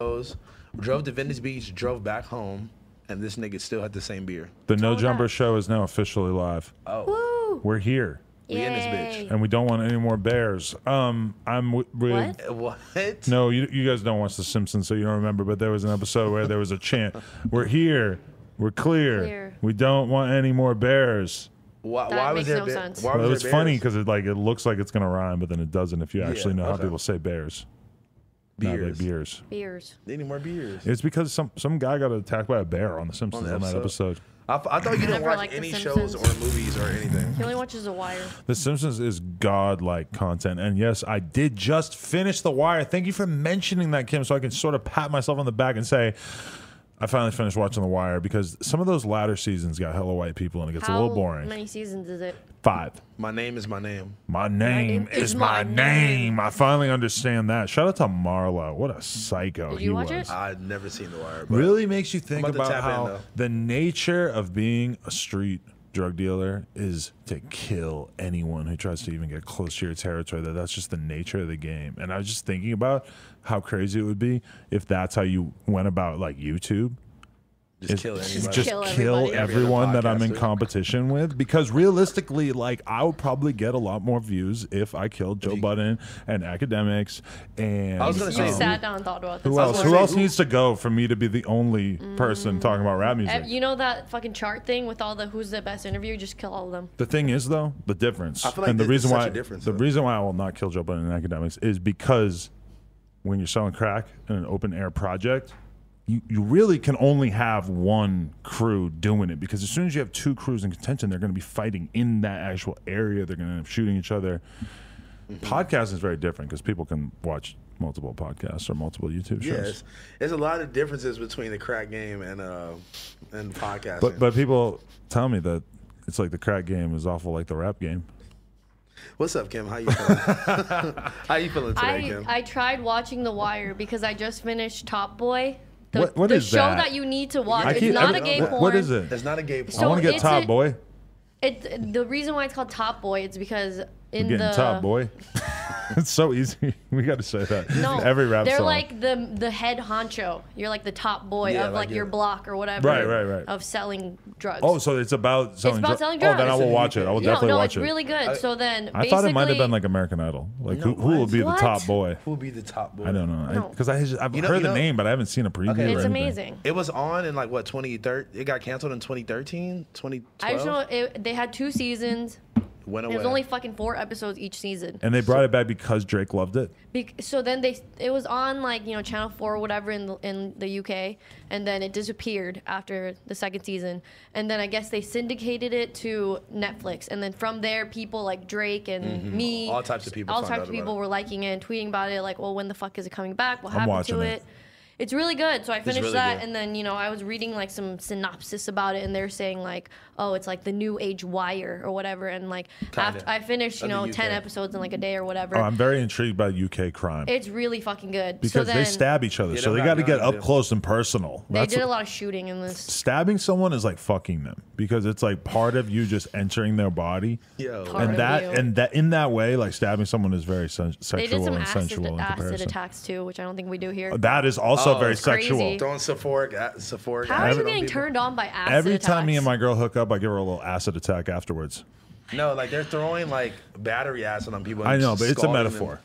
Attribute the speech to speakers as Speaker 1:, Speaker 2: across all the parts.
Speaker 1: Rose, drove to Venice Beach, drove back home, and this nigga still had the same beer.
Speaker 2: The No Jumper show is now officially live. Oh. We're here.
Speaker 1: We in this bitch.
Speaker 2: And we don't want any more bears. Um, I'm w- with.
Speaker 3: What?
Speaker 1: Uh, What?
Speaker 2: No, you, you guys don't watch The Simpsons, so you don't remember. But there was an episode where there was a chant. We're here. We're clear.
Speaker 3: Clear.
Speaker 2: We don't want any more bears.
Speaker 1: Why,
Speaker 3: That
Speaker 1: why was
Speaker 3: makes
Speaker 1: there
Speaker 3: no
Speaker 1: bear-
Speaker 3: sense.
Speaker 1: Why
Speaker 2: Well, it
Speaker 1: was
Speaker 2: was
Speaker 1: there
Speaker 2: funny
Speaker 1: bears?
Speaker 2: because it like it looks like it's gonna rhyme, but then it doesn't. If you actually know
Speaker 1: okay.
Speaker 2: how people say bears, Not like
Speaker 1: beers.
Speaker 2: beers.
Speaker 3: Beers.
Speaker 1: They need more beers.
Speaker 2: It's because some some guy got attacked by a bear on The Simpsons on,
Speaker 1: the
Speaker 2: that
Speaker 1: episode.
Speaker 2: episode.
Speaker 1: I, f- I thought you didn't
Speaker 3: never
Speaker 1: watch
Speaker 3: liked The
Speaker 1: any shows
Speaker 3: Simpsons.
Speaker 1: or movies or anything.
Speaker 3: He only watches The Wire.
Speaker 2: The Simpsons is godlike content, and yes, I did just finish The Wire. Thank you for mentioning that, Kim, so I can sort of pat myself on the back and say. I finally finished watching The Wire because some of those latter seasons got hella white people and it gets a little boring.
Speaker 3: many seasons is it?
Speaker 2: Five.
Speaker 1: My name is my name.
Speaker 2: My name
Speaker 3: name
Speaker 2: is
Speaker 3: is
Speaker 2: my
Speaker 3: my
Speaker 2: name. I finally understand that. Shout out to Marlo. What a psycho
Speaker 3: Did
Speaker 2: he
Speaker 3: you watch
Speaker 2: was.
Speaker 3: it?
Speaker 1: I've never seen The Wire. But
Speaker 2: really makes you think
Speaker 1: I'm about
Speaker 2: about,
Speaker 1: to tap in,
Speaker 2: how
Speaker 1: though.
Speaker 2: the nature of being a street drug dealer is to kill anyone who tries to even get close to your territory that that's just the nature of the game and i was just thinking about how crazy it would be if that's how you went about like youtube
Speaker 1: Just
Speaker 2: is
Speaker 1: kill anybody.
Speaker 2: just
Speaker 3: Kill
Speaker 2: kill
Speaker 3: everybody.
Speaker 2: everyone that i'm in
Speaker 1: Podcaster.
Speaker 2: competition with because realistically like i would probably get a lot more views if i killed joe budden and academics and
Speaker 1: I was gonna
Speaker 3: You
Speaker 1: say-
Speaker 3: sat down and thought about this.
Speaker 2: who else?
Speaker 1: gonna
Speaker 2: Who
Speaker 1: say,
Speaker 2: else
Speaker 1: who-
Speaker 2: needs to go for me to be the only person talking about rap music?
Speaker 3: Eh, You know that fucking chart thing with all the who's the best interview? Just kill all of them.
Speaker 2: the thing is, though, the difference,
Speaker 1: I feel like
Speaker 2: and the
Speaker 1: there's
Speaker 2: reason
Speaker 1: such
Speaker 2: why
Speaker 1: a difference,
Speaker 2: the
Speaker 1: though.
Speaker 2: reason why I will not kill Joe Budden in academics is because when you're selling crack in an open air project, you, you really can only have one crew doing it because as soon as you have two crews in contention, they're going to be fighting in that actual area. They're going to end up shooting each other.
Speaker 1: Mm-hmm.
Speaker 2: Podcasting is very different because people can watch multiple podcasts or multiple YouTube
Speaker 1: Yes,
Speaker 2: shows.
Speaker 1: there's a lot of differences between the crack game and uh and podcasting.
Speaker 2: But but people tell me that it's like the crack game is awful like the rap game.
Speaker 1: what's up, Kim? How you feeling? How you feeling today,
Speaker 3: I,
Speaker 1: Kim?
Speaker 3: I tried watching The Wire because I just finished Top Boy. The,
Speaker 2: What- what
Speaker 3: the
Speaker 2: is
Speaker 3: show
Speaker 2: that?
Speaker 3: that? you need to watch.
Speaker 1: I
Speaker 3: it's
Speaker 1: keep-
Speaker 3: not
Speaker 1: I-
Speaker 3: a gay
Speaker 2: wh-
Speaker 3: porn.
Speaker 2: What is it?
Speaker 1: That's not a gay.
Speaker 2: I
Speaker 3: So
Speaker 2: want to get
Speaker 3: it's
Speaker 2: top
Speaker 3: a-
Speaker 2: boy.
Speaker 3: It, the reason why it's called Top Boy is because in
Speaker 2: Getting
Speaker 3: the
Speaker 2: top boy. it's so easy. we got to say that.
Speaker 3: No,
Speaker 2: Every rap
Speaker 3: they're
Speaker 2: song.
Speaker 3: like the the head honcho. You're like the top boy
Speaker 1: Yeah,
Speaker 3: of
Speaker 1: like,
Speaker 3: like your
Speaker 1: yeah.
Speaker 3: block or whatever.
Speaker 2: Right, right, right.
Speaker 3: Of selling drugs.
Speaker 2: oh, so it's about selling,
Speaker 3: about
Speaker 2: dru-
Speaker 3: selling
Speaker 2: Oh, then I
Speaker 3: drugs.
Speaker 2: will watch it. I will
Speaker 3: no,
Speaker 2: definitely
Speaker 3: no,
Speaker 2: watch
Speaker 3: it's
Speaker 2: it.
Speaker 3: really good. so then,
Speaker 2: I thought it might have been
Speaker 3: basically-
Speaker 2: like American Idol. Like
Speaker 1: No,
Speaker 2: who, who will
Speaker 1: what?
Speaker 2: be the top
Speaker 3: What?
Speaker 2: boy?
Speaker 1: Who would be the top boy?
Speaker 2: I don't know.
Speaker 3: No.
Speaker 2: Because I, have
Speaker 1: You know-
Speaker 2: heard
Speaker 1: you
Speaker 2: the
Speaker 1: know-
Speaker 2: name, but I haven't seen a preview.
Speaker 1: Okay,
Speaker 2: or
Speaker 1: right.
Speaker 3: It's
Speaker 2: anything.
Speaker 3: amazing.
Speaker 1: It was on in like what 2013. It got canceled in 2013,
Speaker 3: I just know
Speaker 1: 2012.
Speaker 3: it, they had two seasons.
Speaker 1: Went
Speaker 3: It
Speaker 1: away.
Speaker 3: was only fucking four episodes each season.
Speaker 2: And they brought it back because Drake loved it.
Speaker 3: Bec- so then they it was on like you know Channel Four or whatever in the, in the UK, and then it disappeared after the second season. And then I guess they syndicated it to Netflix, and then from there people like Drake and me,
Speaker 1: Mm-hmm. All types of people
Speaker 3: all
Speaker 1: found out
Speaker 3: types of
Speaker 1: about
Speaker 3: people
Speaker 1: it.
Speaker 3: were liking it, and tweeting about it, like, well, when the fuck is it coming back? What
Speaker 2: I'm
Speaker 3: happened
Speaker 2: watching
Speaker 3: to
Speaker 2: it.
Speaker 3: it? It's really good. So I finished
Speaker 1: really
Speaker 3: that,
Speaker 1: good.
Speaker 3: and then you know I was reading like some synopsis about it, and they're saying like, oh, it's like the new age Wire or whatever, and like after I finished, you
Speaker 1: Of the
Speaker 3: know, ten
Speaker 1: UK.
Speaker 3: episodes in like a day or whatever.
Speaker 2: Oh, I'm very intrigued by UK crime.
Speaker 3: It's really fucking good. so
Speaker 2: because
Speaker 3: then
Speaker 2: they stab each other,
Speaker 1: Yeah,
Speaker 2: so
Speaker 1: they
Speaker 2: they
Speaker 1: got
Speaker 2: got to get
Speaker 1: guns,
Speaker 2: up
Speaker 1: yeah.
Speaker 2: close and personal.
Speaker 3: They
Speaker 2: That's
Speaker 3: did a
Speaker 2: what-
Speaker 3: lot of shooting in this.
Speaker 2: stabbing someone is like fucking them because it's like part of you just entering their body.
Speaker 1: Yo. Part
Speaker 3: of
Speaker 2: and that
Speaker 3: you.
Speaker 2: and that in that way, like stabbing someone is very sen-
Speaker 3: They
Speaker 2: sexual
Speaker 3: did some
Speaker 2: and
Speaker 3: acid,
Speaker 2: sensual in
Speaker 3: acid
Speaker 2: comparison. Uh,
Speaker 3: attacks too, which I don't think we do here.
Speaker 2: That is also
Speaker 1: Oh,
Speaker 2: very
Speaker 1: it's
Speaker 3: crazy.
Speaker 2: sexual.
Speaker 1: throwing Sephoric at Sephoric.
Speaker 3: How are
Speaker 1: acid
Speaker 3: you
Speaker 1: on
Speaker 3: getting
Speaker 1: people.
Speaker 3: turned on by acid
Speaker 2: Every
Speaker 3: attacks?
Speaker 2: time me and my girl hook up, I give her a little acid attack afterwards.
Speaker 1: No, like they're throwing like battery acid on people. and
Speaker 2: I know, but it's a
Speaker 1: scalding them.
Speaker 2: metaphor.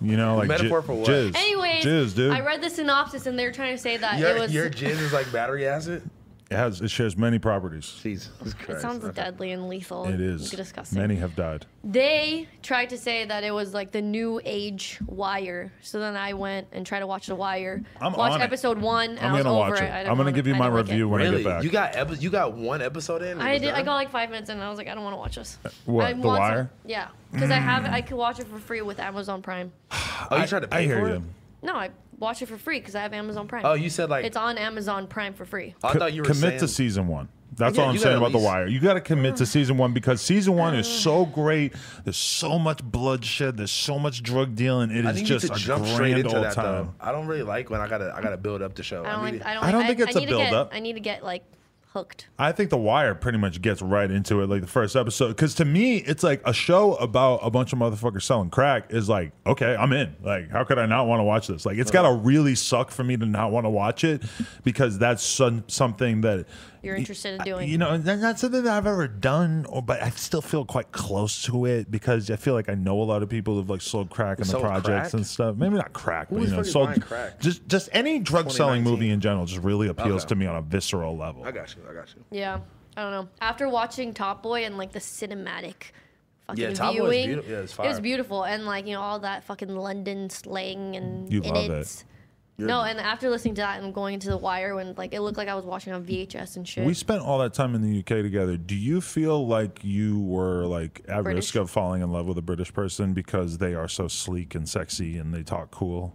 Speaker 2: You know, like
Speaker 1: Metaphor for what?
Speaker 2: Jizz.
Speaker 3: Anyways,
Speaker 2: jizz, dude.
Speaker 3: I read the synopsis and they're trying to say that
Speaker 1: Your,
Speaker 3: it was.
Speaker 1: your jizz is like battery acid.
Speaker 2: it has it shares many properties.
Speaker 1: Jesus Christ.
Speaker 3: it sounds
Speaker 1: Okay.
Speaker 3: deadly and lethal.
Speaker 2: It
Speaker 3: and
Speaker 2: is
Speaker 3: disgusting.
Speaker 2: many have died.
Speaker 3: They tried to say that it was like the new age Wire. So then I went and tried to watch The Wire.
Speaker 2: I'm
Speaker 3: watch
Speaker 2: on it.
Speaker 3: episode one. And I
Speaker 2: I'm
Speaker 3: was
Speaker 2: gonna
Speaker 3: over
Speaker 2: watch it.
Speaker 3: I
Speaker 2: I'm
Speaker 3: didn't
Speaker 2: gonna
Speaker 3: wanna-
Speaker 2: give you
Speaker 3: I
Speaker 2: my
Speaker 3: didn't like it.
Speaker 2: review when I
Speaker 1: Really?
Speaker 2: get back.
Speaker 1: You got epi- you got one episode in. It
Speaker 3: I
Speaker 1: was
Speaker 3: did. I
Speaker 1: done?
Speaker 3: got like five minutes in, and I was like, I don't want to watch this.
Speaker 2: What,
Speaker 3: I
Speaker 2: The
Speaker 3: want some-
Speaker 2: Wire?
Speaker 3: yeah, because I have. it- I could watch it for free with Amazon Prime.
Speaker 1: Oh, you tried to
Speaker 2: I
Speaker 1: pay
Speaker 2: hear
Speaker 1: for
Speaker 2: you.
Speaker 1: it.
Speaker 3: No, I watch it for free because I have Amazon Prime.
Speaker 1: Oh, you said like
Speaker 3: it's on Amazon Prime for free.
Speaker 1: I
Speaker 2: Co-
Speaker 1: thought you were
Speaker 2: commit
Speaker 1: saying
Speaker 2: to season one. That's
Speaker 1: Yeah,
Speaker 2: all I'm
Speaker 1: you
Speaker 2: saying
Speaker 1: gotta
Speaker 2: about
Speaker 1: at
Speaker 2: The
Speaker 1: least-
Speaker 2: Wire. You got to commit to season one because season one is so great. There's so much bloodshed. There's so much drug dealing. It
Speaker 1: I
Speaker 2: is
Speaker 1: think
Speaker 2: just
Speaker 1: you
Speaker 2: a
Speaker 1: could jump straight
Speaker 2: grand
Speaker 1: into
Speaker 2: old
Speaker 1: that
Speaker 2: time.
Speaker 1: though. I don't really like when I gotta I gotta build up the show.
Speaker 3: I don't
Speaker 1: need
Speaker 3: like.
Speaker 1: it-
Speaker 3: I don't.
Speaker 2: I
Speaker 3: like-
Speaker 2: don't think it's a
Speaker 3: need to get-
Speaker 2: build-up.
Speaker 3: I need to get like hooked.
Speaker 2: I think The Wire pretty much gets right into it, like the first episode. Because to me, it's like a show about a bunch of motherfuckers selling crack is like, okay, I'm in. Like, how could I not want to watch this? Like, it's got to really suck for me to not want to watch it because that's some, something that
Speaker 3: You're interested in doing.
Speaker 2: You know, and that's not something that I've ever done, or but I still feel quite close to it because I feel like I know a lot of people who've like sold crack in the
Speaker 1: Sold
Speaker 2: projects
Speaker 1: crack?
Speaker 2: and stuff. Maybe not crack, but
Speaker 1: was
Speaker 2: you know,
Speaker 1: fucking
Speaker 2: sold
Speaker 1: buying crack?
Speaker 2: just just any drug selling
Speaker 1: 2019.
Speaker 2: movie in general just really appeals
Speaker 1: Okay.
Speaker 2: to me on a visceral level.
Speaker 1: I got you. I got you.
Speaker 3: Yeah, I don't know. After watching Top Boy and like the cinematic fucking
Speaker 1: Yeah, Top Boy is
Speaker 3: viewing,
Speaker 1: beautiful. Yeah, it's
Speaker 3: it was
Speaker 1: fire.
Speaker 3: beautiful and like you know all that fucking London slang and
Speaker 2: You
Speaker 3: in
Speaker 2: love it.
Speaker 3: it's- No, and after listening to that and going into the wire when like it looked like I was watching on VHS and shit.
Speaker 2: We spent all that time in the UK together. Do you feel like you were like at
Speaker 3: British.
Speaker 2: risk of falling in love with a British person because they are so sleek and sexy and they talk cool?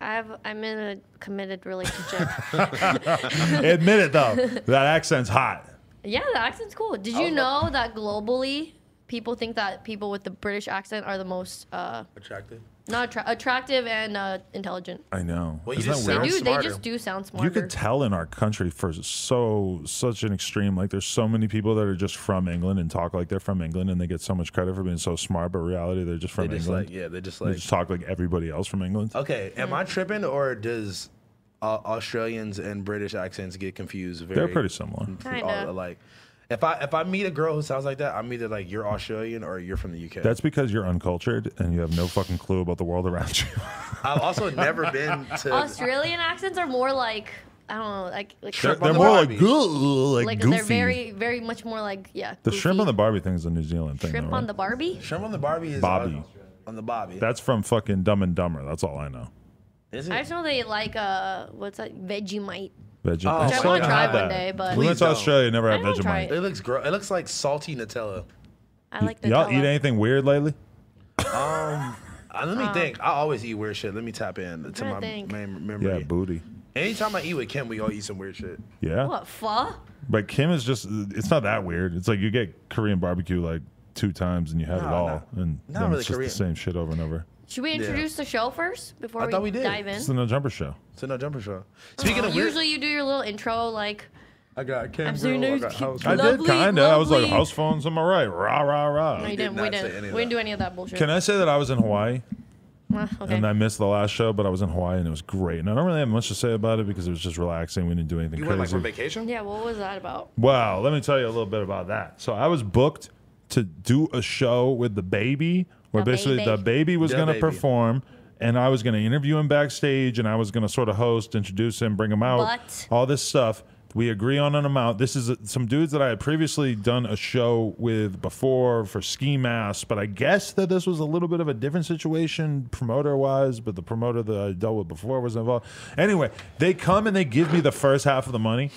Speaker 3: I have I'm in a committed relationship.
Speaker 2: Admit it though, that accent's hot.
Speaker 3: yeah, the accent's cool. Did you know that globally people think that people with the British accent are the most uh
Speaker 1: Attractive.
Speaker 3: not attra- attractive and uh intelligent?
Speaker 2: I know.
Speaker 1: Well, you
Speaker 2: Isn't
Speaker 1: just
Speaker 2: that
Speaker 1: sound
Speaker 2: weird?
Speaker 3: Dude, they
Speaker 1: smarter.
Speaker 3: just do sound smarter.
Speaker 2: You could tell in our country for so such an extreme. Like there's so many people that are just from England and talk like they're from England and they get so much credit for being so smart, but in reality they're just from
Speaker 1: They just
Speaker 2: England.
Speaker 1: like yeah. They just
Speaker 2: They
Speaker 1: like
Speaker 2: just talk like everybody else from England.
Speaker 1: okay. Am
Speaker 3: Mm.
Speaker 1: I tripping or does uh, Australians and British accents get confused? Very
Speaker 2: They're pretty similar.
Speaker 1: all
Speaker 3: Kinda.
Speaker 1: alike. If I if I meet a girl who sounds like that, I'm either like you're Australian or you're from the UK.
Speaker 2: That's because you're uncultured and you have no fucking clue about the world around you.
Speaker 1: I've also never been to.
Speaker 3: Australian accents are more like I don't know, like like
Speaker 2: they're
Speaker 3: shrimp
Speaker 2: they're
Speaker 3: on the
Speaker 2: more
Speaker 3: barbie.
Speaker 2: like, goo, like,
Speaker 3: like
Speaker 2: goofy.
Speaker 3: they're very very much more like yeah.
Speaker 2: the shrimp
Speaker 3: goofy.
Speaker 2: on the Barbie thing is a New Zealand thing.
Speaker 3: shrimp
Speaker 2: though,
Speaker 3: on
Speaker 2: right?
Speaker 3: the Barbie.
Speaker 1: Shrimp on the Barbie is
Speaker 2: Bobby.
Speaker 1: On, on the Bobby.
Speaker 2: That's from fucking Dumb and Dumber. That's all I know.
Speaker 1: Is
Speaker 3: I
Speaker 1: it?
Speaker 3: just know they like uh what's that Vegemite.
Speaker 2: Veggie.
Speaker 1: Oh,
Speaker 3: Which I
Speaker 1: my
Speaker 3: want
Speaker 1: God.
Speaker 3: to try
Speaker 1: Have
Speaker 3: one
Speaker 1: that.
Speaker 3: day, but
Speaker 2: we
Speaker 1: Please
Speaker 2: went to
Speaker 1: don't.
Speaker 2: Australia. Never
Speaker 3: I
Speaker 2: had
Speaker 3: don't try
Speaker 2: Vegemite.
Speaker 3: it.
Speaker 1: It looks gross. It looks like salty Nutella.
Speaker 3: I like the
Speaker 2: Y'all
Speaker 3: Nutella.
Speaker 2: eat anything weird lately?
Speaker 1: Uh, let me think. I always eat weird shit. Let me tap in to
Speaker 3: trying to
Speaker 1: my
Speaker 3: Oh. think.
Speaker 1: main
Speaker 2: Yeah,
Speaker 1: memory.
Speaker 2: booty.
Speaker 1: Anytime I eat with Kim, we all eat some weird shit.
Speaker 2: Yeah.
Speaker 3: What pho?
Speaker 2: But Kim is just, it's not that weird. It's like you get Korean barbecue like two times and you have it
Speaker 1: No,
Speaker 2: all.
Speaker 1: not-
Speaker 2: and
Speaker 1: not
Speaker 2: then
Speaker 1: really
Speaker 2: it's just
Speaker 1: Korean.
Speaker 2: the same shit over and over.
Speaker 3: Should we introduce the show first before
Speaker 1: I
Speaker 3: we,
Speaker 1: thought we did.
Speaker 3: dive in?
Speaker 2: It's the No Jumper Show.
Speaker 1: It's a no jumper show. Speaking of
Speaker 3: Oh, Usually you do your little intro like
Speaker 1: I got Kim.
Speaker 3: I'm so
Speaker 1: girl, I
Speaker 3: nervous,
Speaker 1: got
Speaker 3: Kim.
Speaker 1: house
Speaker 2: I
Speaker 1: girl.
Speaker 2: did
Speaker 3: Lovely,
Speaker 2: kind of. I was like,
Speaker 3: lovely.
Speaker 2: house phones on my right. Rah, rah, rah.
Speaker 3: no, you
Speaker 1: did
Speaker 3: didn't. We
Speaker 1: not say
Speaker 3: didn't.
Speaker 1: any of
Speaker 3: We didn't
Speaker 1: that.
Speaker 3: do any of that bullshit.
Speaker 2: Can I say that I was in Hawaii?
Speaker 3: Uh, okay.
Speaker 2: And I missed the last show, but I was in Hawaii and it was great. And I don't really have much to say about it because it was just relaxing. We didn't do anything
Speaker 1: You went like
Speaker 2: crazy.
Speaker 1: for vacation?
Speaker 3: yeah. What was that about?
Speaker 2: wow, let me tell you a little bit about that. So I was booked to do a show with the baby, where
Speaker 3: The
Speaker 2: basically
Speaker 3: Baby.
Speaker 2: the baby was
Speaker 1: The
Speaker 2: going to
Speaker 1: Baby.
Speaker 2: perform. And I was going to interview him backstage, and I was going to sort of host, introduce him, bring him out,
Speaker 3: But-
Speaker 2: all this stuff. We agree on an amount. This is uh, some dudes that I had previously done a show with before for ski masks, but I guess that this was a little bit of a different situation promoter wise. But the promoter that I dealt with before was involved. Anyway, they come and they give me the first half of the money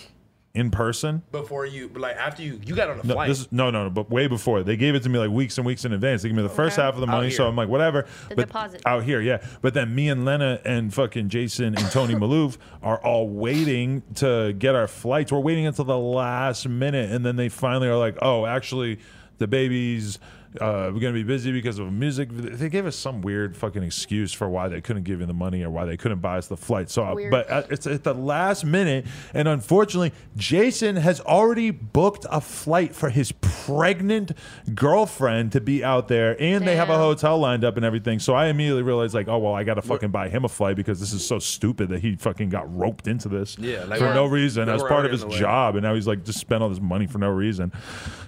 Speaker 2: in person.
Speaker 1: Before you, like after you, you got on a
Speaker 2: No,
Speaker 1: flight.
Speaker 2: this is, no, no, no, but way before they gave it to me like weeks and weeks in advance. They gave me the first half of the money, so
Speaker 1: here.
Speaker 2: I'm like, whatever.
Speaker 3: The
Speaker 2: but
Speaker 3: deposit.
Speaker 2: out here, yeah. But then me and Lena and fucking Jason and Tony Malouf are all waiting to get our flights. We're waiting until the last minute, and then they finally are like, oh, actually, the baby's. Uh, we're gonna be busy because of music. They gave us some weird fucking excuse for why they couldn't give you the money or why they couldn't buy us the flight. So, I,
Speaker 3: Weird.
Speaker 2: but at- it's at the last minute, and unfortunately, Jason has already booked a flight for his pregnant girlfriend to be out there, and they have a
Speaker 3: Damn.
Speaker 2: hotel lined up and everything. So I immediately realized, like, oh well, I gotta fucking buy him a flight because this is so stupid that he fucking got roped into this
Speaker 1: Yeah, like
Speaker 2: for
Speaker 1: we're-
Speaker 2: no reason
Speaker 1: like
Speaker 2: as
Speaker 1: we're
Speaker 2: part of
Speaker 1: already
Speaker 2: his
Speaker 1: in the way.
Speaker 2: job, and now he's like just spent all this money for no reason.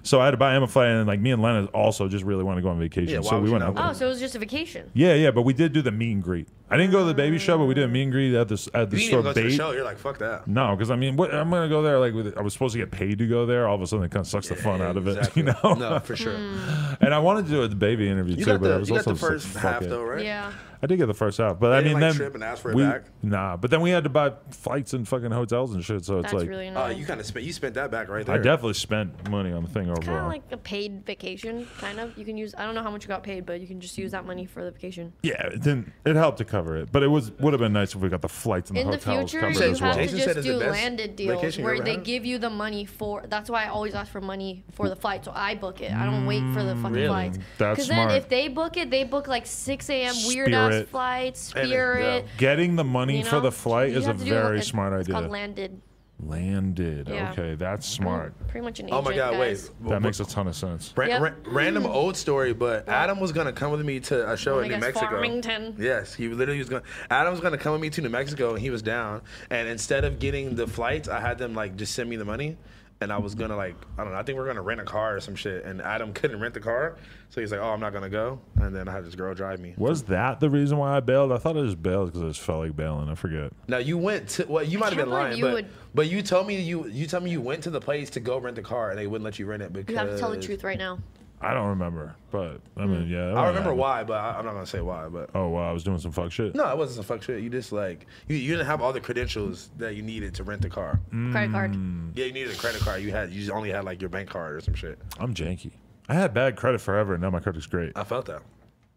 Speaker 2: So I had to buy him a flight, and then, like me and Lena also just really want to go on vacation,
Speaker 1: Yeah, why
Speaker 2: so
Speaker 1: would
Speaker 2: we
Speaker 1: you
Speaker 2: went
Speaker 1: not
Speaker 2: out there.
Speaker 1: want
Speaker 3: Oh, so it was just a vacation.
Speaker 2: Yeah, yeah, but we did do the meet and greet. I didn't go to the baby show, but we did a meet and greet at the at the
Speaker 1: you didn't
Speaker 2: store.
Speaker 1: even go to the
Speaker 2: Bait.
Speaker 1: show. You're like, fuck that.
Speaker 2: No, because I mean, what, I'm gonna go there like with. I was supposed to get paid to go there. All of a sudden, it kind of sucks the fun out of it,
Speaker 1: Exactly.
Speaker 2: you know.
Speaker 1: No, for sure.
Speaker 3: Hmm.
Speaker 2: And I wanted to do the baby interview
Speaker 1: You
Speaker 2: too,
Speaker 1: got
Speaker 2: but I
Speaker 1: the,
Speaker 2: was
Speaker 1: you got
Speaker 2: also
Speaker 1: the
Speaker 2: just
Speaker 1: first
Speaker 2: like, fuck
Speaker 1: half
Speaker 2: it.
Speaker 1: though, right?
Speaker 3: Yeah.
Speaker 2: I did get the first half, but I
Speaker 1: They didn't,
Speaker 2: mean, then
Speaker 1: like, trip and ask for it
Speaker 2: we,
Speaker 1: back?
Speaker 2: Nah, but then we had to buy flights and fucking hotels and shit. So it's
Speaker 3: That's
Speaker 2: like
Speaker 3: really
Speaker 1: Oh,
Speaker 3: nice.
Speaker 1: you kind of spent you spent that back right there.
Speaker 2: I definitely spent money on the thing
Speaker 3: Kind of
Speaker 2: overall.
Speaker 3: like a paid vacation, kind of. You can use. I don't know how much you got paid, but you can just use that money for the vacation.
Speaker 2: yeah, it didn't. It helped to cover it. But it was would have been nice if we got the flights and the
Speaker 3: in the
Speaker 2: hotels
Speaker 3: future,
Speaker 2: covered
Speaker 3: you
Speaker 2: as
Speaker 3: have
Speaker 2: well.
Speaker 3: to
Speaker 1: Jason said
Speaker 3: just
Speaker 1: it's the
Speaker 3: do
Speaker 1: best
Speaker 3: landed deals
Speaker 1: vacation you
Speaker 3: where
Speaker 1: ever
Speaker 3: they
Speaker 1: had.
Speaker 3: give you the money for. That's why I always ask for money for the flight, so I book it. I don't wait for the fucking
Speaker 4: Really?
Speaker 3: flights.
Speaker 2: Mm, That's
Speaker 3: Because then
Speaker 2: smart.
Speaker 3: if they book it, they book like 6 a.m. weird ass
Speaker 2: Spirit.
Speaker 3: flights,
Speaker 1: And it-
Speaker 3: Spirit.
Speaker 2: Getting the money
Speaker 3: You know?
Speaker 2: for the flight
Speaker 3: You
Speaker 2: is a
Speaker 3: have to do
Speaker 2: very
Speaker 3: it's-
Speaker 2: smart
Speaker 3: it's
Speaker 2: idea.
Speaker 3: Called landed.
Speaker 2: Landed.
Speaker 3: Yeah. Mm-hmm.
Speaker 2: Okay, that's smart.
Speaker 3: Pretty much an agent.
Speaker 1: Oh my God!
Speaker 3: guys.
Speaker 1: Wait,
Speaker 2: That makes a ton of sense.
Speaker 1: Ra-
Speaker 3: Yep. Mm.
Speaker 1: ra- random old story, but Adam was gonna come with me to a show
Speaker 3: Oh
Speaker 1: in
Speaker 3: my
Speaker 1: New
Speaker 3: gosh,
Speaker 1: Mexico.
Speaker 3: Farmington.
Speaker 1: Yes, he literally was going. Adam was gonna come with me to New Mexico, and he was down. And instead of getting the flights, I had them like just send me the money, and I was gonna like I don't know. I think we are gonna rent a car or some shit. And Adam couldn't rent the car, so he's like, "Oh, I'm not gonna go." And then I had this girl drive me.
Speaker 2: Was that the reason why I bailed? I thought I just bailed because I just felt like bailing. I forget.
Speaker 1: Now you went to well, you might have been
Speaker 3: can't believe
Speaker 1: lying,
Speaker 3: you
Speaker 1: but
Speaker 3: would-
Speaker 1: but you told me you you told me you went to the place to go rent the car, and they wouldn't let you rent it because
Speaker 3: You have to tell the truth right now.
Speaker 2: I don't remember, but I mean, Oh, yeah. that
Speaker 1: Hmm. I
Speaker 2: might
Speaker 1: remember
Speaker 2: happen.
Speaker 1: why, but I, I'm not gonna say why, but.
Speaker 2: Oh, wow, I was doing some fuck shit.
Speaker 1: No, it wasn't some fuck shit. You just like you, you didn't have all the credentials that you needed to rent the car.
Speaker 2: Mm.
Speaker 3: Credit card.
Speaker 1: Yeah, you needed a credit card. You had you just only had like your bank card or some shit.
Speaker 2: I'm janky. I had bad credit forever, and now my credit's great.
Speaker 1: I felt that.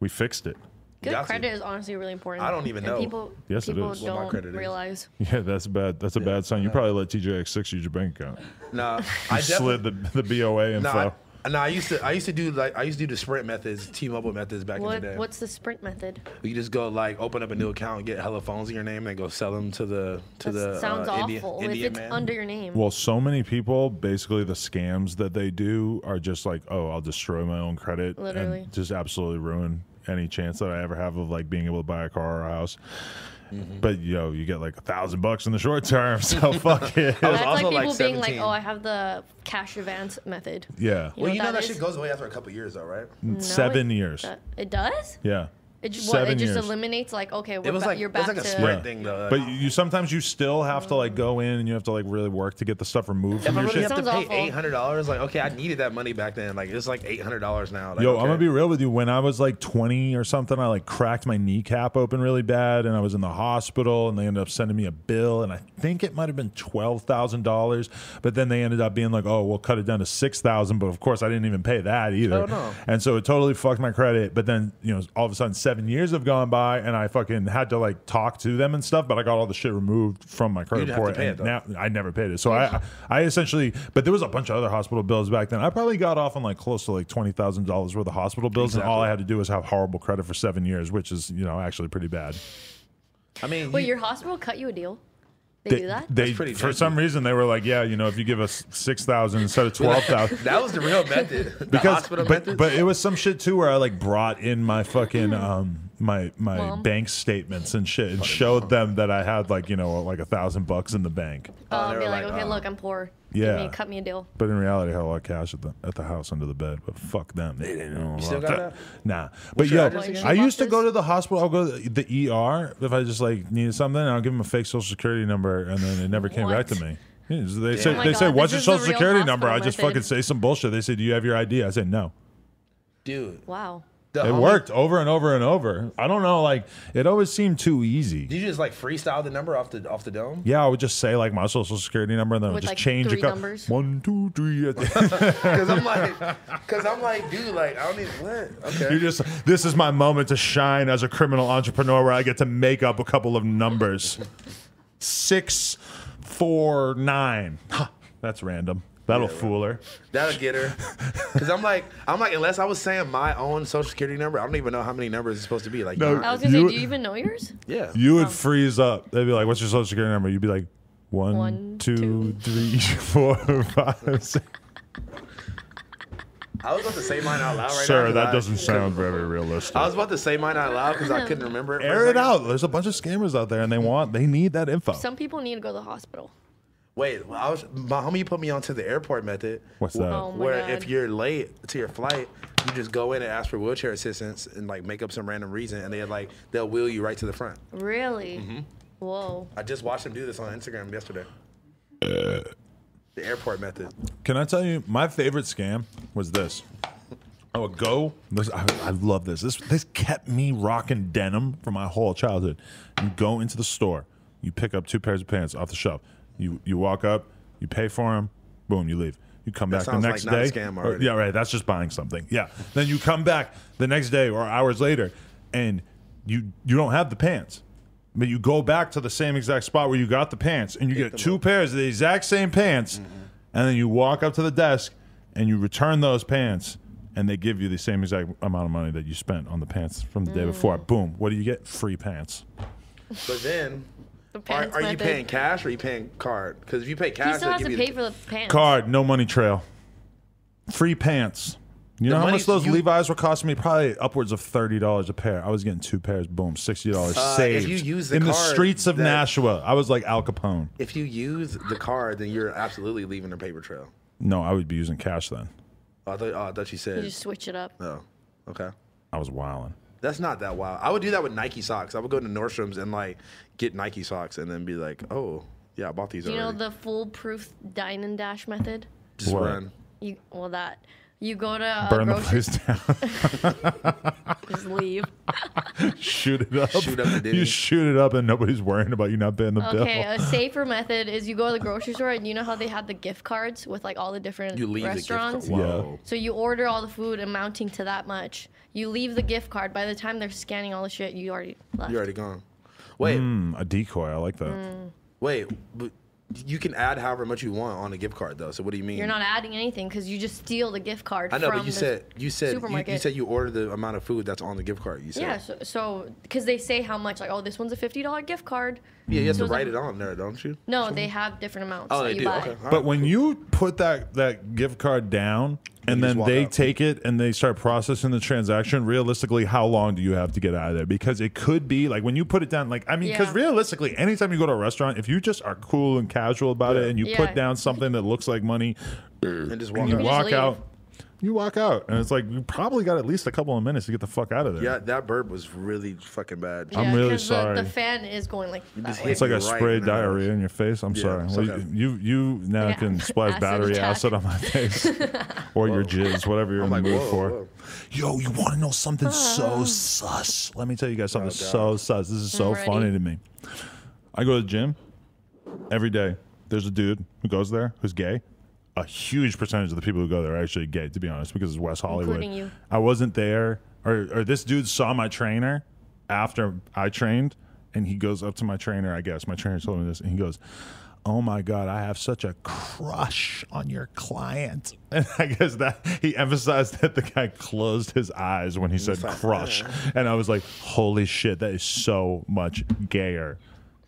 Speaker 2: We fixed it.
Speaker 3: Good
Speaker 1: Got to.
Speaker 3: credit is honestly really important.
Speaker 1: I don't even
Speaker 3: and
Speaker 1: know.
Speaker 3: People,
Speaker 2: Yes, it
Speaker 3: people
Speaker 2: is.
Speaker 1: What my
Speaker 3: don't
Speaker 1: credit is.
Speaker 3: realize.
Speaker 2: Yeah, that's bad. That's a bad sign. You probably let TJX6 use your bank account.
Speaker 1: Nah, I
Speaker 2: Slid
Speaker 1: definitely.
Speaker 2: the, the BOA info.
Speaker 1: Nah, I, nah, I used to I used to do like I used to do the Sprint methods, T-Mobile methods back in
Speaker 3: What,
Speaker 1: the day.
Speaker 3: what's the sprint method?
Speaker 1: you just go like open up a new account, get hella phones in your name, and go sell them to the to
Speaker 3: That
Speaker 1: the
Speaker 3: sounds
Speaker 1: uh,
Speaker 3: awful.
Speaker 1: Indian,
Speaker 3: if
Speaker 1: Indian
Speaker 3: it's
Speaker 1: man.
Speaker 3: under your name.
Speaker 2: Well, so many people basically the scams that they do are just like, oh, I'll destroy my own credit
Speaker 3: Literally.
Speaker 2: and just absolutely ruin any chance that I ever have of like being able to buy a car or a house.
Speaker 1: Mm-hmm.
Speaker 2: But yo, you get like a thousand bucks in the short term, so fuck it.
Speaker 1: was
Speaker 3: That's like
Speaker 1: also,
Speaker 3: people
Speaker 1: like,
Speaker 3: being like,
Speaker 1: 17.
Speaker 3: "Oh, I have the cash advance method."
Speaker 2: Yeah,
Speaker 1: well, you know
Speaker 3: what
Speaker 1: that
Speaker 3: is?
Speaker 1: shit goes away after a couple years, though, right?
Speaker 3: No,
Speaker 2: seven
Speaker 3: it-
Speaker 2: years.
Speaker 3: that- Uh, It does.
Speaker 2: yeah,
Speaker 3: It, ju- what, it
Speaker 2: Seven
Speaker 3: just
Speaker 2: years.
Speaker 3: eliminates like, okay, we're
Speaker 1: It was
Speaker 3: ba-
Speaker 1: like
Speaker 3: you're
Speaker 1: it was
Speaker 3: back
Speaker 1: like a
Speaker 3: to.
Speaker 1: Sprint
Speaker 2: Yeah.
Speaker 1: thing, though.
Speaker 2: but you, you sometimes you still have to like go in and you have to like really work to get the stuff
Speaker 1: If
Speaker 2: removed from
Speaker 1: I
Speaker 2: your
Speaker 1: really
Speaker 2: shit.
Speaker 1: have to
Speaker 3: Sounds
Speaker 1: pay
Speaker 3: awful.
Speaker 1: eight hundred dollars, like okay, I needed that money back then. Like it's like eight hundred dollars now. Like,
Speaker 2: Yo,
Speaker 1: okay.
Speaker 2: I'm gonna be real with you. When I was like 20 or something, I like cracked my kneecap open really bad, and I was in the hospital, and they ended up sending me a bill, and I think it might have been twelve thousand dollars, but then they ended up being like, "Oh, we'll cut it down to six thousand, but of course, I didn't even pay that either.
Speaker 1: Oh, no.
Speaker 2: And so it totally fucked my credit. But then you know, all of a sudden, seven years have gone by, and I fucking had to like talk to them and stuff, but I got all the shit removed from my credit
Speaker 1: didn't have to
Speaker 2: report.
Speaker 1: pay
Speaker 2: and
Speaker 1: it, though.
Speaker 2: now I never paid it. So I I essentially but there was a bunch of other hospital bills back then. I probably got off on like close to like twenty thousand dollars worth of hospital bills and all I had to do was have horrible credit for seven years, which is, you know, actually pretty bad.
Speaker 1: I mean,
Speaker 3: Wait,
Speaker 1: you-
Speaker 3: your hospital cut you a deal? They, do that.
Speaker 2: They
Speaker 1: pretty
Speaker 2: for
Speaker 1: janky.
Speaker 2: some reason they were like, Yeah, you know, if you give us six thousand instead of twelve thousand
Speaker 1: that was the real method. The
Speaker 2: because
Speaker 1: hospital
Speaker 2: but,
Speaker 1: method.
Speaker 2: but it was some shit too where I like brought in my fucking um my my
Speaker 3: Hmm. Mom.
Speaker 2: bank statements and shit and showed them that I had like you know like a thousand bucks in the bank.
Speaker 3: oh,
Speaker 1: they
Speaker 3: and be
Speaker 1: were
Speaker 3: like,
Speaker 1: like,
Speaker 3: okay,
Speaker 1: uh,
Speaker 3: look, I'm poor. Give
Speaker 2: Yeah.
Speaker 3: me- cut me a deal.
Speaker 2: But in reality, I had a lot of cash at the at the house under the bed. But fuck them, they didn't know. about
Speaker 1: still got that?
Speaker 2: Nah, but
Speaker 1: your
Speaker 2: yo,
Speaker 1: address
Speaker 3: again?
Speaker 2: I used to
Speaker 3: Shoeboxes?
Speaker 2: go to the hospital. I'll go to the ER if I just like needed something. and I'll give them a fake social security number, and then it never came back
Speaker 3: What?
Speaker 2: to me. Yeah, so they say
Speaker 3: Oh my
Speaker 2: they say
Speaker 3: God,
Speaker 2: what's your
Speaker 3: this is
Speaker 2: social
Speaker 3: the real
Speaker 2: security number? I
Speaker 3: hospital
Speaker 2: just
Speaker 3: method.
Speaker 2: fucking say some bullshit. They say, do you have your ID? I say no.
Speaker 1: dude,
Speaker 3: Wow.
Speaker 1: the
Speaker 2: It
Speaker 1: homie-
Speaker 2: worked over and over and over. I don't know, like it always seemed too easy.
Speaker 1: Did you just like freestyle the number off the off the dome?
Speaker 2: Yeah, I would just say like my social security number, and then I would
Speaker 3: With,
Speaker 2: just
Speaker 3: like,
Speaker 2: change
Speaker 3: three
Speaker 2: a couple
Speaker 3: numbers?
Speaker 2: one, two, three. at the-
Speaker 1: Because I'm like, because I'm like, dude, like I don't even what. Okay.
Speaker 2: You're just this is my moment to shine as a criminal entrepreneur where I get to make up a couple of numbers. Six, four, nine. Ha, that's random. That'll fool her.
Speaker 1: That'll get her. Because I'm like, I'm like, unless I was saying my own social security number, I don't even know how many numbers it's supposed to be. Like,
Speaker 2: No.
Speaker 1: nine.
Speaker 3: I was gonna
Speaker 2: You-
Speaker 3: say, do you even know yours?
Speaker 1: yeah.
Speaker 2: You
Speaker 3: Oh.
Speaker 2: would freeze up. They'd be like, "What's your social security number?" You'd be like,
Speaker 3: One,
Speaker 2: one, two,
Speaker 3: two.
Speaker 2: three, four, five, six.
Speaker 1: I was about to say mine out loud right now.
Speaker 2: Sir,
Speaker 1: 'cause
Speaker 2: that
Speaker 1: I-
Speaker 2: doesn't sound very realistic.
Speaker 1: I was about to say mine out loud because I couldn't remember it. for a
Speaker 2: Air it
Speaker 1: second.
Speaker 2: out. There's a bunch of scammers out there, and they want, they need that info.
Speaker 3: Some people need to go to the hospital.
Speaker 1: Wait, well, I was, my homie put me onto the airport method.
Speaker 2: What's that?
Speaker 3: Oh my
Speaker 1: where
Speaker 3: God.
Speaker 1: if you're late to your flight, you just go in and ask for wheelchair assistance and like make up some random reason, and they like they'll wheel you right to the front.
Speaker 3: Really?
Speaker 1: Mm-hmm.
Speaker 3: Whoa.
Speaker 1: I just watched them do this on Instagram yesterday. the airport method.
Speaker 2: Can I tell you my favorite scam was this? I would go. This, I, I love this. This this kept me rocking denim for my whole childhood. You go into the store, you pick up two pairs of pants off the shelf. You you walk up, you pay for them, boom, you leave. You come back the
Speaker 1: sounds like
Speaker 2: next
Speaker 1: not a
Speaker 2: day. Oh,
Speaker 1: scam
Speaker 2: or-
Speaker 1: already.
Speaker 2: yeah, right. That's just buying something. Yeah. Then you come back the next day or hours later, and you you don't have the pants. But you go back to the same exact spot where you got the pants and you get, two pairs of the Mm-hmm. exact same pants and then you walk up to the desk and you return those pants and they give you the same exact amount of money that you spent on the pants from the day before. Boom. What do you get? Free pants.
Speaker 1: But then,
Speaker 3: The
Speaker 1: are,
Speaker 3: pants
Speaker 1: are you
Speaker 3: method.
Speaker 1: paying cash or are you paying card? Because if you pay
Speaker 3: He
Speaker 1: cash,
Speaker 3: still
Speaker 1: they
Speaker 3: has
Speaker 1: give
Speaker 3: to
Speaker 1: you the,
Speaker 3: pay for the pants.
Speaker 2: Card, no money trail. Free pants. You know how much
Speaker 1: money's-
Speaker 2: those
Speaker 1: you-
Speaker 2: Levi's were costing me? Probably upwards of thirty dollars a pair. I was getting two pairs. Boom, sixty dollars saved.
Speaker 1: you use the
Speaker 2: in the
Speaker 1: card
Speaker 2: streets of
Speaker 1: that-
Speaker 2: Nashua, I was like Al Capone.
Speaker 1: If you use the card, then you're absolutely leaving a paper trail.
Speaker 2: No, I would be using cash then.
Speaker 1: Oh, I thought, oh, I thought you
Speaker 3: You
Speaker 1: said.
Speaker 3: just switch it up.
Speaker 1: Oh, okay.
Speaker 2: I was wilding.
Speaker 1: That's not that wild. I would do that with Nike socks. I would go to Nordstrom's and like get Nike socks and then be like, oh, yeah, I bought these
Speaker 3: You know
Speaker 1: already.
Speaker 3: the foolproof dine and dash method?
Speaker 1: Just
Speaker 2: What?
Speaker 1: run.
Speaker 3: You well that you go to a
Speaker 2: Burn the
Speaker 3: Uh, grocery
Speaker 2: place down.
Speaker 3: just leave.
Speaker 2: shoot it up.
Speaker 1: Shoot up the
Speaker 2: you
Speaker 1: Denny's.
Speaker 2: shoot it up, and nobody's worrying about you not paying the
Speaker 3: Okay, uh,
Speaker 2: bill.
Speaker 3: a safer method is you go to the grocery store and you know how they had the gift cards with like all the different
Speaker 1: You leave
Speaker 3: restaurants.
Speaker 1: the gift card.
Speaker 2: Yeah.
Speaker 1: Whoa.
Speaker 3: So you order all the food amounting to that much. You leave the gift card. By the time they're scanning all the shit, you already left.
Speaker 1: You're already gone. Wait,
Speaker 2: Hmm, a decoy. I like that.
Speaker 3: Mm.
Speaker 1: wait. But you can add however much you want on a gift card, though. So what do you mean?
Speaker 3: You're not adding anything because you just steal the gift card.
Speaker 1: I know,
Speaker 3: from
Speaker 1: but you
Speaker 3: the
Speaker 1: said you said you,
Speaker 3: supermarket.
Speaker 1: you said you order the amount of food that's on the gift card. You said
Speaker 3: Yeah, so because they say how much, like, oh, this one's a fifty dollar gift card.
Speaker 1: Yeah, you have to
Speaker 3: it's
Speaker 1: write
Speaker 3: like-
Speaker 1: it on there, don't you?
Speaker 3: No, they have different amounts
Speaker 1: Oh,
Speaker 3: that
Speaker 1: they
Speaker 3: you
Speaker 1: do.
Speaker 3: buy.
Speaker 1: Okay. all
Speaker 2: But
Speaker 1: right.
Speaker 2: when you put that that gift card down and
Speaker 1: You just
Speaker 2: then
Speaker 1: walk
Speaker 2: they
Speaker 1: out.
Speaker 2: take it and they start processing the transaction, realistically, how long do you have to get out of there? Because it could be like when you put it down, like I mean, because
Speaker 3: Yeah.
Speaker 2: realistically, anytime you go to a restaurant, if you just are cool and casual about it and you
Speaker 3: Yeah.
Speaker 2: put down something that looks like money,
Speaker 1: and just walk
Speaker 2: you
Speaker 1: out.
Speaker 3: just
Speaker 2: walk
Speaker 3: leave.
Speaker 2: out. You walk out, and it's like you probably got at least a couple of minutes to get the fuck out of there.
Speaker 1: Yeah, that burp was really fucking bad.
Speaker 2: I'm really
Speaker 3: 'cause the-
Speaker 2: sorry.
Speaker 3: The, fan is going like that
Speaker 1: just
Speaker 3: way.
Speaker 2: It's like
Speaker 1: You're
Speaker 2: I
Speaker 1: right,
Speaker 2: sprayed
Speaker 1: man.
Speaker 2: diarrhea in your face. I'm sorry.
Speaker 1: it's
Speaker 2: Well,
Speaker 1: okay.
Speaker 2: you, you you now
Speaker 3: Yeah.
Speaker 2: can splash
Speaker 3: Acid
Speaker 2: battery
Speaker 3: attack.
Speaker 2: acid on my face or your jizz, whatever you're in
Speaker 1: like,
Speaker 2: the mood
Speaker 1: whoa,
Speaker 2: for.
Speaker 1: whoa.
Speaker 2: Yo, you want to know something so sus? Let me tell you guys something so sus. This is so
Speaker 3: I'm ready.
Speaker 2: funny to me. I go to the gym every day. There's a dude who goes there who's gay. A huge percentage of the people who go there are actually gay, to be honest, because it's West Hollywood.
Speaker 3: Including you.
Speaker 2: I wasn't there, or, or this dude saw my trainer after I trained, and he goes up to my trainer, I guess. My trainer told me this, and he goes, Oh my God, I have such a crush on your client. And I guess that he emphasized that the guy closed his eyes when he said crush. And I was like, Holy shit, that is so much gayer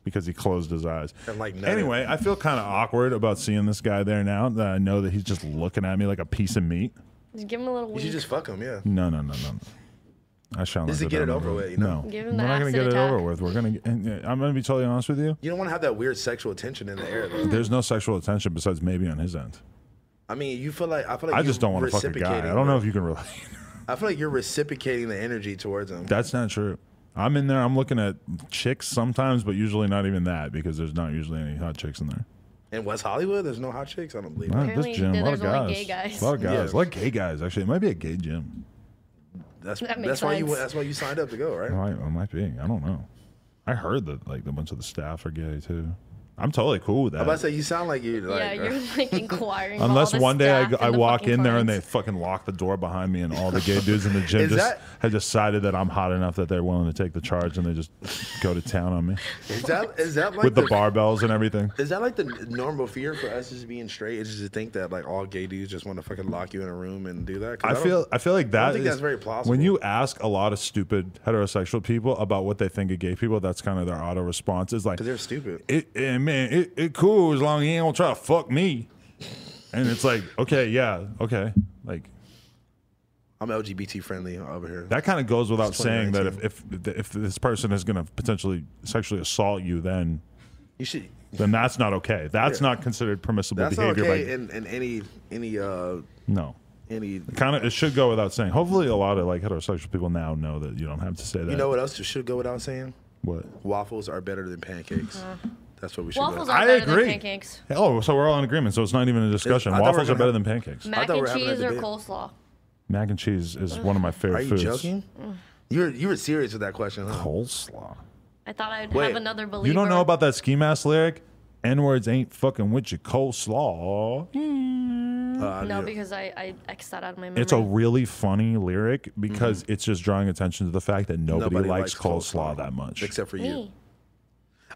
Speaker 2: because he closed his eyes.
Speaker 1: And, like, nutted.
Speaker 2: anyway, I feel kind of awkward about seeing this guy there now that I know that he's just looking at me like a piece of meat.
Speaker 3: Just give him a little
Speaker 1: You should
Speaker 3: wink.
Speaker 1: just fuck him, yeah.
Speaker 2: No, no, no, no. no. I shall
Speaker 1: Just to
Speaker 2: not do
Speaker 1: get
Speaker 2: that
Speaker 1: it over
Speaker 2: number.
Speaker 1: with, you know?
Speaker 2: No,
Speaker 3: Give
Speaker 2: we're
Speaker 3: him the
Speaker 2: not gonna
Speaker 3: acid
Speaker 2: get
Speaker 3: attack.
Speaker 2: it over with. We're gonna. And, uh, I'm gonna be totally honest with you.
Speaker 1: You don't want to have that weird sexual tension in the air, though.
Speaker 2: There's no sexual attention besides maybe on his end.
Speaker 1: I mean, you feel like I feel like
Speaker 2: I
Speaker 1: you're
Speaker 2: just don't want to fuck a guy.
Speaker 1: reciprocating.
Speaker 2: I don't know if you can relate.
Speaker 1: I feel like you're reciprocating the energy towards him.
Speaker 2: That's not true. I'm in there. I'm looking at chicks sometimes, but usually not even that because there's not usually any hot chicks in there.
Speaker 1: In West Hollywood, there's no hot chicks. I don't believe.
Speaker 2: Not
Speaker 1: it.
Speaker 2: at
Speaker 3: Apparently,
Speaker 2: this gym, a lot of
Speaker 3: there's
Speaker 2: guys.
Speaker 3: only gay guys.
Speaker 2: A lot of guys.
Speaker 1: Yeah.
Speaker 2: A lot of gay guys. Actually, it might be a gay gym.
Speaker 1: That's
Speaker 3: That makes
Speaker 1: that's why you
Speaker 3: sense.
Speaker 1: that's why you signed up to go,
Speaker 2: It
Speaker 1: right?
Speaker 2: might, it might be. I don't know. I heard that like a bunch of the staff are gay too. I'm totally cool with that.
Speaker 1: I'm about to say you sound like you. Like, uh,
Speaker 3: yeah, you're like inquiring. about
Speaker 2: Unless
Speaker 3: all the
Speaker 2: one day I,
Speaker 3: staff
Speaker 2: go-
Speaker 3: and
Speaker 2: I
Speaker 3: the
Speaker 2: walk
Speaker 3: fucking
Speaker 2: in there and they
Speaker 3: clients.
Speaker 2: fucking lock the door behind me, and all the gay dudes in the gym
Speaker 1: Is
Speaker 2: just
Speaker 1: that-
Speaker 2: have decided that I'm hot enough that they're willing to take the charge, and they just go to town on me
Speaker 1: is that is that like
Speaker 2: with the barbells and everything.
Speaker 1: Is that like the normal fear for us as being straight? Is just to think that like all gay dudes just want to fucking lock you in a room and do that? 'Cause
Speaker 2: I
Speaker 1: don't-
Speaker 2: feel I feel like that.
Speaker 1: think
Speaker 2: is-
Speaker 1: that's very plausible.
Speaker 2: When you ask a lot of stupid heterosexual people about what they think of gay people, that's kind of their auto response. Is like
Speaker 1: 'Cause they're stupid.
Speaker 2: It, eh, man, it, it cool as long as you ain't gonna try to fuck me. And it's like, okay, yeah, okay, like
Speaker 1: I'm LGBT friendly over here.
Speaker 2: that kind of goes without saying that if,
Speaker 1: 2019.
Speaker 2: if if this person is going to potentially sexually assault you, then
Speaker 1: you should.
Speaker 2: then that's not okay. That's not considered permissible
Speaker 1: That's not
Speaker 2: behavior.
Speaker 1: okay
Speaker 2: by,
Speaker 1: in, in any any uh
Speaker 2: no,
Speaker 1: any.
Speaker 2: kind of it should go without saying. Hopefully, a lot of like heterosexual people now know that you don't have to say that.
Speaker 1: You know what else should go without saying?
Speaker 2: what?
Speaker 1: Waffles are better than pancakes. That's what we should.
Speaker 3: Uh-huh. waffles
Speaker 1: go.
Speaker 3: are
Speaker 2: I
Speaker 3: better
Speaker 2: agree.
Speaker 3: than pancakes.
Speaker 2: Oh, so we're all in agreement. So it's not even a discussion.
Speaker 1: I thought we were
Speaker 2: Waffles are
Speaker 1: gonna
Speaker 2: better
Speaker 1: have-
Speaker 2: than pancakes.
Speaker 3: Mac
Speaker 1: thought we
Speaker 3: and
Speaker 1: were having a
Speaker 3: cheese or
Speaker 1: debate.
Speaker 3: coleslaw.
Speaker 2: Mac and cheese is one of my favorite
Speaker 1: Are you
Speaker 2: foods.
Speaker 1: joking?
Speaker 3: Mm.
Speaker 1: You're you were serious with that question, huh?
Speaker 2: Coleslaw.
Speaker 3: I thought I'd
Speaker 1: Wait,
Speaker 3: have another believer.
Speaker 2: You don't know about that ski mask lyric? N words ain't fucking with your coleslaw.
Speaker 1: Uh, I
Speaker 3: Mm, no,
Speaker 1: knew-
Speaker 3: because I I X that out of my memory.
Speaker 2: It's a really funny lyric
Speaker 1: Mm-hmm.
Speaker 2: because it's just drawing attention to the fact that nobody, likes, coleslaw, that much.
Speaker 1: except for you.
Speaker 3: me.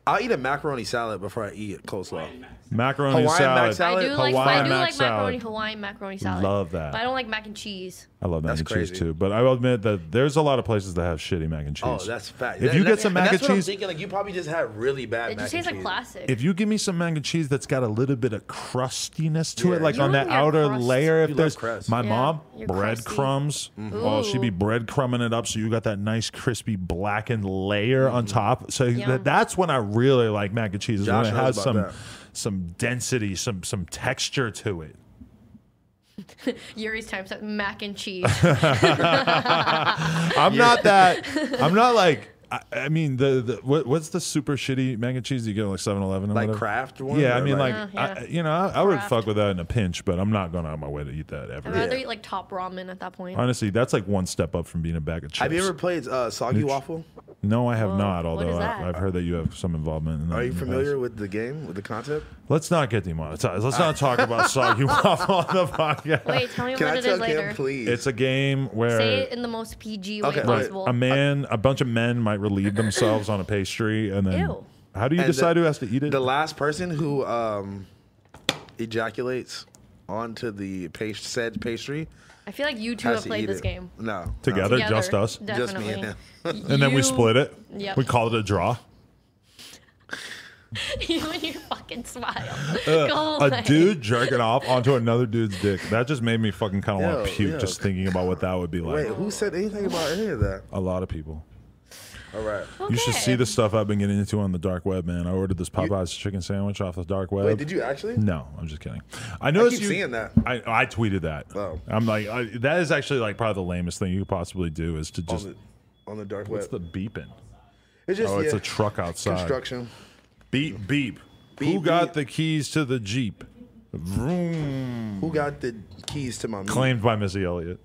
Speaker 1: I'll eat a macaroni salad before I eat coleslaw.
Speaker 2: macaroni
Speaker 1: Hawaiian mac
Speaker 2: salad.
Speaker 1: salad.
Speaker 3: I do like
Speaker 2: Hawaiian
Speaker 3: I do
Speaker 2: mac
Speaker 3: like macaroni
Speaker 2: salad.
Speaker 3: Hawaiian macaroni salad.
Speaker 2: Love that.
Speaker 3: But I don't like mac and cheese.
Speaker 2: I love mac
Speaker 1: That's
Speaker 2: and cheese
Speaker 1: crazy.
Speaker 2: too, but I will admit that there's a lot of places that have shitty mac and cheese.
Speaker 1: Oh, that's fat.
Speaker 2: If you
Speaker 1: That-
Speaker 2: get some
Speaker 1: and
Speaker 2: mac
Speaker 1: that's
Speaker 2: and
Speaker 1: what I'm
Speaker 2: cheese,
Speaker 1: thinking, like you probably just had really bad.
Speaker 3: It
Speaker 1: mac
Speaker 3: just tastes
Speaker 1: and
Speaker 3: like
Speaker 1: cheese.
Speaker 3: plastic.
Speaker 2: if you give me some mac and cheese that's got a little bit of crustiness to
Speaker 1: Yeah.
Speaker 2: it, like
Speaker 3: You
Speaker 2: on that
Speaker 3: love your
Speaker 2: outer
Speaker 3: crust.
Speaker 2: layer, if
Speaker 1: You love
Speaker 2: there's
Speaker 1: crust.
Speaker 2: my
Speaker 3: Yeah,
Speaker 2: mom
Speaker 3: you're crusty.
Speaker 2: breadcrumbs,
Speaker 1: Mm-hmm.
Speaker 2: oh she be
Speaker 3: Ooh.
Speaker 2: breadcrumbing it up, so you got that nice crispy blackened layer on top. So
Speaker 3: Yum.
Speaker 2: that, that's when I really like mac and cheese. Is when
Speaker 1: Mm-hmm. Josh
Speaker 2: it
Speaker 1: knows
Speaker 2: has
Speaker 1: about
Speaker 2: some
Speaker 1: that.
Speaker 2: some density, some some texture to it.
Speaker 3: Yuri's time set mac and cheese.
Speaker 2: I'm not that. I'm not like. I, I mean, the, the what, what's the super shitty mac and cheese you get at, like 7-Eleven? or
Speaker 1: Like
Speaker 2: whatever?
Speaker 1: Kraft one
Speaker 2: Yeah, I
Speaker 1: or
Speaker 2: mean, like,
Speaker 1: like-
Speaker 3: Yeah,
Speaker 2: I,
Speaker 3: yeah.
Speaker 2: you know, I, I would
Speaker 3: Kraft.
Speaker 2: fuck with that in a pinch, but I'm not going out of my way to eat that ever.
Speaker 3: I'd rather
Speaker 1: Yeah.
Speaker 3: eat like top ramen at that point.
Speaker 2: Honestly, that's like one step up from being a bag of chips.
Speaker 1: Have you ever played uh, soggy waffle?
Speaker 2: no, I have
Speaker 3: Whoa,
Speaker 2: not.
Speaker 3: what is
Speaker 2: Although
Speaker 3: that?
Speaker 2: I, I've heard that you have some involvement. in that
Speaker 1: Are you
Speaker 2: in the
Speaker 1: familiar
Speaker 2: past.
Speaker 1: with the game, with the concept?
Speaker 2: Let's not get demonetized. Let's not talk about soggy waffle on the podcast.
Speaker 3: Wait, tell me
Speaker 1: Can
Speaker 3: what
Speaker 1: I
Speaker 3: it is
Speaker 1: tell
Speaker 3: later.
Speaker 1: Kim, please?
Speaker 2: It's a game where
Speaker 3: Say it in the most PG way
Speaker 1: Okay, wait.
Speaker 3: possible.
Speaker 2: a man, a bunch of men might relieve themselves on a pastry, and then
Speaker 3: Ew.
Speaker 2: how do you
Speaker 1: And the-
Speaker 2: decide who has to eat it?
Speaker 1: the last person who um, ejaculates onto the past- said pastry
Speaker 3: I feel like you two
Speaker 1: has
Speaker 3: have
Speaker 1: to
Speaker 3: played
Speaker 1: eat
Speaker 3: this
Speaker 1: it.
Speaker 3: game.
Speaker 1: No,
Speaker 2: Together?
Speaker 3: Together,
Speaker 2: just us?
Speaker 3: Definitely.
Speaker 1: Just me and
Speaker 2: and then we split it.
Speaker 3: Yep.
Speaker 2: We call it a draw.
Speaker 3: you and your fucking smile.
Speaker 2: Uh,
Speaker 3: Go
Speaker 2: A
Speaker 3: away.
Speaker 2: dude jerking off onto another dude's dick. That just made me fucking kind of want
Speaker 1: Yo,
Speaker 2: to puke
Speaker 1: yo.
Speaker 2: just thinking about what that would be
Speaker 1: No.
Speaker 2: like.
Speaker 1: Wait, who said anything about any of that?
Speaker 2: A lot of people.
Speaker 1: All right.
Speaker 2: You should see
Speaker 3: Okay.
Speaker 2: the stuff I've been getting into on the dark web, man. I ordered this Popeyes chicken sandwich off the dark web.
Speaker 1: Wait, did you actually?
Speaker 2: No, I'm just kidding. I noticed
Speaker 1: keep
Speaker 2: you,
Speaker 1: seeing that.
Speaker 2: I, I tweeted that.
Speaker 1: Oh.
Speaker 2: I'm like, I, that is actually like probably the lamest thing you could possibly do is to
Speaker 1: On
Speaker 2: just.
Speaker 1: the, on the dark
Speaker 2: What's
Speaker 1: web.
Speaker 2: the beeping?
Speaker 1: it's just
Speaker 2: Oh, it's
Speaker 1: yeah,
Speaker 2: a truck outside.
Speaker 1: construction.
Speaker 2: Beep beep. Who
Speaker 1: Beep,
Speaker 2: got
Speaker 1: beep.
Speaker 2: the keys to the jeep? Vroom.
Speaker 1: Who got the keys to my meat?
Speaker 2: Claimed by Missy Elliott.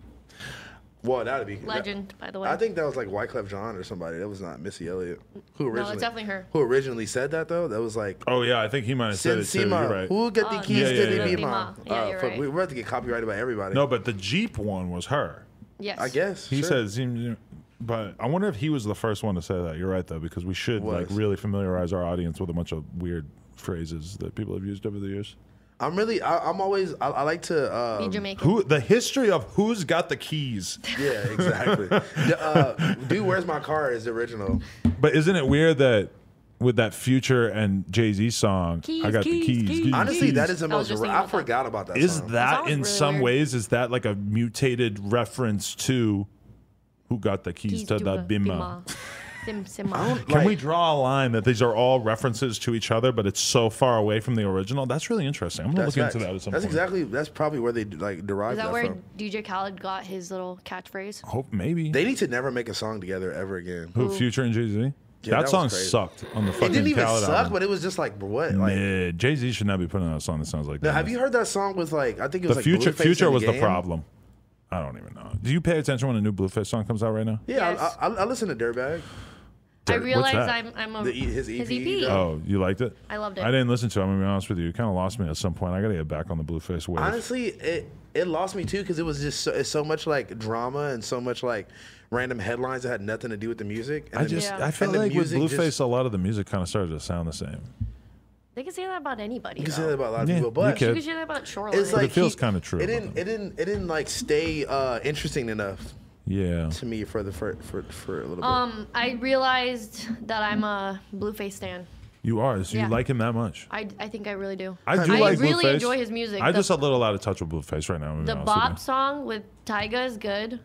Speaker 1: Well, that'd be
Speaker 3: Legend, by the way.
Speaker 1: I think that was like Wyclef John or somebody. That was not Missy Elliott. Who originally?
Speaker 3: definitely her.
Speaker 1: Who originally said that though? That was like.
Speaker 2: Oh yeah, I think he might have said it too.
Speaker 1: Sima,
Speaker 2: You're right.
Speaker 1: who got the
Speaker 3: Oh,
Speaker 1: keys
Speaker 2: yeah,
Speaker 1: to
Speaker 2: yeah,
Speaker 1: the
Speaker 2: yeah.
Speaker 1: Bima?
Speaker 3: Bima. Yeah,
Speaker 1: Uh,
Speaker 3: you're
Speaker 1: fuck,
Speaker 3: right.
Speaker 1: we- We're about to get copyrighted by everybody.
Speaker 2: No, but the jeep one was her.
Speaker 3: Yes.
Speaker 1: I guess.
Speaker 2: He
Speaker 1: sure.
Speaker 2: said, "Zim, zim." but I wonder if he was the first one to say that. You're right though, because we should like
Speaker 1: Was.
Speaker 2: really familiarize our audience with a bunch of weird phrases that people have used over the years.
Speaker 1: I'm really. I, I'm always. I, I like to.
Speaker 3: Be
Speaker 1: Um,
Speaker 3: Jamaican.
Speaker 2: Who the history of who's got the keys?
Speaker 1: yeah, exactly. The, uh, Dude, where's my car? Is the original.
Speaker 2: But isn't it weird that with that Future and Jay Z song,
Speaker 3: Keys,
Speaker 2: I got the
Speaker 3: keys,
Speaker 2: keys.
Speaker 3: keys.
Speaker 2: keys,
Speaker 1: Honestly,
Speaker 2: keys.
Speaker 1: that is the
Speaker 3: I was
Speaker 1: most.
Speaker 3: just
Speaker 1: ra-
Speaker 3: thinking
Speaker 1: I
Speaker 3: about that.
Speaker 1: forgot about that.
Speaker 2: Is
Speaker 1: song.
Speaker 2: that
Speaker 3: sounds
Speaker 2: in
Speaker 3: really
Speaker 2: some
Speaker 3: weird.
Speaker 2: ways is that like a mutated reference to who got the keys,
Speaker 3: Keys
Speaker 2: to the
Speaker 3: Duma,
Speaker 2: bima?
Speaker 3: Sim, Sima.
Speaker 2: Can we
Speaker 1: Like-
Speaker 2: draw a line that these are all references to each other, but it's so far away from the original? That's really interesting. I'm gonna
Speaker 1: That's
Speaker 2: look
Speaker 1: facts.
Speaker 2: into that at some
Speaker 1: That's
Speaker 2: point.
Speaker 1: exactly. That's probably where they like
Speaker 3: Is
Speaker 1: derived
Speaker 3: that
Speaker 1: that,
Speaker 3: where
Speaker 1: from.
Speaker 3: DJ Khaled got his little catchphrase?
Speaker 2: Hope maybe
Speaker 1: They need to never make a song together ever again.
Speaker 2: who Future and Jay Z.
Speaker 1: Yeah,
Speaker 2: that,
Speaker 1: that was
Speaker 2: song
Speaker 1: crazy.
Speaker 2: sucked on the
Speaker 1: It
Speaker 2: fucking
Speaker 1: didn't even
Speaker 2: Khaled
Speaker 1: suck,
Speaker 2: album.
Speaker 1: but it was just like what? Like,
Speaker 2: yeah, Jay Z should not be putting out a song that sounds like
Speaker 1: now,
Speaker 2: that.
Speaker 1: have you heard that song with like? I think it was
Speaker 2: the
Speaker 1: like
Speaker 2: future
Speaker 1: Blueface
Speaker 2: future
Speaker 1: and
Speaker 2: was the
Speaker 1: Game?
Speaker 2: problem. I don't even know. Do you pay attention when a new Blueface song comes out right now?
Speaker 1: Yeah,
Speaker 3: Yes.
Speaker 1: I, I, I listen to Dirtbag.
Speaker 3: I
Speaker 2: What's
Speaker 3: realized
Speaker 2: that?
Speaker 3: I'm, I'm a,
Speaker 1: The E- his EP,
Speaker 3: EP.
Speaker 1: though.
Speaker 2: Oh, you liked it?
Speaker 3: I loved it.
Speaker 2: I didn't listen to it. I'm going to be honest with you. It kind of lost me at some point. I got to get back on the Blueface wave.
Speaker 1: Honestly, it it lost me too because it was just so, it's so much like drama and so much like random headlines that had nothing to do with the music. And
Speaker 2: I
Speaker 1: the-
Speaker 2: just,
Speaker 3: Yeah.
Speaker 2: I felt
Speaker 1: and the
Speaker 2: like with
Speaker 1: music
Speaker 2: Blueface,
Speaker 1: just-
Speaker 2: a lot of the music kind of started to sound the same.
Speaker 3: They can say that about anybody.
Speaker 1: you can
Speaker 3: though.
Speaker 1: say that about a lot of
Speaker 2: Yeah,
Speaker 1: people,
Speaker 2: you
Speaker 1: but
Speaker 2: can.
Speaker 3: You can say that about Shoreline.
Speaker 1: it's like
Speaker 2: feels
Speaker 1: he-
Speaker 2: kinda true
Speaker 1: It didn't
Speaker 2: about them.
Speaker 1: it didn't it didn't like stay uh, interesting enough
Speaker 2: Yeah.
Speaker 1: to me for the for for, for a little bit.
Speaker 3: um, I realized that I'm a Blueface stan.
Speaker 2: You are. So
Speaker 3: Yeah.
Speaker 2: you like him that much.
Speaker 3: I, I think I really do.
Speaker 2: I do
Speaker 3: I
Speaker 2: like
Speaker 3: really
Speaker 2: Blueface.
Speaker 3: enjoy his music.
Speaker 2: I'm
Speaker 3: The-
Speaker 2: just a little out of touch with Blueface right now. I'm gonna be
Speaker 3: The
Speaker 2: honest with
Speaker 3: Bob
Speaker 2: you.
Speaker 3: song with Tyga is good.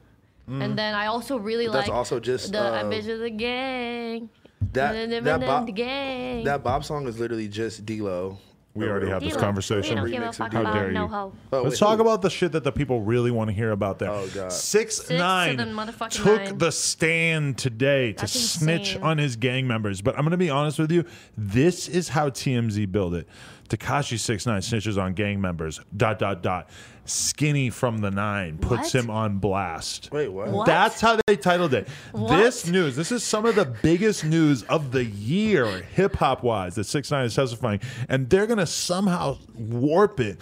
Speaker 3: And then I also really
Speaker 1: Mm. that's
Speaker 3: like
Speaker 1: also just,
Speaker 3: the
Speaker 1: uh,
Speaker 3: I bitch of the gang.
Speaker 1: that
Speaker 3: the,
Speaker 1: that Bob
Speaker 3: the gang.
Speaker 1: that Bob song is literally just D-Lo.
Speaker 2: We already have
Speaker 3: We
Speaker 2: this
Speaker 3: don't-
Speaker 2: conversation.
Speaker 3: We don't give a
Speaker 1: Remix
Speaker 3: fuck
Speaker 1: of
Speaker 2: How dare
Speaker 3: about no
Speaker 2: you.
Speaker 3: hoe.
Speaker 1: Oh,
Speaker 2: Let's
Speaker 1: wait,
Speaker 2: talk
Speaker 1: who?
Speaker 2: about the shit that the people really want to hear about there.
Speaker 1: Oh, God.
Speaker 2: Six,
Speaker 3: to
Speaker 2: nine
Speaker 3: the motherfucking
Speaker 2: took
Speaker 3: nine.
Speaker 2: the stand today to
Speaker 3: That's
Speaker 2: snitch
Speaker 3: insane.
Speaker 2: on his gang members. But I'm gonna be honest with you, this is how TMZ built it. Takashi six nine snitches on gang members. Dot dot dot. Skinny from the nine puts
Speaker 3: What?
Speaker 2: him on blast.
Speaker 1: Wait, what?
Speaker 3: What?
Speaker 2: That's how they titled it.
Speaker 3: What?
Speaker 2: This news, this is some of the biggest news of the year, hip hop wise, that Six Nine is testifying, and they're gonna to somehow warp it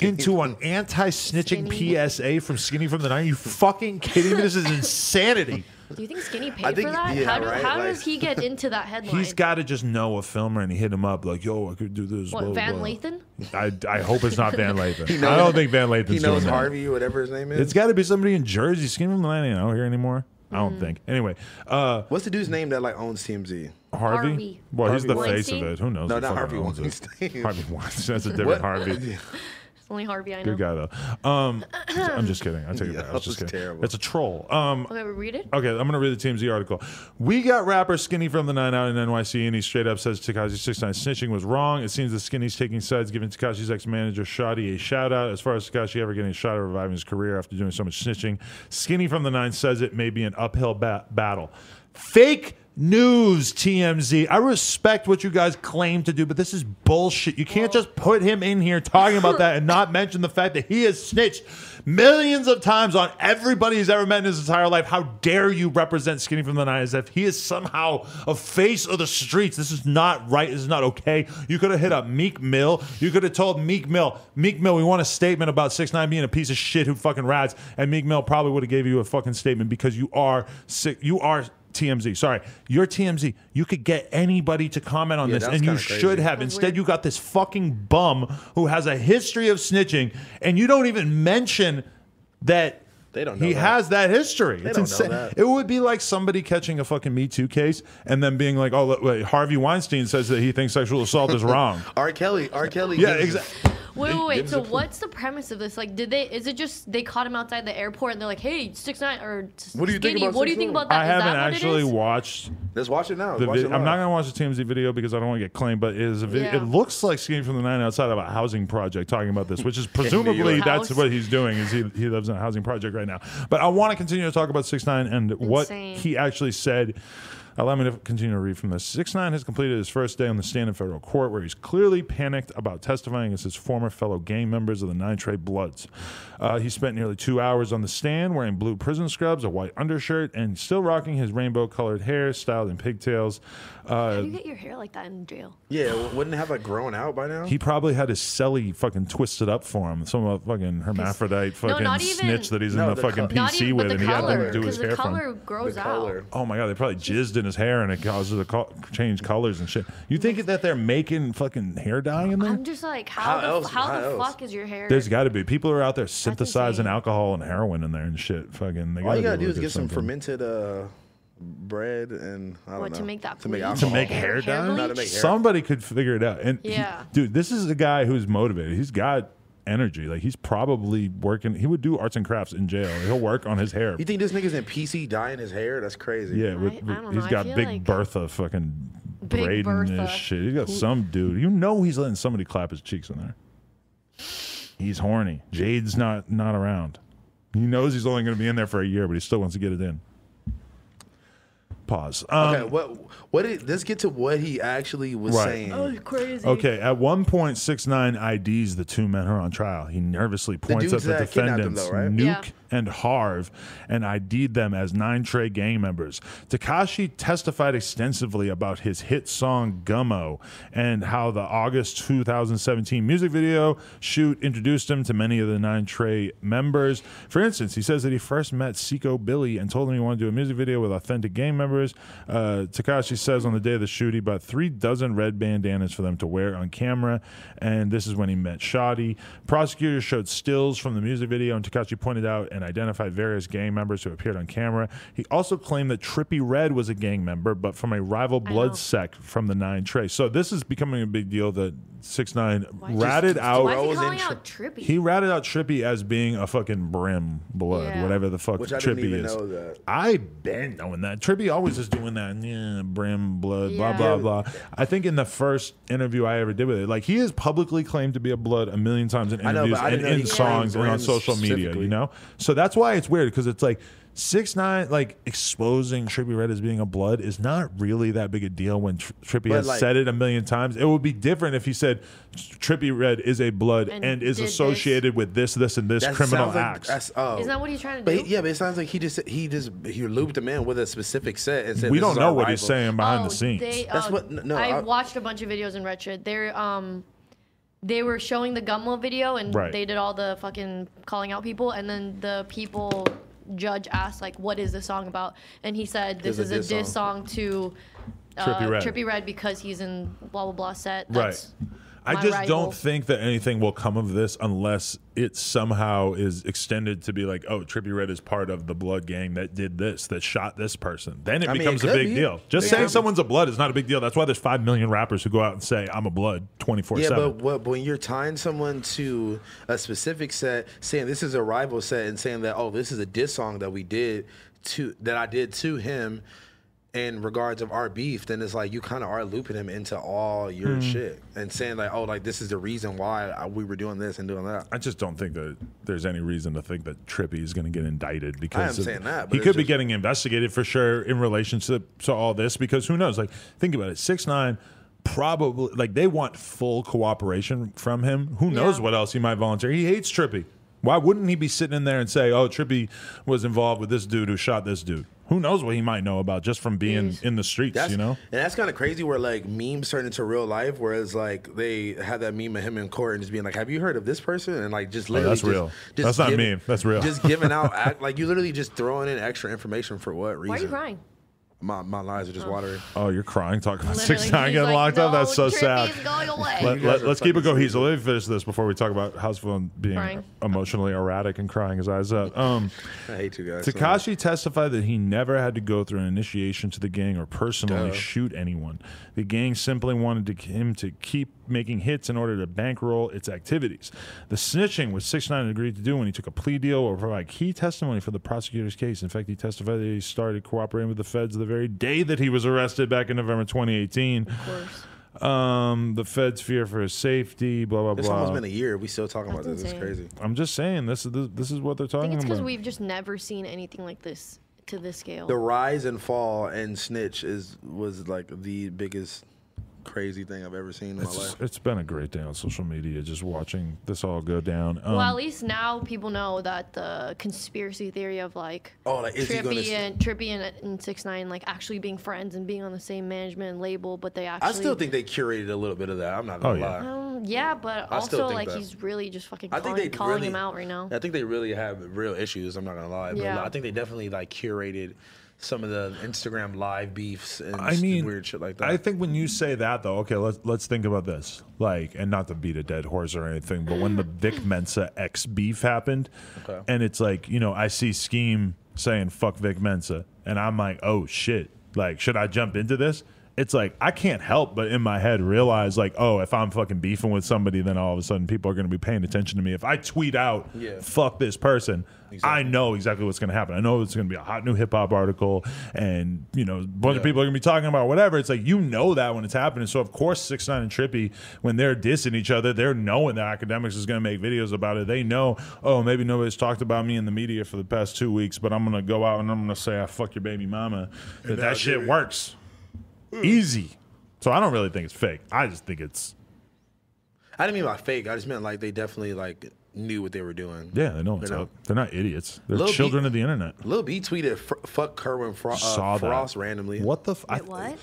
Speaker 2: into an anti-snitching PSA from Skinny from the Night. Are you fucking kidding me? This is insanity.
Speaker 3: Do you think Skinny paid
Speaker 1: think-
Speaker 3: for that?
Speaker 1: yeah,
Speaker 3: how do,
Speaker 1: right,
Speaker 3: how
Speaker 1: like-
Speaker 3: does he get into that headline?
Speaker 2: He's got to just know a filmer and hit him up like, "Yo, I could do this."
Speaker 3: what,
Speaker 2: blah,
Speaker 3: Van
Speaker 2: blah.
Speaker 3: Lathan?
Speaker 2: I, I hope it's not Van Lathan. I don't think Van Lathan's
Speaker 1: He knows
Speaker 2: doing that.
Speaker 1: Harvey, whatever his name is.
Speaker 2: It's got to be somebody in Jersey. Skinny from the Night ain't out here anymore. I
Speaker 3: Mm.
Speaker 2: don't think. Anyway, uh,
Speaker 1: What's the dude's name that like owns TMZ?
Speaker 2: Harvey.
Speaker 3: Harvey.
Speaker 2: Well, he's the
Speaker 1: Harvey
Speaker 2: face of
Speaker 3: Weinstein?
Speaker 2: it. Who knows?
Speaker 1: No,
Speaker 2: who
Speaker 1: not
Speaker 2: fucking
Speaker 1: Harvey
Speaker 2: owns it?
Speaker 1: Weinstein.
Speaker 2: Harvey Weinstein. That's a different Harvey.
Speaker 3: It's only Harvey I know.
Speaker 2: Good guy though. Um, I'm just kidding. I take it
Speaker 1: Yeah,
Speaker 2: back. I was
Speaker 1: that
Speaker 2: just
Speaker 1: was
Speaker 2: kidding.
Speaker 1: terrible.
Speaker 2: That's a troll. Um,
Speaker 3: Okay, we read it.
Speaker 2: Okay, I'm gonna read the TMZ article. We got rapper Skinny from the Nine out in NYC, and he straight up says Takashi Six Nine snitching was wrong. It seems that Skinny's taking sides, giving Takashi's ex-manager Shoddy a shout out. As far as Takashi ever getting a shot at reviving his career after doing so much snitching, Skinny from the Nine says it may be an uphill ba- battle. Fake news, TMZ. I respect what you guys claim to do, but this is bullshit. You can't just put him in here talking about that and not mention the fact that he has snitched millions of times on everybody he's ever met in his entire life. How dare you represent Skinny from the Nine as if he is somehow a face of the streets? This is not right. This is not okay. You could have hit up Meek Mill. You could have told Meek Mill, Meek Mill, we want a statement about Six Nine being a piece of shit who fucking rats, and Meek Mill probably would have gave you a fucking statement because you are sick. You are TMZ. Sorry, you're TMZ. You could get anybody to comment on
Speaker 1: Yeah,
Speaker 2: this,
Speaker 1: that's
Speaker 2: and you
Speaker 1: kinda crazy.
Speaker 2: should have. Instead, you got this fucking bum who has a history of snitching, and you don't even mention that.
Speaker 1: They don't
Speaker 2: he
Speaker 1: know that.
Speaker 2: has that history. it's
Speaker 1: don't know
Speaker 2: insane.
Speaker 1: that.
Speaker 2: It would be like somebody catching a fucking Me Too case and then being like, "Oh, look, wait, Harvey Weinstein says that he thinks sexual assault is wrong."
Speaker 1: R. Kelly. R. Kelly.
Speaker 2: yeah,
Speaker 1: gives-
Speaker 2: exactly.
Speaker 3: Wait, wait, wait.
Speaker 1: gives
Speaker 3: So
Speaker 1: a-
Speaker 3: what's the premise of this? Like, did they? Is it just they caught him outside the airport and they're like, "Hey, six nine or
Speaker 1: What do you think
Speaker 3: Skinny,
Speaker 1: about
Speaker 3: What do you
Speaker 1: 6ix9ine?
Speaker 3: think about that?
Speaker 2: I
Speaker 3: Is
Speaker 2: haven't
Speaker 3: that what it
Speaker 2: actually
Speaker 3: is?
Speaker 2: watched
Speaker 1: Let's watch it now.
Speaker 2: the
Speaker 1: watch
Speaker 2: vid-
Speaker 1: it
Speaker 2: I'm not
Speaker 1: live.
Speaker 2: gonna watch the TMZ video because I don't want to get claimed, but it is a video.
Speaker 3: Yeah.
Speaker 2: It looks like Skinny from the Nine outside of a housing project talking about this, which is presumably
Speaker 1: York.
Speaker 2: that's
Speaker 3: House.
Speaker 2: what he's doing. Is he, he lives in a housing project right now? But I want to continue to talk about Six Nine and what
Speaker 3: Insane.
Speaker 2: he actually said. Allow me to continue to read from this. Six Nine has completed his first day on the stand in federal court, where he's clearly panicked about testifying as his former fellow gang members of the Nine Trey Bloods. Uh, he spent nearly two hours on the stand wearing blue prison scrubs, a white undershirt, and still rocking his rainbow-colored hair, styled in pigtails. Uh,
Speaker 3: How do you get your hair like that in jail?
Speaker 1: Yeah, w- wouldn't it have like grown out by now.
Speaker 2: He probably had his celly fucking twisted up for him. Some uh, fucking hermaphrodite
Speaker 3: No,
Speaker 2: fucking
Speaker 3: not even-
Speaker 2: snitch that he's
Speaker 1: No,
Speaker 2: in the,
Speaker 1: the
Speaker 2: fucking
Speaker 1: co-
Speaker 3: Not
Speaker 2: PC
Speaker 3: even,
Speaker 2: with,
Speaker 3: but
Speaker 2: and
Speaker 3: the
Speaker 2: he had
Speaker 3: color,
Speaker 2: them do his
Speaker 3: because the
Speaker 2: hair from.
Speaker 3: color
Speaker 2: him.
Speaker 3: grows
Speaker 1: the
Speaker 3: out.
Speaker 1: color.
Speaker 2: Oh my god, they probably jizzed in his hair and it causes it to co- change colors and shit. You think that they're making fucking hair dye in there?
Speaker 3: I'm just like, how,
Speaker 1: How
Speaker 3: the,
Speaker 1: else-
Speaker 3: how
Speaker 1: how
Speaker 3: the
Speaker 1: else?
Speaker 3: fuck is your hair?
Speaker 2: There's got to be people are out there synthesizing
Speaker 3: insane.
Speaker 2: alcohol and heroin in there and shit. Fucking, they
Speaker 1: All you
Speaker 2: be
Speaker 1: gotta
Speaker 2: able
Speaker 1: do is
Speaker 2: to
Speaker 1: get some
Speaker 2: something.
Speaker 1: fermented uh, bread and I don't
Speaker 3: what
Speaker 1: know
Speaker 3: to make that
Speaker 1: to make
Speaker 3: bleach?
Speaker 1: alcohol.
Speaker 2: make hair dye?
Speaker 1: Not to
Speaker 3: bleach?
Speaker 1: make hair.
Speaker 2: Somebody could figure it out. And he-
Speaker 3: Yeah.
Speaker 2: dude, this is a guy who's motivated. He's got energy. Like he's probably working. He would do arts and crafts in jail. He'll work on his hair.
Speaker 1: You think this nigga's in PC dyeing his hair? That's crazy.
Speaker 2: Yeah, with,
Speaker 3: I
Speaker 2: with-
Speaker 3: don't know.
Speaker 2: he's
Speaker 3: I
Speaker 2: got
Speaker 3: feel
Speaker 2: Big
Speaker 3: like-
Speaker 2: Bertha fucking braiding
Speaker 3: Big Bertha.
Speaker 2: his shit. He's got some dude. You know he's letting somebody clap his cheeks in there. He's horny. Jade's not not around. He knows he's only going to be in there for a year, but he still wants to get it in. Pause. Um,
Speaker 1: Okay, what what did let's get to what he actually was
Speaker 2: Right.
Speaker 1: saying.
Speaker 3: That was crazy.
Speaker 2: Okay, at one point, six nine IDs the two men who are on trial. He nervously points at
Speaker 1: dudes
Speaker 2: the
Speaker 1: that kidnapped them,
Speaker 2: defendants,
Speaker 1: though, right?
Speaker 2: Nuke
Speaker 3: Yeah.
Speaker 2: and Harv, and ID'd them as nine Trey gang members. Takashi testified extensively about his hit song Gummo and how the August 2017 music video shoot introduced him to many of the nine Trey members. For instance, he says that he first met Seiko Billy and told him he wanted to do a music video with authentic gang members. Uh, Takashi says on the day of the shoot, he bought three dozen red bandanas for them to wear on camera, and this is when he met Shoddy. Prosecutors showed stills from the music video, and Takashi pointed out and identified various gang members who appeared on camera. He also claimed that Trippy Red was a gang member, but from a rival blood sect from the Nine Trey. So this is becoming a big deal that Six Nine ratted out.
Speaker 3: Why is he
Speaker 1: Rose
Speaker 3: calling
Speaker 1: and
Speaker 3: out trippy?
Speaker 2: He ratted out Trippy as being a fucking brim blood,
Speaker 3: Yeah.
Speaker 2: whatever the fuck
Speaker 1: Which I
Speaker 2: Trippy
Speaker 1: didn't even
Speaker 2: is.
Speaker 1: know that.
Speaker 2: I've been knowing that. Trippy always is doing that, yeah, brim blood,
Speaker 3: Yeah.
Speaker 2: blah blah blah. I think in the first interview I ever did with it, like he has publicly claimed to be a blood a million times in
Speaker 1: know, but
Speaker 2: interviews
Speaker 1: I
Speaker 2: and
Speaker 1: didn't know
Speaker 2: in
Speaker 1: he
Speaker 2: songs
Speaker 1: claimed
Speaker 2: and on
Speaker 1: brims
Speaker 2: social media, you
Speaker 1: specifically.
Speaker 2: know. So that's why it's weird because it's like. Six nine, like exposing Trippy Red as being a blood is not really that big a deal when Tr- Trippy has
Speaker 1: like-
Speaker 2: said it a million times. It would be different if he said Trippy Red is a blood and,
Speaker 3: And
Speaker 2: is
Speaker 3: did this.
Speaker 2: associated with this, this, and this
Speaker 1: That
Speaker 2: criminal
Speaker 1: sounds like-
Speaker 2: acts.
Speaker 1: that's- oh.
Speaker 3: Isn't that what he's trying to
Speaker 1: But
Speaker 3: do?
Speaker 1: he- yeah, but it sounds like he just he just he looped him in with a specific set and said
Speaker 2: we
Speaker 1: "This
Speaker 2: don't
Speaker 1: is
Speaker 2: know
Speaker 1: our
Speaker 2: what he's
Speaker 1: rival."
Speaker 2: saying behind
Speaker 3: Oh,
Speaker 2: the scenes.
Speaker 3: They,
Speaker 1: That's
Speaker 3: uh,
Speaker 1: what- n- no,
Speaker 3: I,
Speaker 1: I-
Speaker 3: watched a bunch of videos in Wretched. They're um, they were showing the Gummo video and
Speaker 2: Right.
Speaker 3: they did all the fucking calling out people, and then the people judge asked like, "What is this song about?" And he said, "This
Speaker 1: It's
Speaker 3: is
Speaker 1: a
Speaker 3: a
Speaker 1: diss
Speaker 3: diss song, to." Uh,
Speaker 2: Trippie Redd.
Speaker 3: Trippie Red because he's in blah blah blah set.
Speaker 2: Right.
Speaker 3: That's
Speaker 2: I
Speaker 3: my
Speaker 2: just
Speaker 3: rival.
Speaker 2: don't think that anything will come of this unless it somehow is extended to be like, oh, Trippy Red is part of the blood gang that did this, that shot this person. Then it
Speaker 1: I mean, it
Speaker 2: becomes a
Speaker 1: could
Speaker 2: big
Speaker 1: be.
Speaker 2: deal. Just
Speaker 1: It
Speaker 2: saying
Speaker 1: could be.
Speaker 2: someone's a blood is not a big deal. That's why there's five million rappers who go out and say, I'm a blood 24
Speaker 1: Yeah, but,
Speaker 2: 7.
Speaker 1: what, but when you're tying someone to a specific set, saying this is a rival set, and saying that oh, this is a diss song that we did to that I did to him, in regards of our beef, then it's like you kind of are looping him into all your shit and saying like oh, like this is the reason why I, we were doing this and doing that.
Speaker 2: I just don't think that there's any reason to think that Trippy is going to get indicted because of-
Speaker 1: saying that, but
Speaker 2: he
Speaker 1: it's
Speaker 2: could be
Speaker 1: just-
Speaker 2: getting investigated for sure in relationship to all this because who knows? Like, think about it. Six nine, probably like they want full cooperation from him. Who knows
Speaker 3: Yeah.
Speaker 2: what else he might volunteer? He hates Trippy. Why wouldn't he be sitting in there and say, "Oh, Trippy was involved with this dude who shot this dude"? Who knows what he might know about just from being in the streets?
Speaker 1: That's,
Speaker 2: you know,
Speaker 1: and that's kind of crazy where like memes turn into real life. Whereas like they had that meme of him in court and just being like, "Have you heard of this person?" And like just literally,
Speaker 2: Oh, that's
Speaker 1: just-
Speaker 2: real.
Speaker 1: just
Speaker 2: That's not
Speaker 1: giving-
Speaker 2: meme. That's real.
Speaker 1: Just giving out act, like you literally just throwing in extra information for what reason?
Speaker 3: Why are you crying?
Speaker 1: My my eyes are just watering.
Speaker 2: oh, you're crying talking about
Speaker 3: Literally,
Speaker 2: six nine
Speaker 3: he's
Speaker 2: getting
Speaker 3: like,
Speaker 2: locked up.
Speaker 3: "No,
Speaker 2: That's so
Speaker 3: Trippy's
Speaker 2: sad.
Speaker 3: going away.
Speaker 2: Let,
Speaker 1: You guys
Speaker 2: let,
Speaker 1: are
Speaker 2: us keep it
Speaker 1: fucking
Speaker 2: going. He's let me finish this before we talk about House Phone being
Speaker 3: Crying.
Speaker 2: emotionally erratic and crying his eyes out. Um,
Speaker 1: I hate you guys. so much.
Speaker 2: Takashi testified that he never had to go through an initiation to the gang or personally shoot anyone. The gang simply wanted to, him to keep making hits in order to bankroll its activities. The snitching was six nine agreed to do when he took a plea deal or provide key testimony for the prosecutor's case. In fact, he testified that he started cooperating with the feds the very day that he was arrested back in November 2018.
Speaker 3: Of course.
Speaker 2: Um, the feds fear for his safety. Blah blah
Speaker 1: It's
Speaker 2: blah.
Speaker 1: almost been a year. We still talking about
Speaker 3: That's
Speaker 1: this. It's crazy.
Speaker 3: insane.
Speaker 2: I'm just saying this is this, this is what they're
Speaker 3: I think
Speaker 2: talking
Speaker 3: it's because
Speaker 2: about.
Speaker 3: we've just never seen anything like this to this scale.
Speaker 1: The rise and fall and snitch is was like the biggest crazy thing I've ever seen in my
Speaker 2: It's-
Speaker 1: life.
Speaker 2: it's been a great day on social media, just watching this all go down. Um,
Speaker 3: well, at least now people know that the conspiracy theory of like
Speaker 1: Oh, like is he gonna?
Speaker 3: Trippy and Trippy and, and Six Nine like actually being friends and being on the same management label, but they actually
Speaker 1: I still think they curated a little bit of that. I'm not gonna
Speaker 2: Oh, yeah.
Speaker 1: lie.
Speaker 3: Um, yeah, but
Speaker 1: I still
Speaker 3: also
Speaker 1: think
Speaker 3: like
Speaker 1: that.
Speaker 3: he's really just fucking
Speaker 1: I
Speaker 3: calling,
Speaker 1: think they
Speaker 3: calling
Speaker 1: really,
Speaker 3: him out right now.
Speaker 1: I think they really have real issues. I'm not gonna lie, but
Speaker 3: Yeah.
Speaker 1: I think they definitely like curated some of the Instagram live beefs and
Speaker 2: I mean,
Speaker 1: weird shit like that.
Speaker 2: I think when you say that though, okay, let's let's think about this. Like, and not to beat a dead horse or anything, but when the Vic Mensa ex beef happened,
Speaker 1: Okay.
Speaker 2: and it's like you know, I see Scheme saying "fuck Vic Mensa," and I'm like, oh shit, like should I jump into this? It's like I can't help but in my head realize like, oh, if I'm fucking beefing with somebody, then all of a sudden people are going to be paying attention to me. If I tweet out,
Speaker 1: Yeah.
Speaker 2: fuck this person, I know exactly what's going to happen. I know it's going to be a hot new hip hop article, and you know, a bunch of people are going to be talking about whatever. It's like you know that when it's happening. So of course, Six Nine and Trippy, when they're dissing each other, they're knowing that academics is going to make videos about it. They know, oh, maybe nobody's talked about me in the media for the past two weeks, but I'm going to go out and I'm going to say I fuck your baby mama. That that Hmm. shit works, easy. So I don't really think it's fake. I just think it's
Speaker 1: I didn't mean by fake. I just meant like they definitely like knew what they were doing.
Speaker 2: yeah. They know what's
Speaker 1: know.
Speaker 2: up. They're not idiots. They're
Speaker 1: Lil B-
Speaker 2: children of the internet.
Speaker 1: Lil B tweeted, "F- "Fuck Kerwin Fro- uh,
Speaker 2: saw that.
Speaker 1: Frost randomly."
Speaker 2: What the? F- I- eh,
Speaker 3: Wait, what?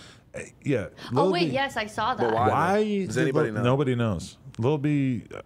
Speaker 2: Yeah.
Speaker 3: Oh
Speaker 2: Lil
Speaker 3: wait,
Speaker 2: B-
Speaker 3: yes, I saw that.
Speaker 1: why?
Speaker 2: Why?
Speaker 1: Does
Speaker 2: did
Speaker 1: anybody
Speaker 2: Lil-
Speaker 1: know?
Speaker 2: Nobody knows. Lil B, I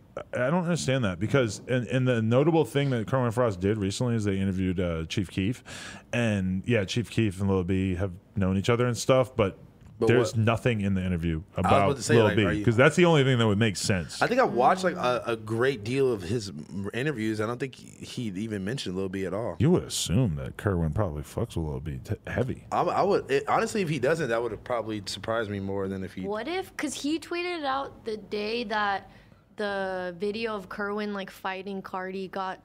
Speaker 2: I don't understand that because, and, and the notable thing that Kerwin Frost did recently is they interviewed uh, Chief Keef, and yeah, Chief Keef and Lil B have known each other and stuff, but.
Speaker 1: But
Speaker 2: There's
Speaker 1: what-
Speaker 2: nothing in the interview
Speaker 1: about
Speaker 2: about
Speaker 1: to say,
Speaker 2: Lil
Speaker 1: like,
Speaker 2: B
Speaker 1: are you-
Speaker 2: because that's the only thing that would make sense.
Speaker 1: I think I watched like a, a great deal of his m- interviews. I don't think he even mentioned Lil B at all.
Speaker 2: you would assume that Kerwin probably fucks with Lil B t- heavy.
Speaker 1: I, I would it, honestly, if he doesn't, that would have probably surprised me more than if he.
Speaker 3: What if? Because he tweeted it out the day that the video of Kerwin like fighting Cardi got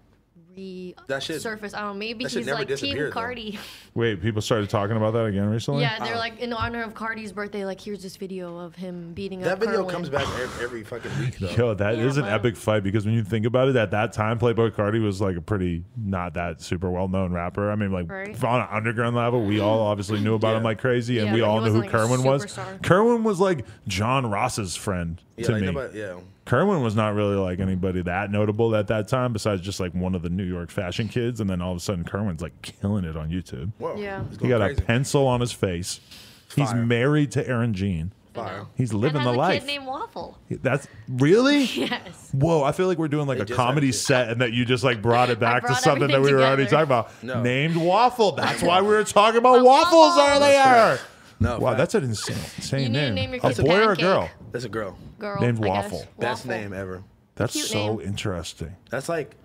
Speaker 3: re
Speaker 1: That shit-
Speaker 3: surfaced. I don't know. Maybe
Speaker 1: that shit
Speaker 3: he's
Speaker 1: never
Speaker 3: like Team
Speaker 1: disappeared, though.
Speaker 3: Cardi.
Speaker 2: Wait, people started talking about that again recently.
Speaker 3: yeah, they're like in honor of Cardi's birthday. Like, here's this video of him beating
Speaker 1: That
Speaker 3: up.
Speaker 1: video
Speaker 3: Kerwin.
Speaker 1: comes back every, every fucking week though.
Speaker 2: Yo, that is
Speaker 3: Yeah,
Speaker 2: an
Speaker 3: but-
Speaker 2: epic fight because when you think about it, at that time, Playboy Cardi was like a pretty not that super well known rapper. I mean, like
Speaker 3: Right.
Speaker 2: on an underground level, we all obviously knew about him like crazy, and
Speaker 3: Yeah,
Speaker 2: we
Speaker 3: but he
Speaker 2: all knew who
Speaker 3: wasn't, like, a
Speaker 2: Kerwin was.
Speaker 3: superstar.
Speaker 2: Kerwin was like John Ross's friend
Speaker 1: Yeah,
Speaker 2: to
Speaker 1: like,
Speaker 2: me.
Speaker 1: nobody- yeah.
Speaker 2: Kerwin was not really like anybody that notable at that time, besides just like one of the New York fashion kids. And then all of a sudden, Kerwin's like killing it on YouTube.
Speaker 1: Whoa,
Speaker 3: Yeah.
Speaker 1: it's
Speaker 2: He
Speaker 1: going
Speaker 2: got a
Speaker 1: crazy.
Speaker 2: pencil on his face. He's
Speaker 1: Fire.
Speaker 2: married to Aaron Jean.
Speaker 1: fire.
Speaker 3: now.
Speaker 2: He's living
Speaker 3: and has
Speaker 2: the
Speaker 3: a
Speaker 2: life.
Speaker 3: Kid named Waffle.
Speaker 2: That's really.
Speaker 3: Yes.
Speaker 2: Whoa, I feel like we're doing like
Speaker 1: They
Speaker 2: a
Speaker 1: just
Speaker 2: comedy
Speaker 1: had to-
Speaker 2: set and that you just like brought it back to
Speaker 3: brought
Speaker 2: something that we
Speaker 3: everything
Speaker 2: were already talking
Speaker 3: together.
Speaker 2: about.
Speaker 1: No.
Speaker 2: Named Waffle. That's why we were talking about
Speaker 3: But
Speaker 2: waffles
Speaker 3: waffles-
Speaker 2: earlier.
Speaker 1: No,
Speaker 2: Wow,
Speaker 1: fact.
Speaker 2: that's an insane, insane
Speaker 3: You need to
Speaker 2: name.
Speaker 3: name your
Speaker 2: a
Speaker 3: kid
Speaker 2: boy or a
Speaker 3: Pancake.
Speaker 2: girl?
Speaker 1: That's a girl.
Speaker 3: Girl.
Speaker 2: Named
Speaker 3: I guess.
Speaker 2: Waffle.
Speaker 1: Best
Speaker 3: Waffle.
Speaker 1: name ever.
Speaker 2: That's
Speaker 3: Cute
Speaker 2: so
Speaker 3: name.
Speaker 2: interesting.
Speaker 1: That's like,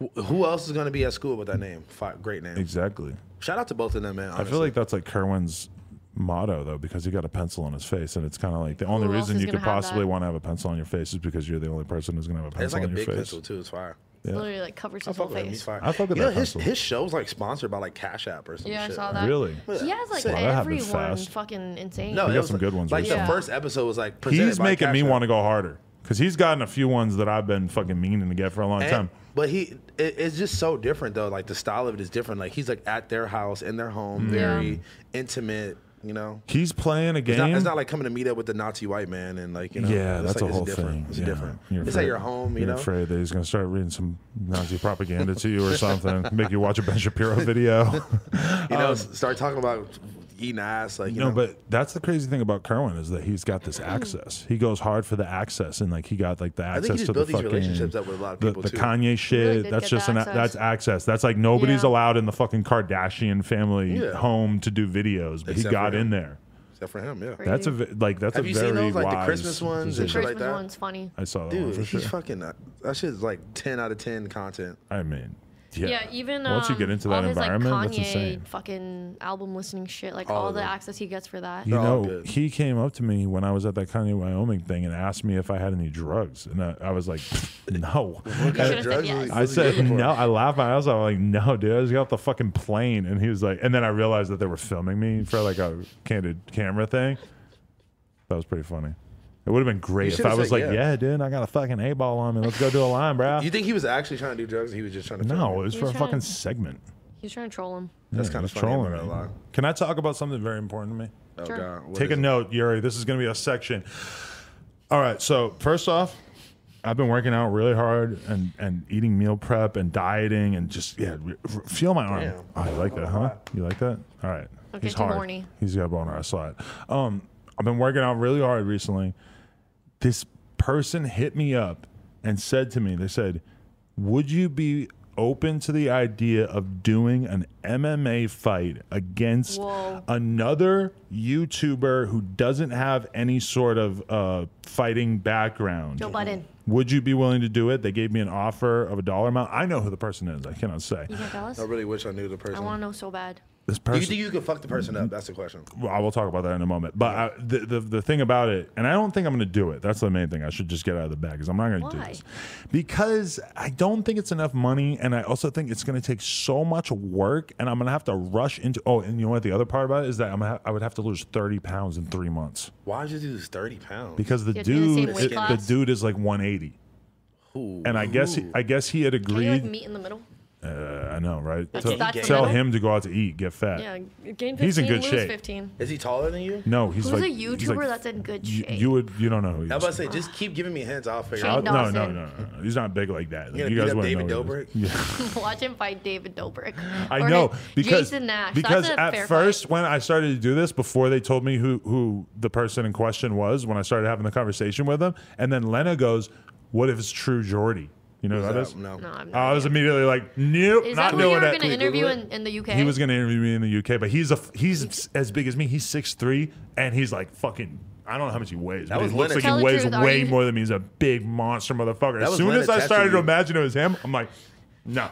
Speaker 1: wh- who else is gonna be at school with that name? Fi great name.
Speaker 2: Exactly.
Speaker 1: Shout out to both of them, man.
Speaker 2: I feel like that's like Kerwin's motto though, because he got a pencil on his face, and it's kind of like the only
Speaker 3: Who else
Speaker 2: reason
Speaker 3: is
Speaker 2: you could
Speaker 3: gonna have
Speaker 2: possibly
Speaker 3: that?
Speaker 2: want to have a pencil on your face is because you're the only person who's gonna have a pencil
Speaker 1: it's like a
Speaker 2: on
Speaker 1: big
Speaker 2: your face.
Speaker 1: pencil too. It's fire.
Speaker 3: Literally like covers
Speaker 1: I
Speaker 3: his whole
Speaker 1: fuck with him. He's
Speaker 3: face.
Speaker 1: fire.
Speaker 2: I fuck with
Speaker 1: you know,
Speaker 2: that
Speaker 1: his
Speaker 2: pencil.
Speaker 1: his show's like sponsored by like Cash App or some
Speaker 3: Yeah, I
Speaker 1: shit.
Speaker 3: saw
Speaker 1: right?
Speaker 3: that.
Speaker 2: Really?
Speaker 3: He has like
Speaker 1: Sick. Wow,
Speaker 2: that happened
Speaker 3: everyone
Speaker 2: fast.
Speaker 3: fucking insane.
Speaker 1: No,
Speaker 2: We
Speaker 1: it
Speaker 2: got
Speaker 1: was
Speaker 2: some good ones
Speaker 1: Like the
Speaker 3: recently.
Speaker 1: first episode was like presented
Speaker 2: He's
Speaker 1: by
Speaker 2: making
Speaker 1: Cash
Speaker 2: me
Speaker 1: App.
Speaker 2: want to go harder because he's gotten a few ones that I've been fucking meaning to get for a long
Speaker 1: And-
Speaker 2: time.
Speaker 1: But he, it, it's just so different though. Like the style of it is different. Like he's like at their house in their
Speaker 2: Mm.
Speaker 1: home, very intimate. You know,
Speaker 2: He's playing a game.
Speaker 1: it's not, it's not like coming to meet up with the Nazi white man and like you know.
Speaker 2: yeah,
Speaker 1: it's like,
Speaker 2: that's a
Speaker 1: it's
Speaker 2: whole
Speaker 1: different.
Speaker 2: thing.
Speaker 1: It's
Speaker 2: yeah.
Speaker 1: different.
Speaker 2: You're
Speaker 1: it's
Speaker 2: afraid-
Speaker 1: at your home. You
Speaker 2: you're
Speaker 1: know.
Speaker 2: afraid that he's gonna start reading some Nazi propaganda to you or something. Make you watch a Ben Shapiro video.
Speaker 1: You
Speaker 3: Um,
Speaker 1: know, s- start talking about eating ass. Like you
Speaker 2: No,
Speaker 1: know, Hmm.
Speaker 2: but that's the crazy thing about Kerwin is that he's got this access. He goes hard for the access, and like he got like the access
Speaker 1: think he just
Speaker 2: to
Speaker 1: built
Speaker 2: the
Speaker 1: these
Speaker 2: fucking
Speaker 1: relationships up with a lot of
Speaker 2: the,
Speaker 1: people,
Speaker 2: the
Speaker 1: too.
Speaker 2: Kanye shit.
Speaker 3: did
Speaker 2: that's
Speaker 3: get
Speaker 2: just
Speaker 3: the
Speaker 2: an
Speaker 3: access.
Speaker 2: that's access. That's like nobody's
Speaker 3: Yeah.
Speaker 2: allowed in the fucking Kardashian family
Speaker 1: Yeah.
Speaker 2: home to do videos, but
Speaker 1: Except
Speaker 2: he got
Speaker 1: for him.
Speaker 2: in there.
Speaker 1: except for him, yeah.
Speaker 2: That's a ve- like that's
Speaker 1: Have
Speaker 2: a
Speaker 1: you
Speaker 2: very
Speaker 1: seen those like the
Speaker 2: wise
Speaker 1: Christmas ones and
Speaker 2: decision.
Speaker 1: shit
Speaker 3: Christmas
Speaker 1: like that?
Speaker 3: one's funny.
Speaker 2: I saw that one
Speaker 1: Dude,
Speaker 2: for
Speaker 1: he's
Speaker 2: sure.
Speaker 1: fucking. uh, That shit's like ten out of ten content.
Speaker 2: I mean, yeah.
Speaker 3: Yeah, even
Speaker 2: once you
Speaker 3: um,
Speaker 2: get into
Speaker 3: all
Speaker 2: that
Speaker 3: his, like,
Speaker 2: environment,
Speaker 3: Kanye
Speaker 2: that's insane.
Speaker 3: fucking album listening shit, like
Speaker 1: All
Speaker 3: all,
Speaker 1: of
Speaker 3: the
Speaker 1: them.
Speaker 3: access he gets for that.
Speaker 2: You
Speaker 1: They're all
Speaker 2: know,
Speaker 1: good.
Speaker 2: he came up to me when I was at that Kanye Wyoming thing and asked me if I had any drugs, and I, I was like, "No."
Speaker 3: should have said yes.
Speaker 1: was he
Speaker 2: I said
Speaker 1: looking for?
Speaker 2: no. I laughed my ass off. I'm like, no, dude, I just got off the fucking plane, and he was like, and then I realized that they were filming me for like a candid camera thing. That was pretty funny. It would have been
Speaker 1: You
Speaker 2: great if
Speaker 1: should've
Speaker 2: I was
Speaker 1: said
Speaker 2: like,
Speaker 1: yeah.
Speaker 2: yeah. dude, I got a fucking a ball on me. Let's go do a line, bro.
Speaker 1: You think he was actually trying to do drugs? Or he was just trying to. film
Speaker 2: no,
Speaker 1: you?
Speaker 2: it was
Speaker 3: He
Speaker 2: for a
Speaker 3: was trying
Speaker 2: fucking
Speaker 3: to-
Speaker 2: segment.
Speaker 3: He's trying to troll him.
Speaker 1: that's
Speaker 2: Yeah,
Speaker 1: kind of
Speaker 2: that's
Speaker 1: funny. I'm not
Speaker 2: trolling
Speaker 1: gonna
Speaker 2: me.
Speaker 1: lie.
Speaker 2: Can I talk about something very important to me?
Speaker 1: Oh
Speaker 3: Sure.
Speaker 1: god, what
Speaker 2: Take a
Speaker 1: is it?
Speaker 2: note, Yuri. This is going to be a section. All right. So first off, I've been working out really hard and and eating meal prep and dieting and just yeah, re- re- feel my arm.
Speaker 1: Damn.
Speaker 2: Oh, you like that, huh? You like that? All right.
Speaker 3: Okay,
Speaker 2: He's
Speaker 3: too
Speaker 2: hard.
Speaker 3: horny.
Speaker 2: He's got a boner. I saw it. Um, I've been working out really hard recently. This person hit me up and said to me, they said, "Would you be?" Open to the idea of doing an MMA fight against
Speaker 3: Whoa.
Speaker 2: another YouTuber who doesn't have any sort of uh, fighting background.
Speaker 3: Joe Budden.
Speaker 2: Would you be willing to do it? They gave me an offer of a dollar amount. I know who the person is. I cannot say.
Speaker 3: You can't tell us?
Speaker 1: I really wish I knew the
Speaker 3: I
Speaker 1: person.
Speaker 3: want to know so bad.
Speaker 2: This
Speaker 1: Do
Speaker 2: person.
Speaker 1: you think you could fuck the person up? That's the question.
Speaker 2: well, I will talk about that in a moment. But I, the, the the thing about it, and I don't think I'm going to do it. That's the main thing. I should just get out of the bag because I'm not going to do
Speaker 3: Why?
Speaker 2: this because I don't think it's enough money, and I also think it's going to take so much work, and I'm going to have to rush into. Oh, and you know what? The other part about it is that I'm gonna ha- I would have to lose 30 pounds in three months
Speaker 1: Why did you lose thirty pounds?
Speaker 2: because the
Speaker 3: have to do the same
Speaker 2: dude
Speaker 3: weight
Speaker 2: the,
Speaker 3: class?
Speaker 2: dude is like 180.
Speaker 1: Ooh.
Speaker 2: And I guess he, I guess he had
Speaker 3: Can you like
Speaker 2: agreed.
Speaker 3: meet in the middle?
Speaker 2: uh, I know, right?
Speaker 3: That's-
Speaker 2: Tell-
Speaker 3: that's the
Speaker 2: tell
Speaker 3: middle?
Speaker 2: him to go out to eat, get fat.
Speaker 3: Yeah, gain 15,
Speaker 2: He's in good
Speaker 3: lose
Speaker 2: shape.
Speaker 3: 15.
Speaker 1: is he taller than you?
Speaker 2: No, he's
Speaker 3: Who's
Speaker 2: like
Speaker 3: a
Speaker 2: he's
Speaker 3: YouTuber
Speaker 2: like,
Speaker 3: that's in good
Speaker 2: you,
Speaker 3: shape?
Speaker 2: you would you don't know. Who he
Speaker 1: I
Speaker 2: is.
Speaker 1: was about to say, just keep giving me hints. I'll figure
Speaker 2: I-
Speaker 1: out.
Speaker 3: Shane
Speaker 2: no, no, no,
Speaker 3: Dawson.
Speaker 2: no, no. He's not big like that.
Speaker 1: You're
Speaker 2: you
Speaker 1: gonna
Speaker 2: guys
Speaker 1: beat up
Speaker 2: wouldn't
Speaker 1: David
Speaker 2: know. who he is. Yeah,
Speaker 3: Watch him fight David Dobrik.
Speaker 2: I
Speaker 3: Or
Speaker 2: know
Speaker 3: his-
Speaker 2: because
Speaker 3: Jason Nash.
Speaker 2: because
Speaker 3: That's a
Speaker 2: at
Speaker 3: fair
Speaker 2: first when I started to do this, before they told me who who the person in question was, when I started having the conversation with them, and then Lena goes, "What if it's True Jordy?" You know who that
Speaker 1: No,
Speaker 2: is?
Speaker 1: no.
Speaker 3: Fight. No, I'm not.
Speaker 2: I was immediately like, "Nope,
Speaker 3: Is
Speaker 2: uh, not
Speaker 3: that who you
Speaker 2: doing
Speaker 3: were
Speaker 2: it."
Speaker 3: going to
Speaker 1: Google
Speaker 3: interview
Speaker 1: it?
Speaker 3: in, in the UK?
Speaker 2: He was going to interview me in the UK, but he's a he's as big as me. He's six three, and he's like fucking. I don't know how much he weighs. but
Speaker 1: was
Speaker 2: it looks
Speaker 1: Lennox.
Speaker 2: like
Speaker 3: Tell
Speaker 2: he
Speaker 3: the
Speaker 2: weighs
Speaker 3: truth, are
Speaker 2: way
Speaker 3: you-
Speaker 2: more than me. He's a big monster motherfucker. As
Speaker 1: was
Speaker 2: soon as
Speaker 1: Lennox
Speaker 2: I
Speaker 1: after
Speaker 2: started to
Speaker 1: you.
Speaker 2: imagine it was him, I'm like, no,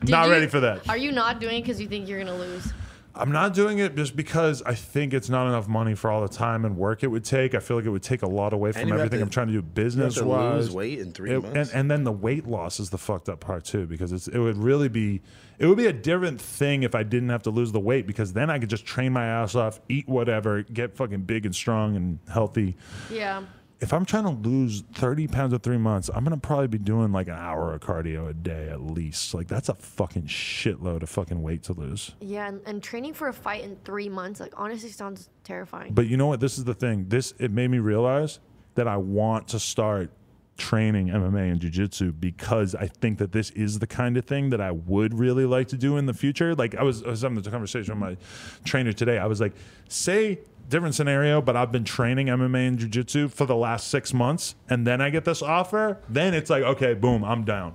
Speaker 3: Did
Speaker 2: not
Speaker 3: you-
Speaker 2: ready for that.
Speaker 3: Are you not doing it because you think you're going to lose?
Speaker 2: I'm not doing it just because I think it's not enough money for all the time and work it would take. I feel like it would take a lot away
Speaker 1: you
Speaker 2: from
Speaker 1: have
Speaker 2: everything
Speaker 1: to-
Speaker 2: I'm trying to do business wise.
Speaker 1: lose weight in three
Speaker 2: It-
Speaker 1: months?
Speaker 2: And, and then the weight loss is the fucked up part too, because it's it would really be it would be a different thing if I didn't have to lose the weight because then I could just train my ass off, eat whatever, get fucking big and strong and healthy.
Speaker 3: Yeah.
Speaker 2: If I'm trying to lose 30 pounds in three months, I'm gonna probably be doing like an hour of cardio a day at least. Like that's a fucking shitload of fucking weight to lose.
Speaker 3: Yeah, and, and training for a fight in three months, like, honestly sounds terrifying.
Speaker 2: But you know what? This is the thing. This it made me realize that I want to start training MMA and jiu-jitsu because I think that this is the kind of thing that I would really like to do in the future. Like I was, I was having a conversation with my trainer today. I was like, say different scenario, but I've been training MMA and jiu-jitsu for the last six months, and then I get this offer. Then it's like, okay, boom, I'm down.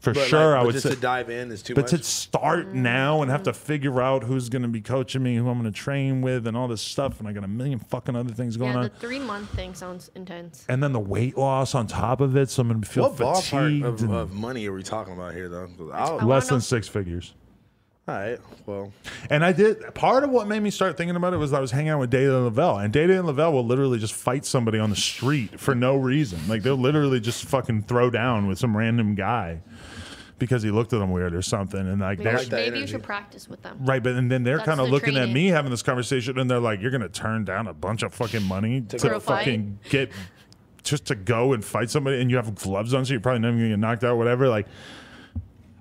Speaker 2: For
Speaker 1: But,
Speaker 2: sure,
Speaker 1: like,
Speaker 2: I
Speaker 1: but
Speaker 2: would
Speaker 1: just
Speaker 2: say.
Speaker 1: to dive in is too
Speaker 2: But
Speaker 1: much.
Speaker 2: to start
Speaker 3: Mm-hmm.
Speaker 2: now and have to figure out who's going to be coaching me, who I'm going to train with, and all this stuff, and I got a million fucking other things going
Speaker 3: Yeah,
Speaker 2: on.
Speaker 3: the three month thing sounds intense.
Speaker 2: and then the weight loss on top of it, so I'm going to feel
Speaker 1: what ballpark
Speaker 2: fatigued.
Speaker 1: of,
Speaker 2: and
Speaker 1: of money are we talking about here, though? 'Cause I'll- all
Speaker 2: less
Speaker 3: wanna know-
Speaker 2: than six figures.
Speaker 1: right. Well,
Speaker 2: And I did. Part of what made me start thinking about it was I was hanging out with Data and Lavelle, and Data and Lavelle will literally just fight somebody on the street for no reason. Like they'll literally just fucking throw down with some random guy because he looked at them weird or something. And like
Speaker 3: Maybe,
Speaker 2: they're
Speaker 3: you should- maybe you
Speaker 1: energy.
Speaker 3: should practice with them.
Speaker 2: right, but and then they're
Speaker 3: That's
Speaker 2: kind of
Speaker 3: the
Speaker 2: looking at
Speaker 3: training.
Speaker 2: me having this conversation, and they're like, "You're gonna turn down a bunch of fucking money to,
Speaker 3: go fight?
Speaker 2: fucking get." Just to go and fight somebody, and you have gloves on, so you're probably never gonna get knocked out, whatever. Like,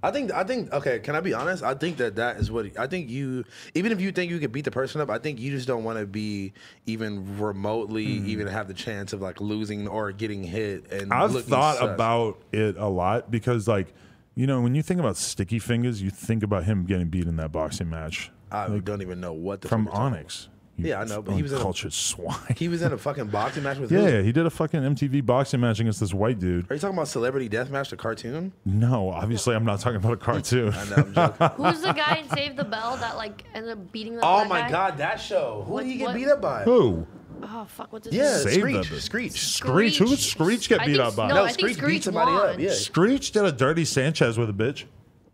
Speaker 1: I think I think okay. Can I be honest? I think that that is what I think you. Even if you think you could beat the person up, I think you just don't want to be even remotely
Speaker 2: Hmm.
Speaker 1: even have the chance of like losing or getting hit. And
Speaker 2: I've
Speaker 1: looking
Speaker 2: thought
Speaker 1: sus.
Speaker 2: about it a lot because, like, you know, when you think about Sticky Fingers, you think about him getting beat in that boxing match
Speaker 1: I don't even know what the
Speaker 2: from
Speaker 1: fuck you're talking
Speaker 2: Onyx. You
Speaker 1: Yeah, I know, but he was in a-
Speaker 2: cultured swine.
Speaker 1: about. He was in a fucking boxing match with.
Speaker 2: yeah,
Speaker 1: who?
Speaker 2: yeah, he did a fucking MTV boxing match against this white dude.
Speaker 1: Are you talking about Celebrity Deathmatch, the cartoon?
Speaker 2: No, obviously, I'm not talking about a cartoon.
Speaker 1: No, I'm joking.
Speaker 3: Who's the guy in Save the Bell that like ended up beating the
Speaker 1: oh
Speaker 3: black
Speaker 1: my
Speaker 3: guy?
Speaker 1: god, that show. Who
Speaker 3: What-
Speaker 1: did he get
Speaker 3: what-
Speaker 1: beat up by?
Speaker 2: Who?
Speaker 3: Oh fuck, what's his
Speaker 1: Yeah,
Speaker 3: name?
Speaker 2: Save
Speaker 1: Screech.
Speaker 2: the-
Speaker 1: Screech.
Speaker 2: Screech. Who would Screech get
Speaker 3: I
Speaker 2: beat
Speaker 3: think-
Speaker 2: up by?
Speaker 3: No,
Speaker 1: No,
Speaker 3: I think
Speaker 1: Screech beat
Speaker 3: Screech
Speaker 1: somebody up,
Speaker 3: won.
Speaker 1: yeah.
Speaker 2: Screech did a dirty Sanchez with a bitch.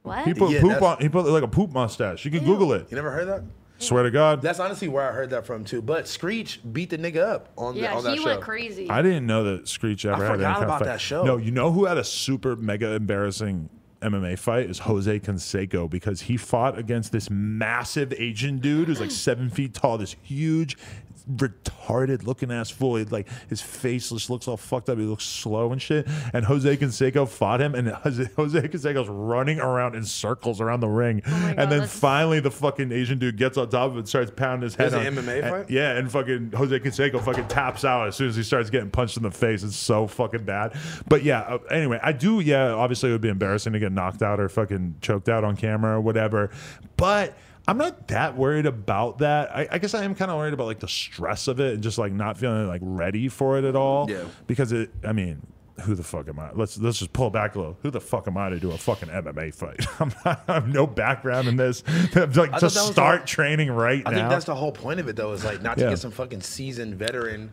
Speaker 3: What?
Speaker 2: He put
Speaker 1: Yeah,
Speaker 2: poop
Speaker 1: that's-
Speaker 2: on. He put like a poop mustache. You can Google it.
Speaker 1: You never heard that?
Speaker 2: Swear to God,
Speaker 1: That's honestly where I heard that from too. But Screech beat the nigga up on the,
Speaker 3: yeah,
Speaker 1: on that
Speaker 3: he
Speaker 1: show.
Speaker 3: went crazy.
Speaker 2: I didn't know that Screech ever had any
Speaker 1: forgot
Speaker 2: kind of
Speaker 1: about
Speaker 2: fight.
Speaker 1: that show.
Speaker 2: No, you know who had a super mega embarrassing MMA fight is Jose Canseco because he fought against this massive Asian dude who's like seven feet tall, this huge, retarded looking ass fool. He'd like his face just looks all fucked up. He looks slow and shit. And Jose Canseco fought him, and Jose, Jose Canseco's running around in circles around the ring.
Speaker 3: Oh my God,
Speaker 2: and then
Speaker 3: that's-
Speaker 2: finally, the fucking Asian dude gets on top of it, and starts pounding his
Speaker 1: was
Speaker 2: head.
Speaker 1: an
Speaker 2: on-
Speaker 1: MMA
Speaker 2: and-
Speaker 1: fight?
Speaker 2: yeah, and fucking Jose Canseco fucking taps out as soon as he starts getting punched in the face. It's so fucking bad. But yeah, uh, anyway, I do. Yeah, obviously it would be embarrassing to get knocked out or fucking choked out on camera or whatever. But I'm not that worried about that. I, I guess I am kind of worried about like the stress of it and just like not feeling like ready for it at all.
Speaker 1: Yeah.
Speaker 2: Because it, I mean. Who the fuck am I? Let's let's just pull back a little. Who the fuck am I to do a fucking MMA fight? I'm not, I have no background in this. like
Speaker 1: thought
Speaker 2: to
Speaker 1: that was the-
Speaker 2: start training right
Speaker 1: I
Speaker 2: now.
Speaker 1: think that's the whole point of it, though, is like not
Speaker 2: Yeah.
Speaker 1: to get some fucking seasoned veteran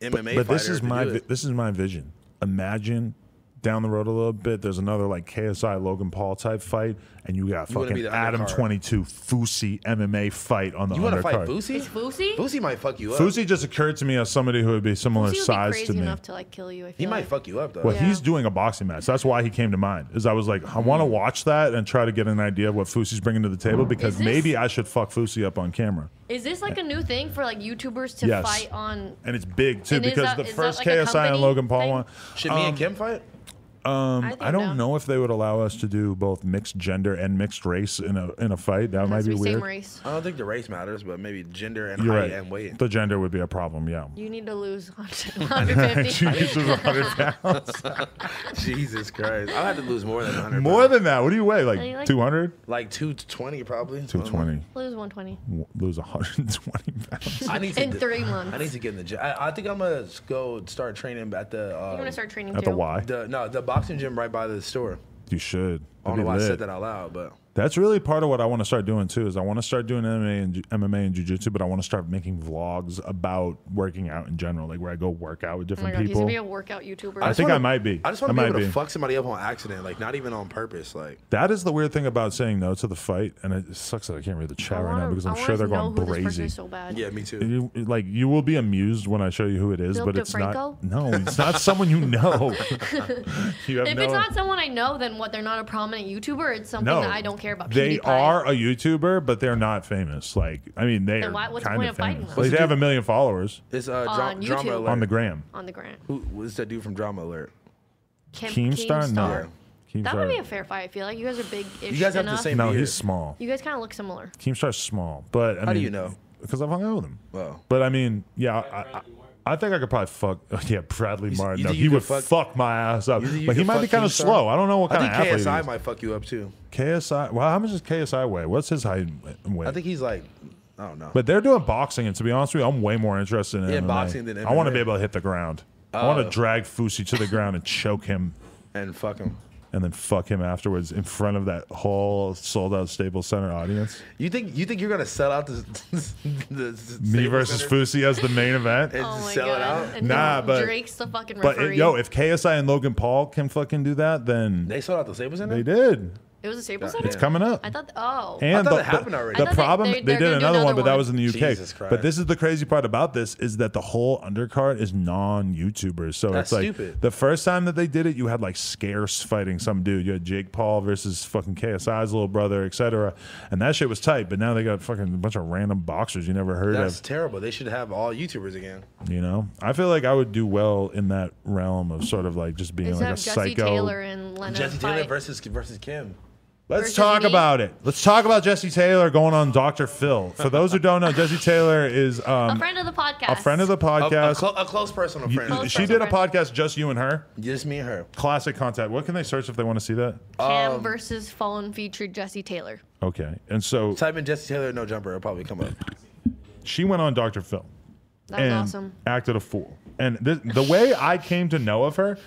Speaker 1: MMA fighter.
Speaker 2: but this is
Speaker 1: to
Speaker 2: my
Speaker 1: do
Speaker 2: vi-
Speaker 1: it.
Speaker 2: this is my vision. Imagine down the road a little bit, there's another like KSI Logan Paul type fight, and you got
Speaker 1: wanna be
Speaker 2: fucking
Speaker 1: the
Speaker 2: Adam
Speaker 1: undercard.
Speaker 2: twenty two Fusi MMA fight on the
Speaker 1: You want to fight
Speaker 2: undercard.
Speaker 1: Boosie?
Speaker 3: Is Boosie?
Speaker 1: Boosie might fuck you up.
Speaker 2: Fusi just occurred to me as somebody who would be similar
Speaker 3: He would be
Speaker 2: size
Speaker 3: crazy
Speaker 2: to me.
Speaker 3: enough to like kill you. I feel
Speaker 1: He might
Speaker 3: like.
Speaker 1: fuck you up though.
Speaker 2: Well,
Speaker 3: Yeah.
Speaker 2: he's doing a boxing match. That's why he came to mind. Is I was like, I
Speaker 1: Mm.
Speaker 2: want to watch that and try to get an idea of what Fusi's bringing to the table because
Speaker 3: Is this-
Speaker 2: maybe I should fuck Fusi up on camera.
Speaker 3: Is this like a new thing for like YouTubers to
Speaker 2: Yes.
Speaker 3: fight on?
Speaker 2: And it's big too
Speaker 3: And is
Speaker 2: because
Speaker 3: that-
Speaker 2: the
Speaker 3: is that
Speaker 2: first
Speaker 3: like a
Speaker 2: KSI and
Speaker 3: company
Speaker 2: Logan Paul
Speaker 3: thing?
Speaker 2: one.
Speaker 1: Should
Speaker 2: Um,
Speaker 1: me and Kim fight?
Speaker 3: I, think
Speaker 2: I don't
Speaker 3: no.
Speaker 2: know if they would allow us to do both mixed gender and mixed race in a in a fight. That
Speaker 3: It
Speaker 2: might
Speaker 3: has to
Speaker 2: be
Speaker 3: be
Speaker 2: weird.
Speaker 3: same race.
Speaker 1: I don't think the race matters, but maybe gender and
Speaker 2: You're
Speaker 1: height
Speaker 2: right.
Speaker 1: and weight.
Speaker 2: The gender would be a problem. Yeah.
Speaker 3: You need to lose 150.
Speaker 2: She uses 100 pounds.
Speaker 1: Jesus Christ, I'll have to lose more than 100.
Speaker 2: More
Speaker 1: pounds.
Speaker 2: than that. What do you weigh?
Speaker 3: you
Speaker 2: Like
Speaker 3: like-
Speaker 2: 200?
Speaker 1: like 220 probably.
Speaker 2: 220.
Speaker 3: lose 120
Speaker 2: W- Lose 120 pounds.
Speaker 1: I need to
Speaker 3: in
Speaker 1: do-
Speaker 3: three months.
Speaker 1: I need to get in the gym. I, I think I'm gonna go start training at the. Um,
Speaker 3: I'm gonna start training
Speaker 2: At
Speaker 3: too.
Speaker 2: the Y.
Speaker 1: The no, the boxing gym right by the store.
Speaker 2: You should.
Speaker 1: I don't know
Speaker 2: That'd be
Speaker 1: why I
Speaker 2: lit.
Speaker 1: said that out loud, but
Speaker 2: That's really part of what I want to start doing too. Is I want to start doing MMA and ju- MMA and jujitsu, but I want to start making vlogs about working out in general, like where I go work out with
Speaker 3: Oh my
Speaker 2: different
Speaker 3: god, he's
Speaker 2: people.
Speaker 3: gonna be a workout YouTuber.
Speaker 2: I
Speaker 1: just
Speaker 2: think
Speaker 1: wanna-
Speaker 2: I might be.
Speaker 1: I just want to
Speaker 2: I
Speaker 1: be
Speaker 2: might
Speaker 1: able
Speaker 2: be.
Speaker 1: to fuck somebody up on accident, like not even on purpose. Like
Speaker 2: That is the weird thing about saying no to the fight, and it sucks that I can't read the chat
Speaker 3: I
Speaker 2: right now
Speaker 3: wanna-
Speaker 2: because
Speaker 3: I
Speaker 2: I'm
Speaker 3: wanna
Speaker 2: sure they're going
Speaker 3: know who this person
Speaker 2: crazy.
Speaker 3: is so bad.
Speaker 1: yeah, me too.
Speaker 2: You, like you will be amused when I show you who it is,
Speaker 3: Bill
Speaker 2: but it's
Speaker 3: DeFranco?
Speaker 2: not. No, it's not someone you know. you have
Speaker 3: If
Speaker 2: no.
Speaker 3: it's not someone I know, then what? They're not a prominent YouTuber. It's something
Speaker 2: no,
Speaker 3: that I don't care about.
Speaker 2: They
Speaker 3: PewDiePie.
Speaker 2: are a YouTuber, but they're not famous. Like I mean, they
Speaker 3: Then
Speaker 2: are
Speaker 3: why- what's the
Speaker 2: kind
Speaker 3: point
Speaker 2: of
Speaker 3: of fighting
Speaker 2: famous.
Speaker 3: them?
Speaker 2: Like, they have a million followers
Speaker 1: It's uh, dra-
Speaker 3: On
Speaker 1: drama
Speaker 3: YouTube.
Speaker 1: alert.
Speaker 2: on the gram.
Speaker 3: on the ground.
Speaker 1: Who was that dude from Drama Alert?
Speaker 3: Kim,
Speaker 2: Keemstar,
Speaker 3: Keemstar.
Speaker 2: no. Keemstar.
Speaker 3: That would be a fair fight. I feel like you guys are big.
Speaker 1: You guys have the
Speaker 3: enough.
Speaker 1: same
Speaker 2: no,
Speaker 1: beard.
Speaker 2: he's small.
Speaker 3: You guys kind of look similar.
Speaker 2: Keemstar's small, but I mean,
Speaker 1: How do you know?
Speaker 2: Because I've hung out with him.
Speaker 1: Well,
Speaker 2: But I mean, yeah, I, I, I think I could probably fuck. Yeah, Bradley
Speaker 1: s-
Speaker 2: Martin.
Speaker 1: you
Speaker 2: No,
Speaker 1: think
Speaker 2: he
Speaker 1: you
Speaker 2: would
Speaker 1: could fuck-
Speaker 2: fuck, my ass up.
Speaker 1: You think you
Speaker 2: But he
Speaker 1: could
Speaker 2: might be
Speaker 1: fuck
Speaker 2: kind of
Speaker 1: Keemstar?
Speaker 2: slow. I don't know what
Speaker 1: I
Speaker 2: kind
Speaker 1: think
Speaker 2: of athlete.
Speaker 1: KSI
Speaker 2: he is.
Speaker 1: might fuck you up too.
Speaker 2: KSI. Well, how much does KSI weigh? What's his height? and Weight?
Speaker 1: I think he's like, I don't know.
Speaker 2: But they're doing boxing, and to be honest with you, I'm way more interested in
Speaker 1: Yeah,
Speaker 2: MMA.
Speaker 1: boxing than Oh.
Speaker 2: I want to
Speaker 1: MMA.
Speaker 2: be able to hit the ground. I want to drag Fusi to the ground and choke him,
Speaker 1: and fuck him.
Speaker 2: and then fuck him afterwards in front of that whole sold out Staples Center audience.
Speaker 1: You think you think you're gonna sell out the, the
Speaker 2: Me versus Fusi as the main event.
Speaker 1: It's
Speaker 3: Oh my
Speaker 1: sell it
Speaker 3: god!
Speaker 1: out.
Speaker 3: And
Speaker 2: Nah,
Speaker 3: then
Speaker 2: but-
Speaker 3: Drake's the fucking
Speaker 2: but
Speaker 3: referee.
Speaker 2: it- yo, if KSI and Logan Paul can fucking do that, then
Speaker 1: They sold out the Staples Center.
Speaker 2: they did.
Speaker 3: it was a Staples
Speaker 1: Yeah.
Speaker 3: Center.
Speaker 2: It's coming up.
Speaker 3: I thought. Oh,
Speaker 2: And
Speaker 1: I thought
Speaker 2: the,
Speaker 1: it happened
Speaker 2: the-
Speaker 1: already.
Speaker 2: the
Speaker 3: I thought they-
Speaker 2: problem,
Speaker 3: they-
Speaker 2: they,
Speaker 3: they're
Speaker 2: did
Speaker 3: gonna do
Speaker 2: another one,
Speaker 3: another
Speaker 2: but that
Speaker 3: one.
Speaker 2: was in the UK.
Speaker 1: Jesus Christ.
Speaker 2: But this is the crazy part about this is that the whole undercard is non-YouTubers. So
Speaker 1: That's
Speaker 2: it's like
Speaker 1: stupid.
Speaker 2: the first time that they did it, you had like scarce fighting some dude. You had Jake Paul versus fucking KSI's little brother, etc. And that shit was tight. But now they got fucking a bunch of random boxers you never heard
Speaker 1: That's
Speaker 2: of.
Speaker 1: terrible. They should have all YouTubers again.
Speaker 2: You know, I feel like I would do well in that realm of sort of like just being
Speaker 3: Is
Speaker 2: like a
Speaker 3: have Jesse
Speaker 2: psycho.
Speaker 3: Taylor and Lena
Speaker 1: Jesse Taylor
Speaker 3: fight.
Speaker 1: versus versus Kim.
Speaker 2: Let's
Speaker 3: versus
Speaker 2: talk
Speaker 3: me.
Speaker 2: about it. Let's talk about Jesse Taylor going on Dr. Phil. For those who don't know, Jesse Taylor is um,
Speaker 3: a friend of the podcast.
Speaker 2: a friend of the
Speaker 1: A, a
Speaker 2: podcast.
Speaker 1: clo- a close personal friend.
Speaker 3: Close
Speaker 2: she
Speaker 3: friend.
Speaker 2: did a podcast just you and her.
Speaker 1: Just me and her.
Speaker 2: Classic content. What can they search if they want to see that?
Speaker 3: Cam
Speaker 1: Um,
Speaker 3: versus phone featured Jesse Taylor.
Speaker 2: Okay. And so
Speaker 1: Type in Jesse Taylor no jumper. It'll probably come up.
Speaker 2: she went on Dr. Phil
Speaker 3: That was
Speaker 2: and
Speaker 3: awesome.
Speaker 2: acted a fool. And th- the way I came to know of her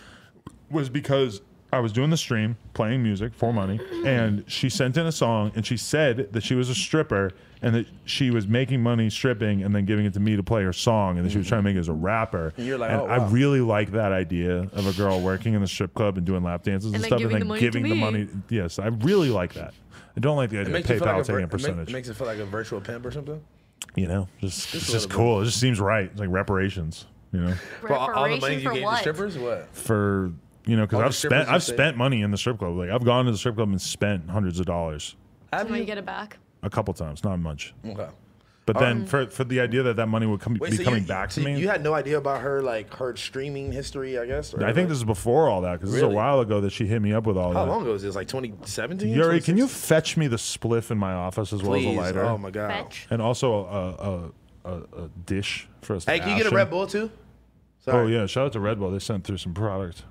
Speaker 2: was because I was doing the stream, playing music for money, and she sent in a song and she said that she was a stripper and that she was making money stripping and then giving it to me to play her song and that she was trying to make it as a rapper.
Speaker 1: you're like,
Speaker 2: and
Speaker 1: "Oh,
Speaker 2: I
Speaker 1: wow."
Speaker 2: really like that idea of a girl working in the strip club and doing lap dances and,
Speaker 3: And then
Speaker 2: stuff
Speaker 3: giving the
Speaker 2: and then
Speaker 3: money to
Speaker 2: giving the
Speaker 3: me.
Speaker 2: money. Yes, I really like that. I don't like the idea of
Speaker 1: Makes you
Speaker 2: PayPal
Speaker 1: feel like a, vir-
Speaker 2: taking a
Speaker 1: it make-
Speaker 2: percentage.
Speaker 1: makes it feel like a virtual pimp or something.
Speaker 2: you know, just it's
Speaker 1: a
Speaker 2: just
Speaker 1: little bit.
Speaker 2: cool. It just seems right. It's like reparations. You know.
Speaker 1: But all, all the money
Speaker 3: Reparation
Speaker 1: you
Speaker 3: for
Speaker 1: gave the
Speaker 3: what?
Speaker 1: strippers, what?
Speaker 2: for you know because
Speaker 1: the
Speaker 2: I've
Speaker 1: strippers
Speaker 2: spent
Speaker 1: you
Speaker 2: I've
Speaker 1: say-
Speaker 2: spent money in the strip club. Like I've gone to the strip club and spent hundreds of dollars
Speaker 1: Have
Speaker 3: Can we
Speaker 1: you?
Speaker 3: get it back?
Speaker 2: a couple times, not much.
Speaker 1: Okay.
Speaker 2: But then for for the idea that that money would come be
Speaker 1: so
Speaker 2: coming
Speaker 1: you,
Speaker 2: back to
Speaker 1: so
Speaker 2: me.
Speaker 1: You had no idea about her like her streaming history, I guess. or
Speaker 2: I think
Speaker 1: like-
Speaker 2: this is before all that because this is
Speaker 1: Really?
Speaker 2: a while ago that she hit me up with all
Speaker 1: How
Speaker 2: that.
Speaker 1: long ago is this? Like 2017?
Speaker 2: Yuri, can you fetch me the spliff in my office as well as a
Speaker 1: Please.
Speaker 2: lighter?
Speaker 1: Oh my god.
Speaker 3: Fetch.
Speaker 2: And also a, a, a, a dish for us.
Speaker 1: Hey,
Speaker 2: to
Speaker 1: can you get a
Speaker 2: action.
Speaker 1: Red Bull too?
Speaker 2: Oh yeah, shout out to Red Bull. They sent through some product.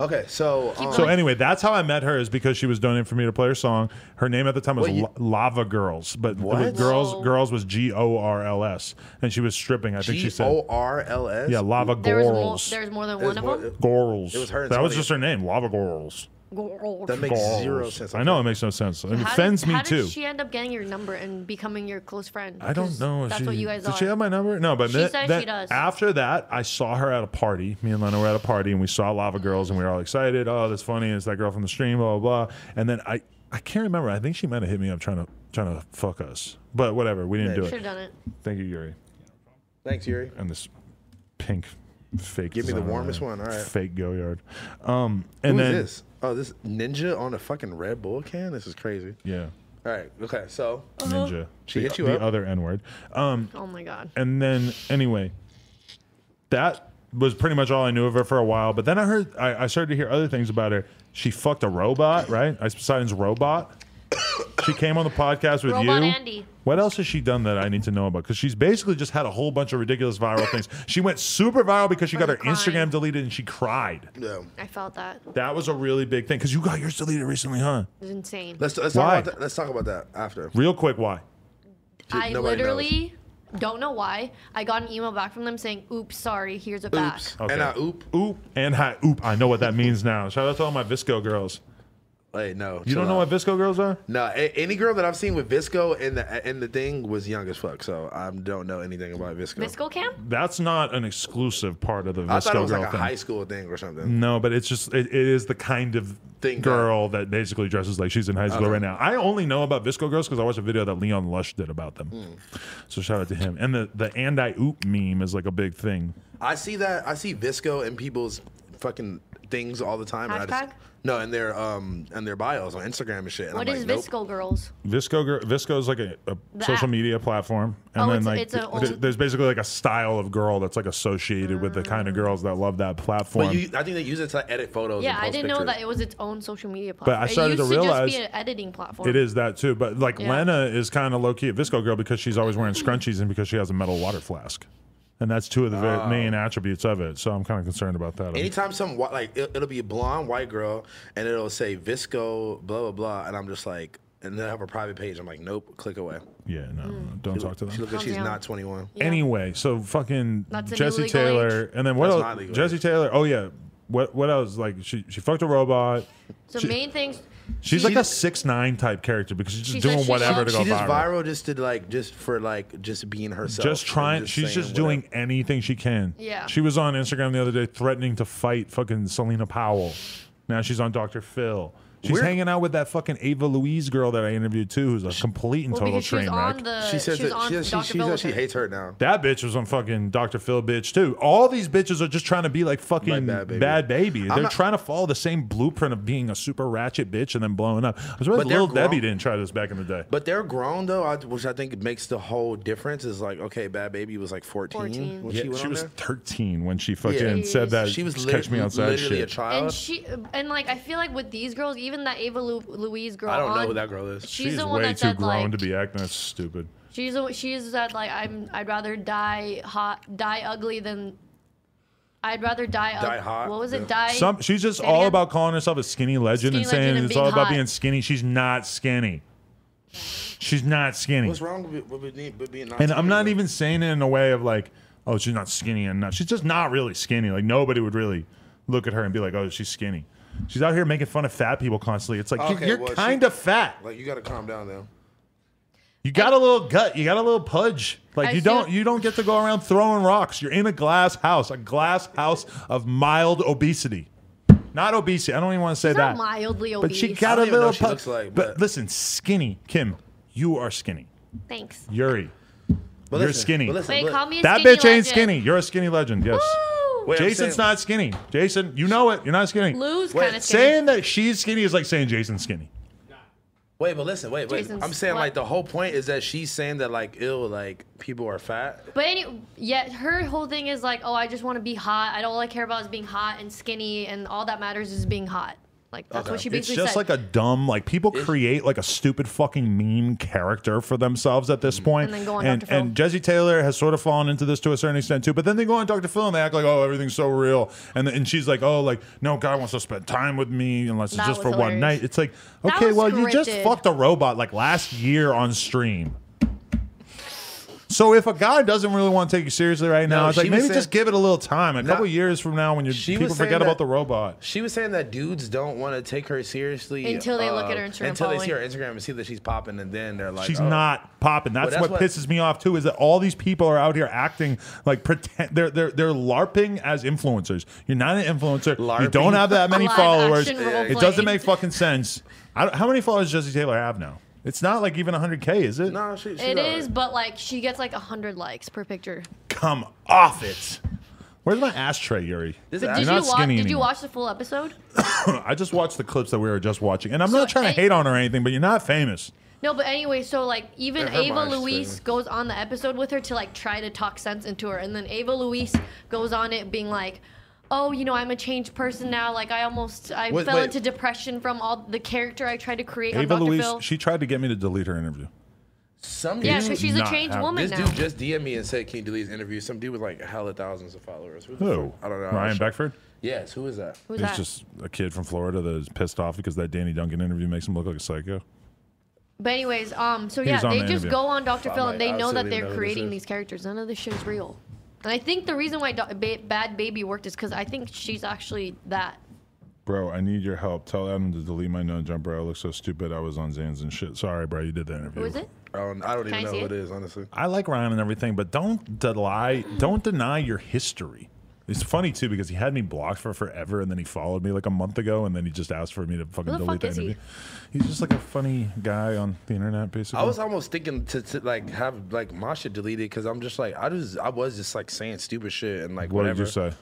Speaker 1: Okay, so um,
Speaker 2: So anyway, that's how I met her is because she was donating for me to play her song. Her name at the time was
Speaker 1: Wait, you-
Speaker 2: La- Lava Girls, but it was
Speaker 1: What?
Speaker 2: girls
Speaker 3: Whoa.
Speaker 2: girls was G O R L S, and she was stripping. I think she
Speaker 1: G
Speaker 2: said
Speaker 1: O R L S.
Speaker 2: yeah, Lava
Speaker 3: There was more.
Speaker 2: Girls.
Speaker 3: There's more than one of them.
Speaker 2: Girls.
Speaker 1: was her and
Speaker 2: That was
Speaker 1: somebody-
Speaker 2: just her name, Lava Girls.
Speaker 1: That makes zero sense.
Speaker 2: I know it makes no sense. It
Speaker 3: How
Speaker 2: offends
Speaker 3: did,
Speaker 2: me
Speaker 3: how
Speaker 2: too.
Speaker 3: did she end up getting your number and becoming your close friend?
Speaker 2: I don't
Speaker 3: Because
Speaker 2: know. if
Speaker 3: That's
Speaker 2: she,
Speaker 3: what you guys
Speaker 2: did
Speaker 3: are.
Speaker 2: she have my number? No, but
Speaker 3: She
Speaker 2: then-
Speaker 3: said she
Speaker 2: then
Speaker 3: does.
Speaker 2: after that, I saw her at a party. Me and Lena were at a party, and we saw Lava Girls, and we were all excited. Oh, that's funny! It's that girl from the stream, blah blah blah. And then I, I can't remember. I think she might have hit me up trying to trying to fuck us, but whatever. We didn't do
Speaker 3: Should have
Speaker 2: it.
Speaker 3: done it.
Speaker 2: Thank you, Yuri,
Speaker 1: Thanks, Yuri.
Speaker 2: and this pink fake.
Speaker 1: Give me the
Speaker 2: design on
Speaker 1: warmest
Speaker 2: there.
Speaker 1: one, all right.
Speaker 2: Fake Goyard. Um, and
Speaker 1: Who is
Speaker 2: then
Speaker 1: this? Oh, this ninja on a fucking Red Bull can. This is crazy.
Speaker 2: yeah,
Speaker 1: All right. Okay. So
Speaker 2: ninja.
Speaker 1: She
Speaker 2: the,
Speaker 1: hit you
Speaker 2: the
Speaker 1: up?
Speaker 2: other N word. Um,
Speaker 3: Oh my god.
Speaker 2: and then anyway, that was pretty much all I knew of her for a while. But then I heard, I, I started to hear other things about her. She fucked a robot, right? I Poseidon's robot. She came on the podcast with
Speaker 3: Robot
Speaker 2: you.
Speaker 3: Andy.
Speaker 2: What else has she done that I need to know about? Because she's basically just had a whole bunch of ridiculous viral things. She went super viral because she got her
Speaker 3: From crying.
Speaker 2: Instagram deleted and she cried.
Speaker 1: yeah.
Speaker 3: I felt that. It
Speaker 2: That was a really big thing. Because you got yours deleted recently, huh?
Speaker 3: was insane.
Speaker 1: Let's let's
Speaker 2: Why?
Speaker 1: talk about that. Let's talk about that after.
Speaker 2: Real quick, why?
Speaker 3: I
Speaker 1: Nobody knows.
Speaker 3: literally don't know why. I got an email back from them saying, "Oops, sorry. Here's a back."
Speaker 1: Oops.
Speaker 2: Okay.
Speaker 1: And I oop.
Speaker 2: Oop and hi. Oop. I know what that means now. Shout out to all my Visco girls.
Speaker 1: Hey, no.
Speaker 2: You don't know what Visco girls are?
Speaker 1: No, a- any girl that I've seen with Visco in the in the thing was young as fuck. So I don't know anything about Visco.
Speaker 3: Visco camp.
Speaker 2: That's not an exclusive part of the Visco Mm.
Speaker 1: I thought it was
Speaker 2: girl
Speaker 1: like a
Speaker 2: thing.
Speaker 1: high school thing or something.
Speaker 2: no, but it's just it, it is the kind of
Speaker 1: Thing
Speaker 2: girl that basically dresses like she's in high school right now. I only know about Visco girls because I watched a video that Leon Lush did about them.
Speaker 1: Mm.
Speaker 2: So shout out to him. And the the and I oop meme is like a big thing.
Speaker 1: I see that. I see Visco in people's fucking things all the time. And I
Speaker 3: Hashtag?
Speaker 1: just, no, in their um and their bios on Instagram and shit. And
Speaker 3: What
Speaker 1: I'm
Speaker 3: is
Speaker 1: like,
Speaker 3: Visco girls?
Speaker 2: Visco gir- Visco is like a, a
Speaker 3: The
Speaker 2: social
Speaker 3: app.
Speaker 2: media platform, and
Speaker 3: Oh,
Speaker 2: then
Speaker 3: it's-
Speaker 2: like
Speaker 3: it's a
Speaker 2: th- th-
Speaker 3: old-
Speaker 2: there's basically like a style of girl that's like associated with the kind of
Speaker 3: Mm.
Speaker 2: girls that love that platform.
Speaker 1: But you, I think they use it to like, edit photos.
Speaker 3: Yeah,
Speaker 1: and
Speaker 3: I
Speaker 1: post
Speaker 3: didn't know
Speaker 1: pictures.
Speaker 3: that it was its own social media platform.
Speaker 2: But I started
Speaker 3: it
Speaker 2: to
Speaker 3: used
Speaker 2: realize-
Speaker 3: just be an editing platform.
Speaker 2: It is that too, but like
Speaker 3: Yeah.
Speaker 2: Lena is kind of low key a visco girl because she's always wearing scrunchies and because she has a metal water flask. and that's two of the
Speaker 1: Oh.
Speaker 2: very main attributes of it. So I'm kind of concerned about that.
Speaker 1: Anytime some whi- like it, it'll be a blonde white girl and it'll say Visco blah blah blah, and I'm just like, and they'll have a private page. I'm like, nope, click away.
Speaker 2: yeah, no, no, don't talk to
Speaker 1: She
Speaker 2: them.
Speaker 1: looks like
Speaker 3: Calm
Speaker 1: she's
Speaker 3: down.
Speaker 1: not 21.
Speaker 2: Anyway, so fucking
Speaker 3: That's an
Speaker 2: Jesse
Speaker 3: illegal
Speaker 2: Taylor,
Speaker 3: age.
Speaker 2: and then what
Speaker 1: That's not
Speaker 2: else?
Speaker 1: legal
Speaker 2: Jesse
Speaker 1: age.
Speaker 2: Taylor. Oh yeah, what what else? Like she she fucked a robot.
Speaker 3: So
Speaker 2: She-
Speaker 3: main things.
Speaker 2: She's
Speaker 3: she-
Speaker 2: like a six nine type character because she's just
Speaker 3: She's
Speaker 2: doing
Speaker 3: like- she-
Speaker 2: whatever to
Speaker 1: She's
Speaker 2: go
Speaker 1: just
Speaker 2: viral.
Speaker 1: viral just to like just for like just being herself.
Speaker 2: Just
Speaker 1: and
Speaker 2: trying. she's
Speaker 1: saying
Speaker 2: just doing
Speaker 1: whatever.
Speaker 2: anything she can.
Speaker 3: Yeah.
Speaker 2: She was on Instagram the other day threatening to fight fucking Selena Powell. Now she's on Dr. Phil. She's
Speaker 1: Weird.
Speaker 2: hanging out with that fucking Ava Louise girl that I interviewed too, who's a complete and
Speaker 3: Well,
Speaker 2: total
Speaker 3: because she was
Speaker 2: train
Speaker 3: on
Speaker 2: wreck.
Speaker 3: the.
Speaker 1: She says
Speaker 3: she was
Speaker 1: that
Speaker 3: on
Speaker 1: she, says she,
Speaker 3: Dr.
Speaker 1: she,
Speaker 3: Phil
Speaker 1: says
Speaker 3: with
Speaker 1: she
Speaker 3: her.
Speaker 1: hates her now.
Speaker 2: that bitch was on fucking Dr. Phil bitch too. All these bitches are just trying to be like fucking
Speaker 1: Bad Baby.
Speaker 2: bad baby. They're
Speaker 1: not-
Speaker 2: trying to follow the same blueprint of being a super ratchet bitch and then blowing up. I suppose
Speaker 1: But they're
Speaker 2: Lil Debbie
Speaker 1: grown.
Speaker 2: didn't try this back in the day.
Speaker 1: But they're grown though, I, which I think makes the whole difference. Is like, okay, Bad Baby was like 14,
Speaker 3: 14.
Speaker 1: when
Speaker 2: Yeah,
Speaker 1: she went on
Speaker 2: was
Speaker 1: there.
Speaker 2: 13 when she fucking
Speaker 1: Yeah.
Speaker 2: said that.
Speaker 1: She was lit-
Speaker 2: catch me outside
Speaker 1: literally
Speaker 2: shit.
Speaker 1: a child.
Speaker 3: And she and like I feel like with these girls, even that Ava Lu- Louise girl.
Speaker 1: I don't know
Speaker 3: on-
Speaker 1: who that girl is.
Speaker 3: She's,
Speaker 2: She's
Speaker 3: the one
Speaker 2: way
Speaker 3: that
Speaker 2: too
Speaker 3: said
Speaker 2: grown
Speaker 3: like
Speaker 2: to be acting. That's stupid.
Speaker 3: she's the, she's that like I'm I'd rather die hot die ugly than I'd rather die ug-
Speaker 1: Die hot,
Speaker 3: What was
Speaker 1: yeah.
Speaker 3: it? Die.
Speaker 2: Some she's just
Speaker 3: Say it
Speaker 2: all
Speaker 3: again.
Speaker 2: about calling herself a skinny legend
Speaker 3: Skinny
Speaker 2: and saying
Speaker 3: legend and
Speaker 2: it's
Speaker 3: being
Speaker 2: all about
Speaker 3: hot.
Speaker 2: being skinny. She's not skinny. She's not skinny.
Speaker 1: What's wrong with, with, with, with being?
Speaker 2: And I'm not even saying it in a way of like, oh, she's not skinny enough. She's just not really skinny. Like nobody would really look at her and be like, oh, she's skinny. She's out here making fun of fat people constantly. It's like you're-
Speaker 1: Okay,
Speaker 2: you're
Speaker 1: well, she-
Speaker 2: kind of fat.
Speaker 1: Like you got to calm down though.
Speaker 2: You got a little gut. You got a little pudge. Like
Speaker 3: I
Speaker 2: you
Speaker 3: feel-
Speaker 2: don't you don't get to go around throwing rocks. You're in a glass house, a glass house of mild obesity. Not obesity. I don't even want to say
Speaker 3: She's
Speaker 2: that.
Speaker 3: not mildly
Speaker 2: But
Speaker 3: obese.
Speaker 2: she got
Speaker 1: I don't
Speaker 2: a
Speaker 1: even know
Speaker 2: little
Speaker 1: what she
Speaker 2: pudge.
Speaker 1: looks like,
Speaker 2: but,
Speaker 1: but-
Speaker 2: listen, skinny Kim, you are skinny.
Speaker 3: Thanks.
Speaker 2: Yuri,
Speaker 1: But
Speaker 2: You're
Speaker 1: listen,
Speaker 2: skinny.
Speaker 1: But listen,
Speaker 3: Wait,
Speaker 1: look.
Speaker 3: call me a
Speaker 2: that bitch
Speaker 3: skinny
Speaker 2: ain't
Speaker 3: legend.
Speaker 2: skinny. You're a skinny legend. Yes.
Speaker 3: Woo!
Speaker 1: Wait, I'm
Speaker 2: Jason's
Speaker 1: saying-
Speaker 2: not skinny. Jason, you know it. You're not skinny.
Speaker 3: Lou's
Speaker 1: Wait,
Speaker 3: kind of skinny.
Speaker 2: Saying that she's skinny is like saying Jason's skinny.
Speaker 1: Wait, but listen, wait, wait.
Speaker 3: Jason's
Speaker 1: I'm saying
Speaker 3: what?
Speaker 1: like the whole point is that she's saying that like ill, like people are fat.
Speaker 3: But any, yet her whole thing is like, oh, I just want to be hot. I don't all I care about is being hot and skinny, and all that matters is being hot. Like that's what
Speaker 1: Okay.
Speaker 3: she
Speaker 2: It's
Speaker 3: basically
Speaker 2: just
Speaker 3: said.
Speaker 2: like a dumb like people create like a stupid fucking meme character for themselves at
Speaker 1: Mm-hmm.
Speaker 2: this point.
Speaker 3: And then go on
Speaker 2: and,
Speaker 3: Dr. Phil.
Speaker 2: and Jesse Taylor has sort of fallen into this to a certain extent too. But then they go on Dr. Phil and they act like oh everything's so real. And and she's like oh like no guy wants to spend time with me unless it's
Speaker 3: That
Speaker 2: just for
Speaker 3: was
Speaker 2: one
Speaker 3: hilarious.
Speaker 2: night. It's like
Speaker 3: That
Speaker 2: okay
Speaker 3: was
Speaker 2: well you just
Speaker 3: scripted.
Speaker 2: fucked a robot like last year on stream. So if a guy doesn't really want to take you seriously right now,
Speaker 1: No,
Speaker 2: it's
Speaker 1: she was
Speaker 2: like maybe
Speaker 1: saying-
Speaker 2: just give it a little time. A
Speaker 1: No.
Speaker 2: couple years from now, when you
Speaker 1: She was
Speaker 2: people
Speaker 1: saying
Speaker 2: forget about
Speaker 1: that-
Speaker 2: the robot,
Speaker 1: She was saying that dudes don't want to take her seriously uh,
Speaker 3: Until they look at her Instagram
Speaker 1: Until they see her
Speaker 3: following.
Speaker 1: Instagram and see that she's popping, and then they're like,
Speaker 2: She's
Speaker 1: oh.
Speaker 2: not popping. That's,
Speaker 1: that's
Speaker 2: what,
Speaker 1: what-
Speaker 2: pisses me off too. Is that all these people are out here acting like pretend they're they're they're larping as influencers. You're not an influencer. You
Speaker 1: LARPing.
Speaker 2: don't have that many
Speaker 3: Live
Speaker 2: followers.
Speaker 3: action role
Speaker 2: It doesn't
Speaker 3: playing.
Speaker 2: make fucking sense. I don't, how many followers does Jesse Taylor have now? It's not like even 100k, is it?
Speaker 1: No, she, she's
Speaker 3: It
Speaker 1: alright.
Speaker 3: is, but like she gets like hundred likes per picture.
Speaker 2: Come off it. Where's my ashtray, Yuri?
Speaker 1: This
Speaker 3: But
Speaker 1: is
Speaker 3: did
Speaker 2: not
Speaker 3: you watch?
Speaker 2: skinny
Speaker 3: Did you
Speaker 2: anymore.
Speaker 3: watch the full episode?
Speaker 2: I just watched the clips that we were just watching, and I'm
Speaker 3: So
Speaker 2: not trying to
Speaker 3: it-
Speaker 2: hate on her or anything, but you're not famous.
Speaker 3: No, but anyway, so like even
Speaker 1: Yeah, her
Speaker 3: Ava
Speaker 1: mind's
Speaker 3: Luis
Speaker 1: crazy.
Speaker 3: goes on the episode with her to like try to talk sense into her, and then Ava Luis goes on it being like, "Oh, you know, I'm a changed person now. Like I almost I
Speaker 1: Wait,
Speaker 3: fell
Speaker 1: wait.
Speaker 3: into depression from all the character I tried to create
Speaker 2: Ava
Speaker 3: on Dr.
Speaker 2: Louise,
Speaker 3: Phil."
Speaker 2: she tried to get me to delete her interview.
Speaker 1: Some
Speaker 3: yeah,
Speaker 1: dude-
Speaker 3: because she's a
Speaker 2: not
Speaker 3: changed
Speaker 2: happy.
Speaker 3: woman
Speaker 1: This
Speaker 3: now.
Speaker 1: dude just DM me and said, "Can you delete his interview?" Some dude with like hella thousands of followers. Who? the
Speaker 2: Who?
Speaker 1: fuck? I don't know.
Speaker 2: Ryan Beckford.
Speaker 1: Yes. Who is that?
Speaker 3: Who's
Speaker 2: It's
Speaker 3: that?
Speaker 2: just a kid from Florida that is pissed off because that Danny Duncan interview makes him look like a psycho.
Speaker 3: but anyways, um, so
Speaker 2: He
Speaker 3: yeah,
Speaker 2: was on
Speaker 3: they
Speaker 2: the
Speaker 3: just
Speaker 2: interview.
Speaker 3: go on Dr. Phil
Speaker 1: like,
Speaker 3: and they
Speaker 1: I
Speaker 3: know that
Speaker 1: absolutely know
Speaker 3: they're
Speaker 1: who this
Speaker 3: creating
Speaker 1: is.
Speaker 3: these characters. None of this shit is real. And I think the reason why Do- ba- Bad Baby worked is because I think she's actually that.
Speaker 2: Bro, I need your help. Tell Adam to delete my non jumper. I look so stupid. I was on Zans and shit. Sorry, bro. You did the interview.
Speaker 3: Who is it?
Speaker 1: I don't, Um, I don't
Speaker 3: I
Speaker 1: even know
Speaker 3: see
Speaker 1: who
Speaker 3: it?
Speaker 1: it is, honestly.
Speaker 2: I like Ryan and everything, but don't deny don't deny your history. It's funny too because he had me blocked for forever, and then he followed me like a month ago, and then he just asked for me to fucking
Speaker 3: Who the
Speaker 2: delete
Speaker 3: fuck
Speaker 2: the
Speaker 3: is he?
Speaker 2: interview. He's just like a funny guy on the internet, basically.
Speaker 1: I was almost thinking to, to like have like my shit deleted because I'm just like I just I was just like saying stupid shit and like
Speaker 2: what
Speaker 1: whatever.
Speaker 2: did you say?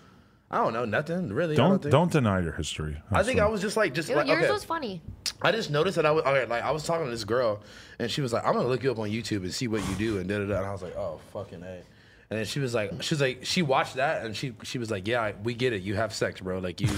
Speaker 1: I don't know nothing really. I
Speaker 2: Don't
Speaker 1: don't
Speaker 2: don't,
Speaker 1: think,
Speaker 2: deny your history.
Speaker 1: I think I was just like just
Speaker 3: Dude,
Speaker 1: like
Speaker 3: yours
Speaker 1: okay.
Speaker 3: was funny.
Speaker 1: I just noticed that I was okay, like I was talking to this girl and she was like I'm gonna look you up on YouTube and see what you do and da da da and I was like oh fucking a. And then she was like, she was like, she watched that and she she was like, yeah, I- we get it. You have sex, bro. Like you,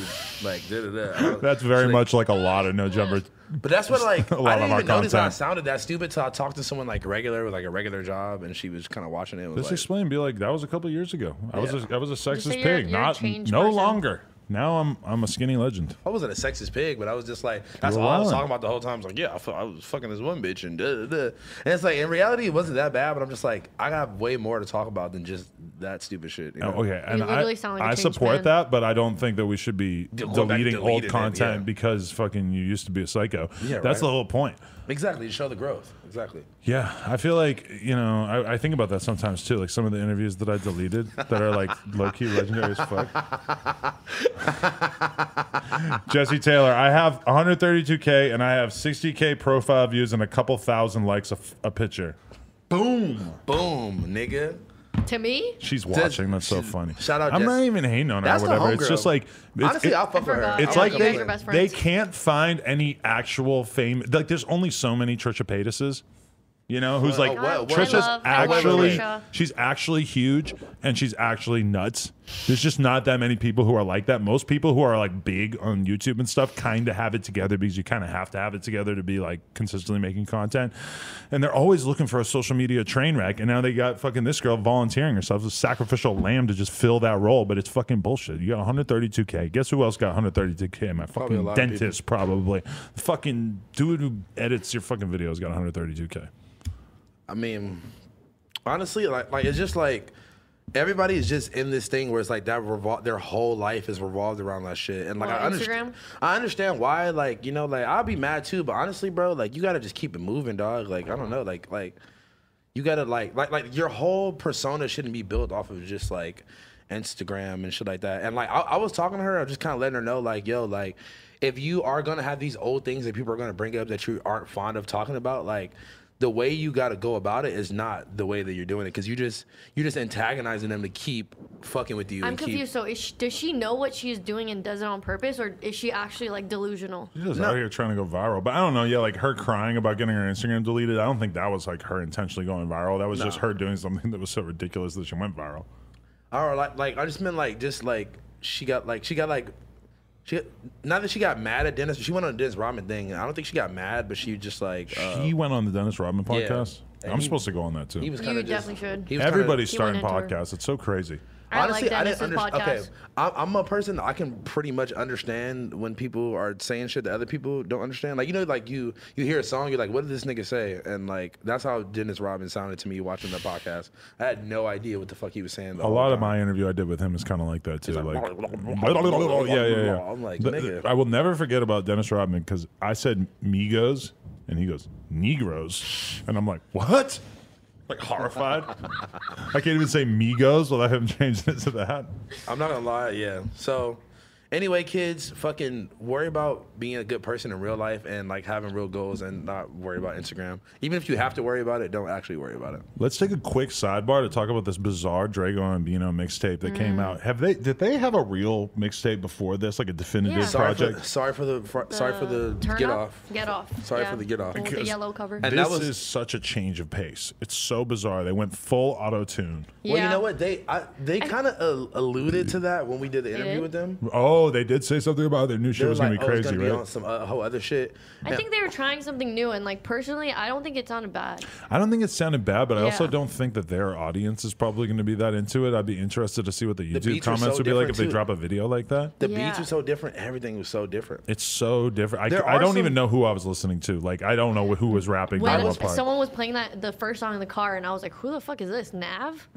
Speaker 1: like da da da. I was-
Speaker 2: That's
Speaker 1: she's
Speaker 2: very
Speaker 1: like-
Speaker 2: much like a lot of no jumper.
Speaker 1: But that's what like
Speaker 2: a lot
Speaker 1: I didn't
Speaker 2: of our
Speaker 1: even notice how I
Speaker 2: content.
Speaker 1: sounded that stupid till I talked to someone like regular with like a regular job and she was kind of watching it. and was
Speaker 2: Just
Speaker 1: like-
Speaker 2: explain. Be like, that was a couple years ago. I was a, I was a
Speaker 3: say
Speaker 2: sexist
Speaker 3: you're-
Speaker 2: pig.
Speaker 3: you're a
Speaker 2: Not no
Speaker 3: changed person.
Speaker 2: longer. Now I'm I'm a skinny legend.
Speaker 1: I wasn't a sexist pig, but I was just like, that's
Speaker 2: You
Speaker 1: all
Speaker 2: were
Speaker 1: I was
Speaker 2: wildin'.
Speaker 1: talking about the whole time. I was like, yeah, I, fu- I was fucking this one bitch, and da da da. And it's like, in reality, it wasn't that bad, but I'm just like, I got way more to talk about than just that stupid shit. You know?
Speaker 2: Oh, okay, and I,
Speaker 3: literally sound like a
Speaker 2: I
Speaker 3: changed
Speaker 2: support
Speaker 3: man.
Speaker 2: that, but I don't think that we should be
Speaker 1: Go back and
Speaker 2: deleting old
Speaker 1: deleting it,
Speaker 2: content
Speaker 1: yeah.
Speaker 2: because fucking you used to be a psycho.
Speaker 1: Yeah,
Speaker 2: that's
Speaker 1: right.
Speaker 2: the whole point.
Speaker 1: Exactly, to show the growth. Exactly.
Speaker 2: Yeah, I feel like you know I, I think about that sometimes too. Like some of the interviews that I deleted that are like low key legendary as fuck. Jesse Taylor, I have 132k and I have 60k profile views and a couple thousand likes a, f- a picture.
Speaker 1: Boom, boom, nigga.
Speaker 3: To me,
Speaker 2: She's watching. That's so
Speaker 1: she's-
Speaker 2: funny.
Speaker 1: shout out
Speaker 2: I'm not
Speaker 1: Jess.
Speaker 2: even hating on her or
Speaker 1: That's the
Speaker 2: whatever. It's
Speaker 1: homegirl.
Speaker 2: just like it's,
Speaker 1: Honestly,
Speaker 2: it-
Speaker 1: I'll fuck with her.
Speaker 3: forgot.
Speaker 2: It's
Speaker 3: Yeah,
Speaker 2: like
Speaker 3: you
Speaker 2: they,
Speaker 3: guys are best
Speaker 2: they
Speaker 3: friends.
Speaker 2: can't find any actual fame. Like there's only so many Trisha Paytas, you know, who's like
Speaker 1: Oh, what- what-
Speaker 2: Trisha's
Speaker 3: I love- I love
Speaker 2: actually
Speaker 3: Trisha.
Speaker 2: she's actually huge and she's actually nuts. There's just not that many people who are like that. Most people who are like big on YouTube and stuff kind of have it together because you kind of have to have it together to be like consistently making content. And they're always looking for a social media train wreck. And now they got fucking this girl volunteering herself as a sacrificial lamb to just fill that role. But it's fucking bullshit. You got 132K. Guess who else got 132K?
Speaker 1: Probably a
Speaker 2: My fucking
Speaker 1: lot of
Speaker 2: dentist, probably. The fucking dude who edits your fucking videos got 132K.
Speaker 1: I mean, honestly, like, like it's just like everybody is just in this thing where it's like that revol- their whole life is revolved around that shit. And like
Speaker 3: Well,
Speaker 1: I understand,
Speaker 3: Instagram?
Speaker 1: I understand why. Like you know, like I'll be mad too, but honestly, bro, like you gotta just keep it moving, dog. Like I don't know, like like you gotta like like like your whole persona shouldn't be built off of just like Instagram and shit like that. And like I, I was talking to her, I was just kind of letting her know, like, yo, like if you are gonna have these old things that people are gonna bring up that you aren't fond of talking about, like the way you gotta go about it is not the way that you're doing it because you just you're just antagonizing them to keep fucking with you.
Speaker 3: I'm
Speaker 1: and keep-
Speaker 3: confused. So, is she, does she know what she's doing and does it on purpose, or is she actually like delusional?
Speaker 2: She was out here trying to go viral, but I don't know. Yeah, like her crying about getting her Instagram deleted. I don't think that was like her intentionally going viral. That was just her doing something that was so ridiculous that she went viral.
Speaker 1: Or like, like I just meant like just like she got like she got like she not that she got mad at Dennis, she went on a Dennis Rodman thing. and I don't think she got mad, but she just like uh,
Speaker 2: she went on the Dennis Rodman podcast.
Speaker 1: And
Speaker 2: I'm
Speaker 1: he-
Speaker 2: supposed to go on that too.
Speaker 1: he was
Speaker 3: You
Speaker 1: kind of
Speaker 3: definitely should.
Speaker 1: He was kinda-
Speaker 2: Everybody's
Speaker 3: He went
Speaker 2: starting
Speaker 3: into her.
Speaker 2: podcasts. It's so crazy.
Speaker 3: I like
Speaker 1: Honestly, I, didn't
Speaker 3: Dennis's
Speaker 1: understand. Okay,
Speaker 3: podcast.
Speaker 1: I'm, I'm a person I can pretty much understand when people are saying shit that other people don't understand. Like you know, like you you hear a song, you're like, "What did this nigga say?" And like that's how Dennis Robin sounded to me watching that podcast. I had no idea what the fuck he was saying.
Speaker 2: A lot of my interview I did with him is kind of like that too. Like, yeah, yeah, yeah.
Speaker 1: I'm like,
Speaker 2: The-
Speaker 1: nigga.
Speaker 2: I will never forget about Dennis Rodman because I said Migos and he goes Negroes, and I'm like, what? Like horrified. I can't even say Migos without him changing it to that.
Speaker 1: I'm not gonna lie, yeah. So, anyway, kids, fucking worry about being a good person in real life and like having real goals and not worry about Instagram. Even if you have to worry about it, don't actually worry about it.
Speaker 2: Let's take a quick sidebar to talk about this bizarre Drago and Bino mixtape that came out. Have they? Did they have a real mixtape before this, like a definitive
Speaker 3: Yeah.
Speaker 1: Sorry
Speaker 2: project?
Speaker 1: for sorry for the for, sorry for the
Speaker 3: Uh-huh. Turn
Speaker 1: get
Speaker 3: up?
Speaker 1: off.
Speaker 3: Get off.
Speaker 1: Sorry
Speaker 3: yeah.
Speaker 1: for the get off.
Speaker 3: With the yellow cover.
Speaker 1: And
Speaker 2: this
Speaker 1: that was-
Speaker 2: is such a change of pace. It's so bizarre. They went full auto tune.
Speaker 1: Well, you
Speaker 3: Yeah.
Speaker 1: know what they I, they kind of uh, alluded to that when we did the interview
Speaker 3: did?
Speaker 1: with them.
Speaker 2: Oh, they did say something about it. They knew shit
Speaker 1: They were
Speaker 2: was
Speaker 1: like,
Speaker 2: gonna be crazy,
Speaker 1: oh, it's gonna
Speaker 2: right?
Speaker 1: be on some uh, whole other shit.
Speaker 3: I think they were trying something new, and like personally, I don't think it sounded bad.
Speaker 2: I don't think it sounded bad, but I also
Speaker 3: Yeah.
Speaker 2: don't think that their audience is probably going to be that into it. I'd be interested to see what the YouTube
Speaker 1: beats were so
Speaker 2: comments would be like
Speaker 1: different,
Speaker 2: if they
Speaker 1: too.
Speaker 2: drop a video like that.
Speaker 1: the
Speaker 3: Yeah.
Speaker 1: beats were so different. Everything was so different.
Speaker 2: It's so different.
Speaker 1: There
Speaker 2: I, I
Speaker 1: are
Speaker 2: don't
Speaker 1: some-
Speaker 2: even know who I was listening to. Like, I don't know who was rapping by
Speaker 3: When
Speaker 2: what part.
Speaker 3: someone was playing that the first song in the car, and I was like, "Who the fuck is this? Nav?"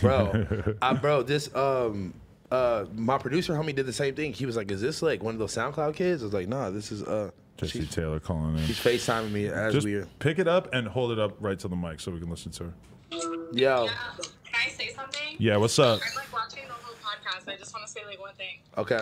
Speaker 1: bro. I, bro, this um uh my producer homie did the same thing. He was like, "Is this like one of those SoundCloud kids?" I was like, "Nah, this is uh."
Speaker 2: Jesse
Speaker 1: She's,
Speaker 2: Taylor calling in.
Speaker 1: she's FaceTiming me as
Speaker 2: Just
Speaker 1: we.
Speaker 2: pick it up and hold it up right to the mic so we can listen to her.
Speaker 1: Yo,
Speaker 4: Can I say something?
Speaker 2: Oh. Yeah, what's up?
Speaker 4: I'm like watching the whole podcast. I just want to say like one thing.
Speaker 1: okay.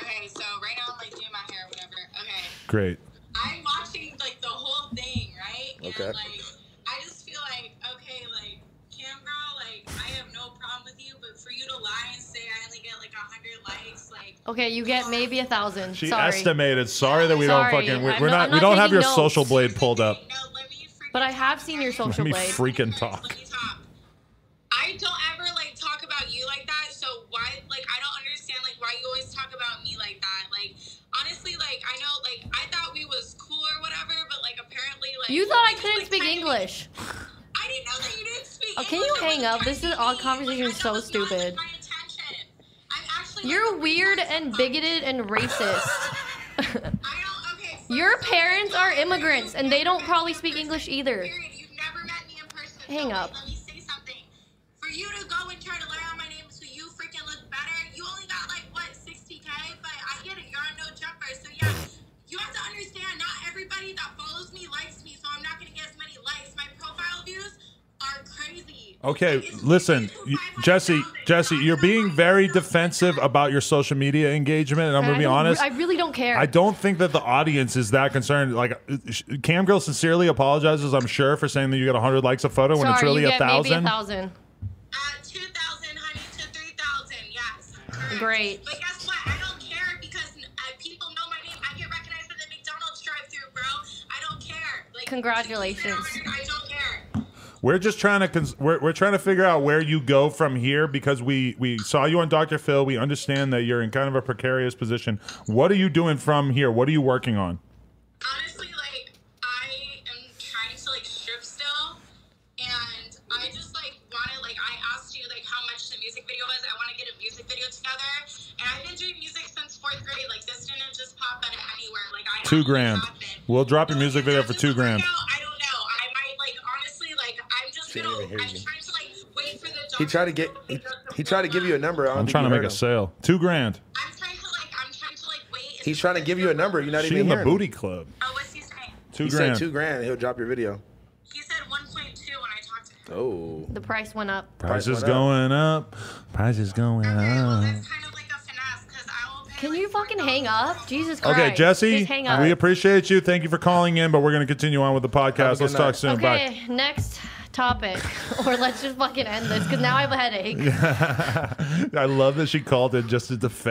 Speaker 4: Okay, so right now I'm like doing my hair or whatever. Okay,
Speaker 2: Great.
Speaker 4: I'm watching like the whole thing, right?
Speaker 1: Okay.
Speaker 4: And like, I just feel like okay, like Cam girl, like I have no problem with you, but for you to lie and say I only get like a hundred likes, like
Speaker 3: Okay, you get maybe a thousand.
Speaker 2: She
Speaker 3: Sorry.
Speaker 2: estimated. Sorry that we
Speaker 3: Sorry.
Speaker 2: don't fucking. We,
Speaker 3: I'm
Speaker 2: we're not.
Speaker 3: not- I'm
Speaker 2: we
Speaker 3: not
Speaker 2: don't have
Speaker 3: taking
Speaker 2: your
Speaker 3: notes.
Speaker 2: social blade pulled up.
Speaker 4: No, let me freaking
Speaker 3: But I have seen your
Speaker 4: talk,
Speaker 3: social
Speaker 2: me
Speaker 3: blade.
Speaker 2: freak- Freaking
Speaker 4: Let
Speaker 2: talk.
Speaker 4: me talk. I don't talk about me like that. Like honestly, like I know, like I thought we was cool or whatever, but like apparently, like
Speaker 3: You thought I
Speaker 4: we,
Speaker 3: couldn't
Speaker 4: like,
Speaker 3: speak
Speaker 4: kinda-
Speaker 3: English.
Speaker 4: I didn't know that you didn't speak.
Speaker 3: Oh, can
Speaker 4: English.
Speaker 3: you
Speaker 4: I
Speaker 3: hang
Speaker 4: wasn't
Speaker 3: up?
Speaker 4: trying
Speaker 3: This
Speaker 4: to
Speaker 3: is-
Speaker 4: be
Speaker 3: our
Speaker 4: mean.
Speaker 3: conversation
Speaker 4: Like,
Speaker 3: is
Speaker 4: I
Speaker 3: so
Speaker 4: know that y'all
Speaker 3: stupid.
Speaker 4: like my attention. I'm actually, like, a
Speaker 3: You're
Speaker 4: big
Speaker 3: weird
Speaker 4: person.
Speaker 3: and bigoted and racist.
Speaker 4: I don't. Okay. first
Speaker 3: Your
Speaker 4: of all,
Speaker 3: parents
Speaker 4: you've
Speaker 3: are
Speaker 4: never
Speaker 3: immigrants,
Speaker 4: met
Speaker 3: and
Speaker 4: me
Speaker 3: they
Speaker 4: in
Speaker 3: don't
Speaker 4: person.
Speaker 3: probably speak English either.
Speaker 4: Period. You've never met me in person.
Speaker 3: Hang
Speaker 4: Okay,
Speaker 3: up.
Speaker 4: Let me say something. For you to go and try to learn how my name so you freaking look better, you only got like what 60k. But I get it. You're on no jumper, so yeah. You have to understand. Not everybody that follows me likes me, so I'm not gonna get as many likes. My profile views are crazy.
Speaker 2: Okay,
Speaker 4: Like, it's
Speaker 2: listen,
Speaker 4: crazy to
Speaker 2: you-
Speaker 4: 500,000.
Speaker 2: Jesse, Jesse, you're being very
Speaker 4: Not everybody likes me.
Speaker 2: defensive about your social media engagement, and I'm
Speaker 3: And
Speaker 2: gonna
Speaker 3: I
Speaker 2: be
Speaker 3: don't-
Speaker 2: honest.
Speaker 3: I really don't care.
Speaker 2: I don't think that the audience is that concerned. Like, uh, sh- Cam Girl sincerely apologizes, I'm sure, for saying that you got 100 likes a photo when
Speaker 3: Sorry,
Speaker 2: it's really
Speaker 3: you
Speaker 2: a
Speaker 3: get maybe
Speaker 2: thousand.
Speaker 3: a thousand.
Speaker 4: Uh, 2,000, honey, to 3,000. Yes. correct.
Speaker 3: Great.
Speaker 4: But guess what? I don't care because uh, people know my name. I get recognized at the McDonald's drive-through, bro. I don't care. Like,
Speaker 3: Congratulations.
Speaker 4: I don't care.
Speaker 2: We're just trying to cons- we're, we're trying to figure out where you go from here because we we saw you on Dr. Phil. We understand that you're in kind of a precarious position. What are you doing from here? What are you working on?
Speaker 4: honestly, like I am trying to like strip still, and I just like wanted like I asked you like how much the music video was. I want to get a music video together, and I've been doing music since fourth grade. Like this didn't just pop out of anywhere. Like I
Speaker 2: Two grand. We'll drop your music video for two grand.
Speaker 4: No, I don't know. I might like honestly like I'm just
Speaker 1: She
Speaker 4: gonna.
Speaker 1: didn't even hear
Speaker 4: I'm
Speaker 1: you.
Speaker 4: trying to like wait for the.
Speaker 1: He tried to get he, he tried to give you a number. I don't
Speaker 2: I'm
Speaker 1: think
Speaker 2: trying to
Speaker 1: you
Speaker 2: make
Speaker 1: heard
Speaker 2: a
Speaker 1: him.
Speaker 2: sale. Two grand.
Speaker 4: I'm trying to like I'm trying to like wait.
Speaker 1: He's trying to give you a number. You're not
Speaker 2: She
Speaker 1: even
Speaker 2: in the
Speaker 1: hearing him.
Speaker 2: booty club.
Speaker 4: Oh, what's he saying?
Speaker 2: Two
Speaker 1: He
Speaker 2: grand.
Speaker 1: said two grand. He'll drop your video.
Speaker 4: He said 1.2 when I talked to him.
Speaker 1: Oh,
Speaker 3: The price went up.
Speaker 2: Price
Speaker 1: Price
Speaker 2: is
Speaker 1: went up.
Speaker 2: going up. Price is going
Speaker 4: Okay, well,
Speaker 2: up.
Speaker 4: that's kind of like a finesse, 'cause I will pay,
Speaker 3: Can
Speaker 4: like,
Speaker 3: you fucking hang up? Jesus Christ.
Speaker 2: Okay, Jesse,
Speaker 3: Just hang up.
Speaker 2: we appreciate you. Thank you for calling in, but we're going to continue on with the podcast.
Speaker 1: good
Speaker 2: Let's
Speaker 1: night.
Speaker 2: talk soon. Bye.
Speaker 3: okay, next topic. or let's just fucking end this because now I have a headache.
Speaker 2: I love that she called it just to defend.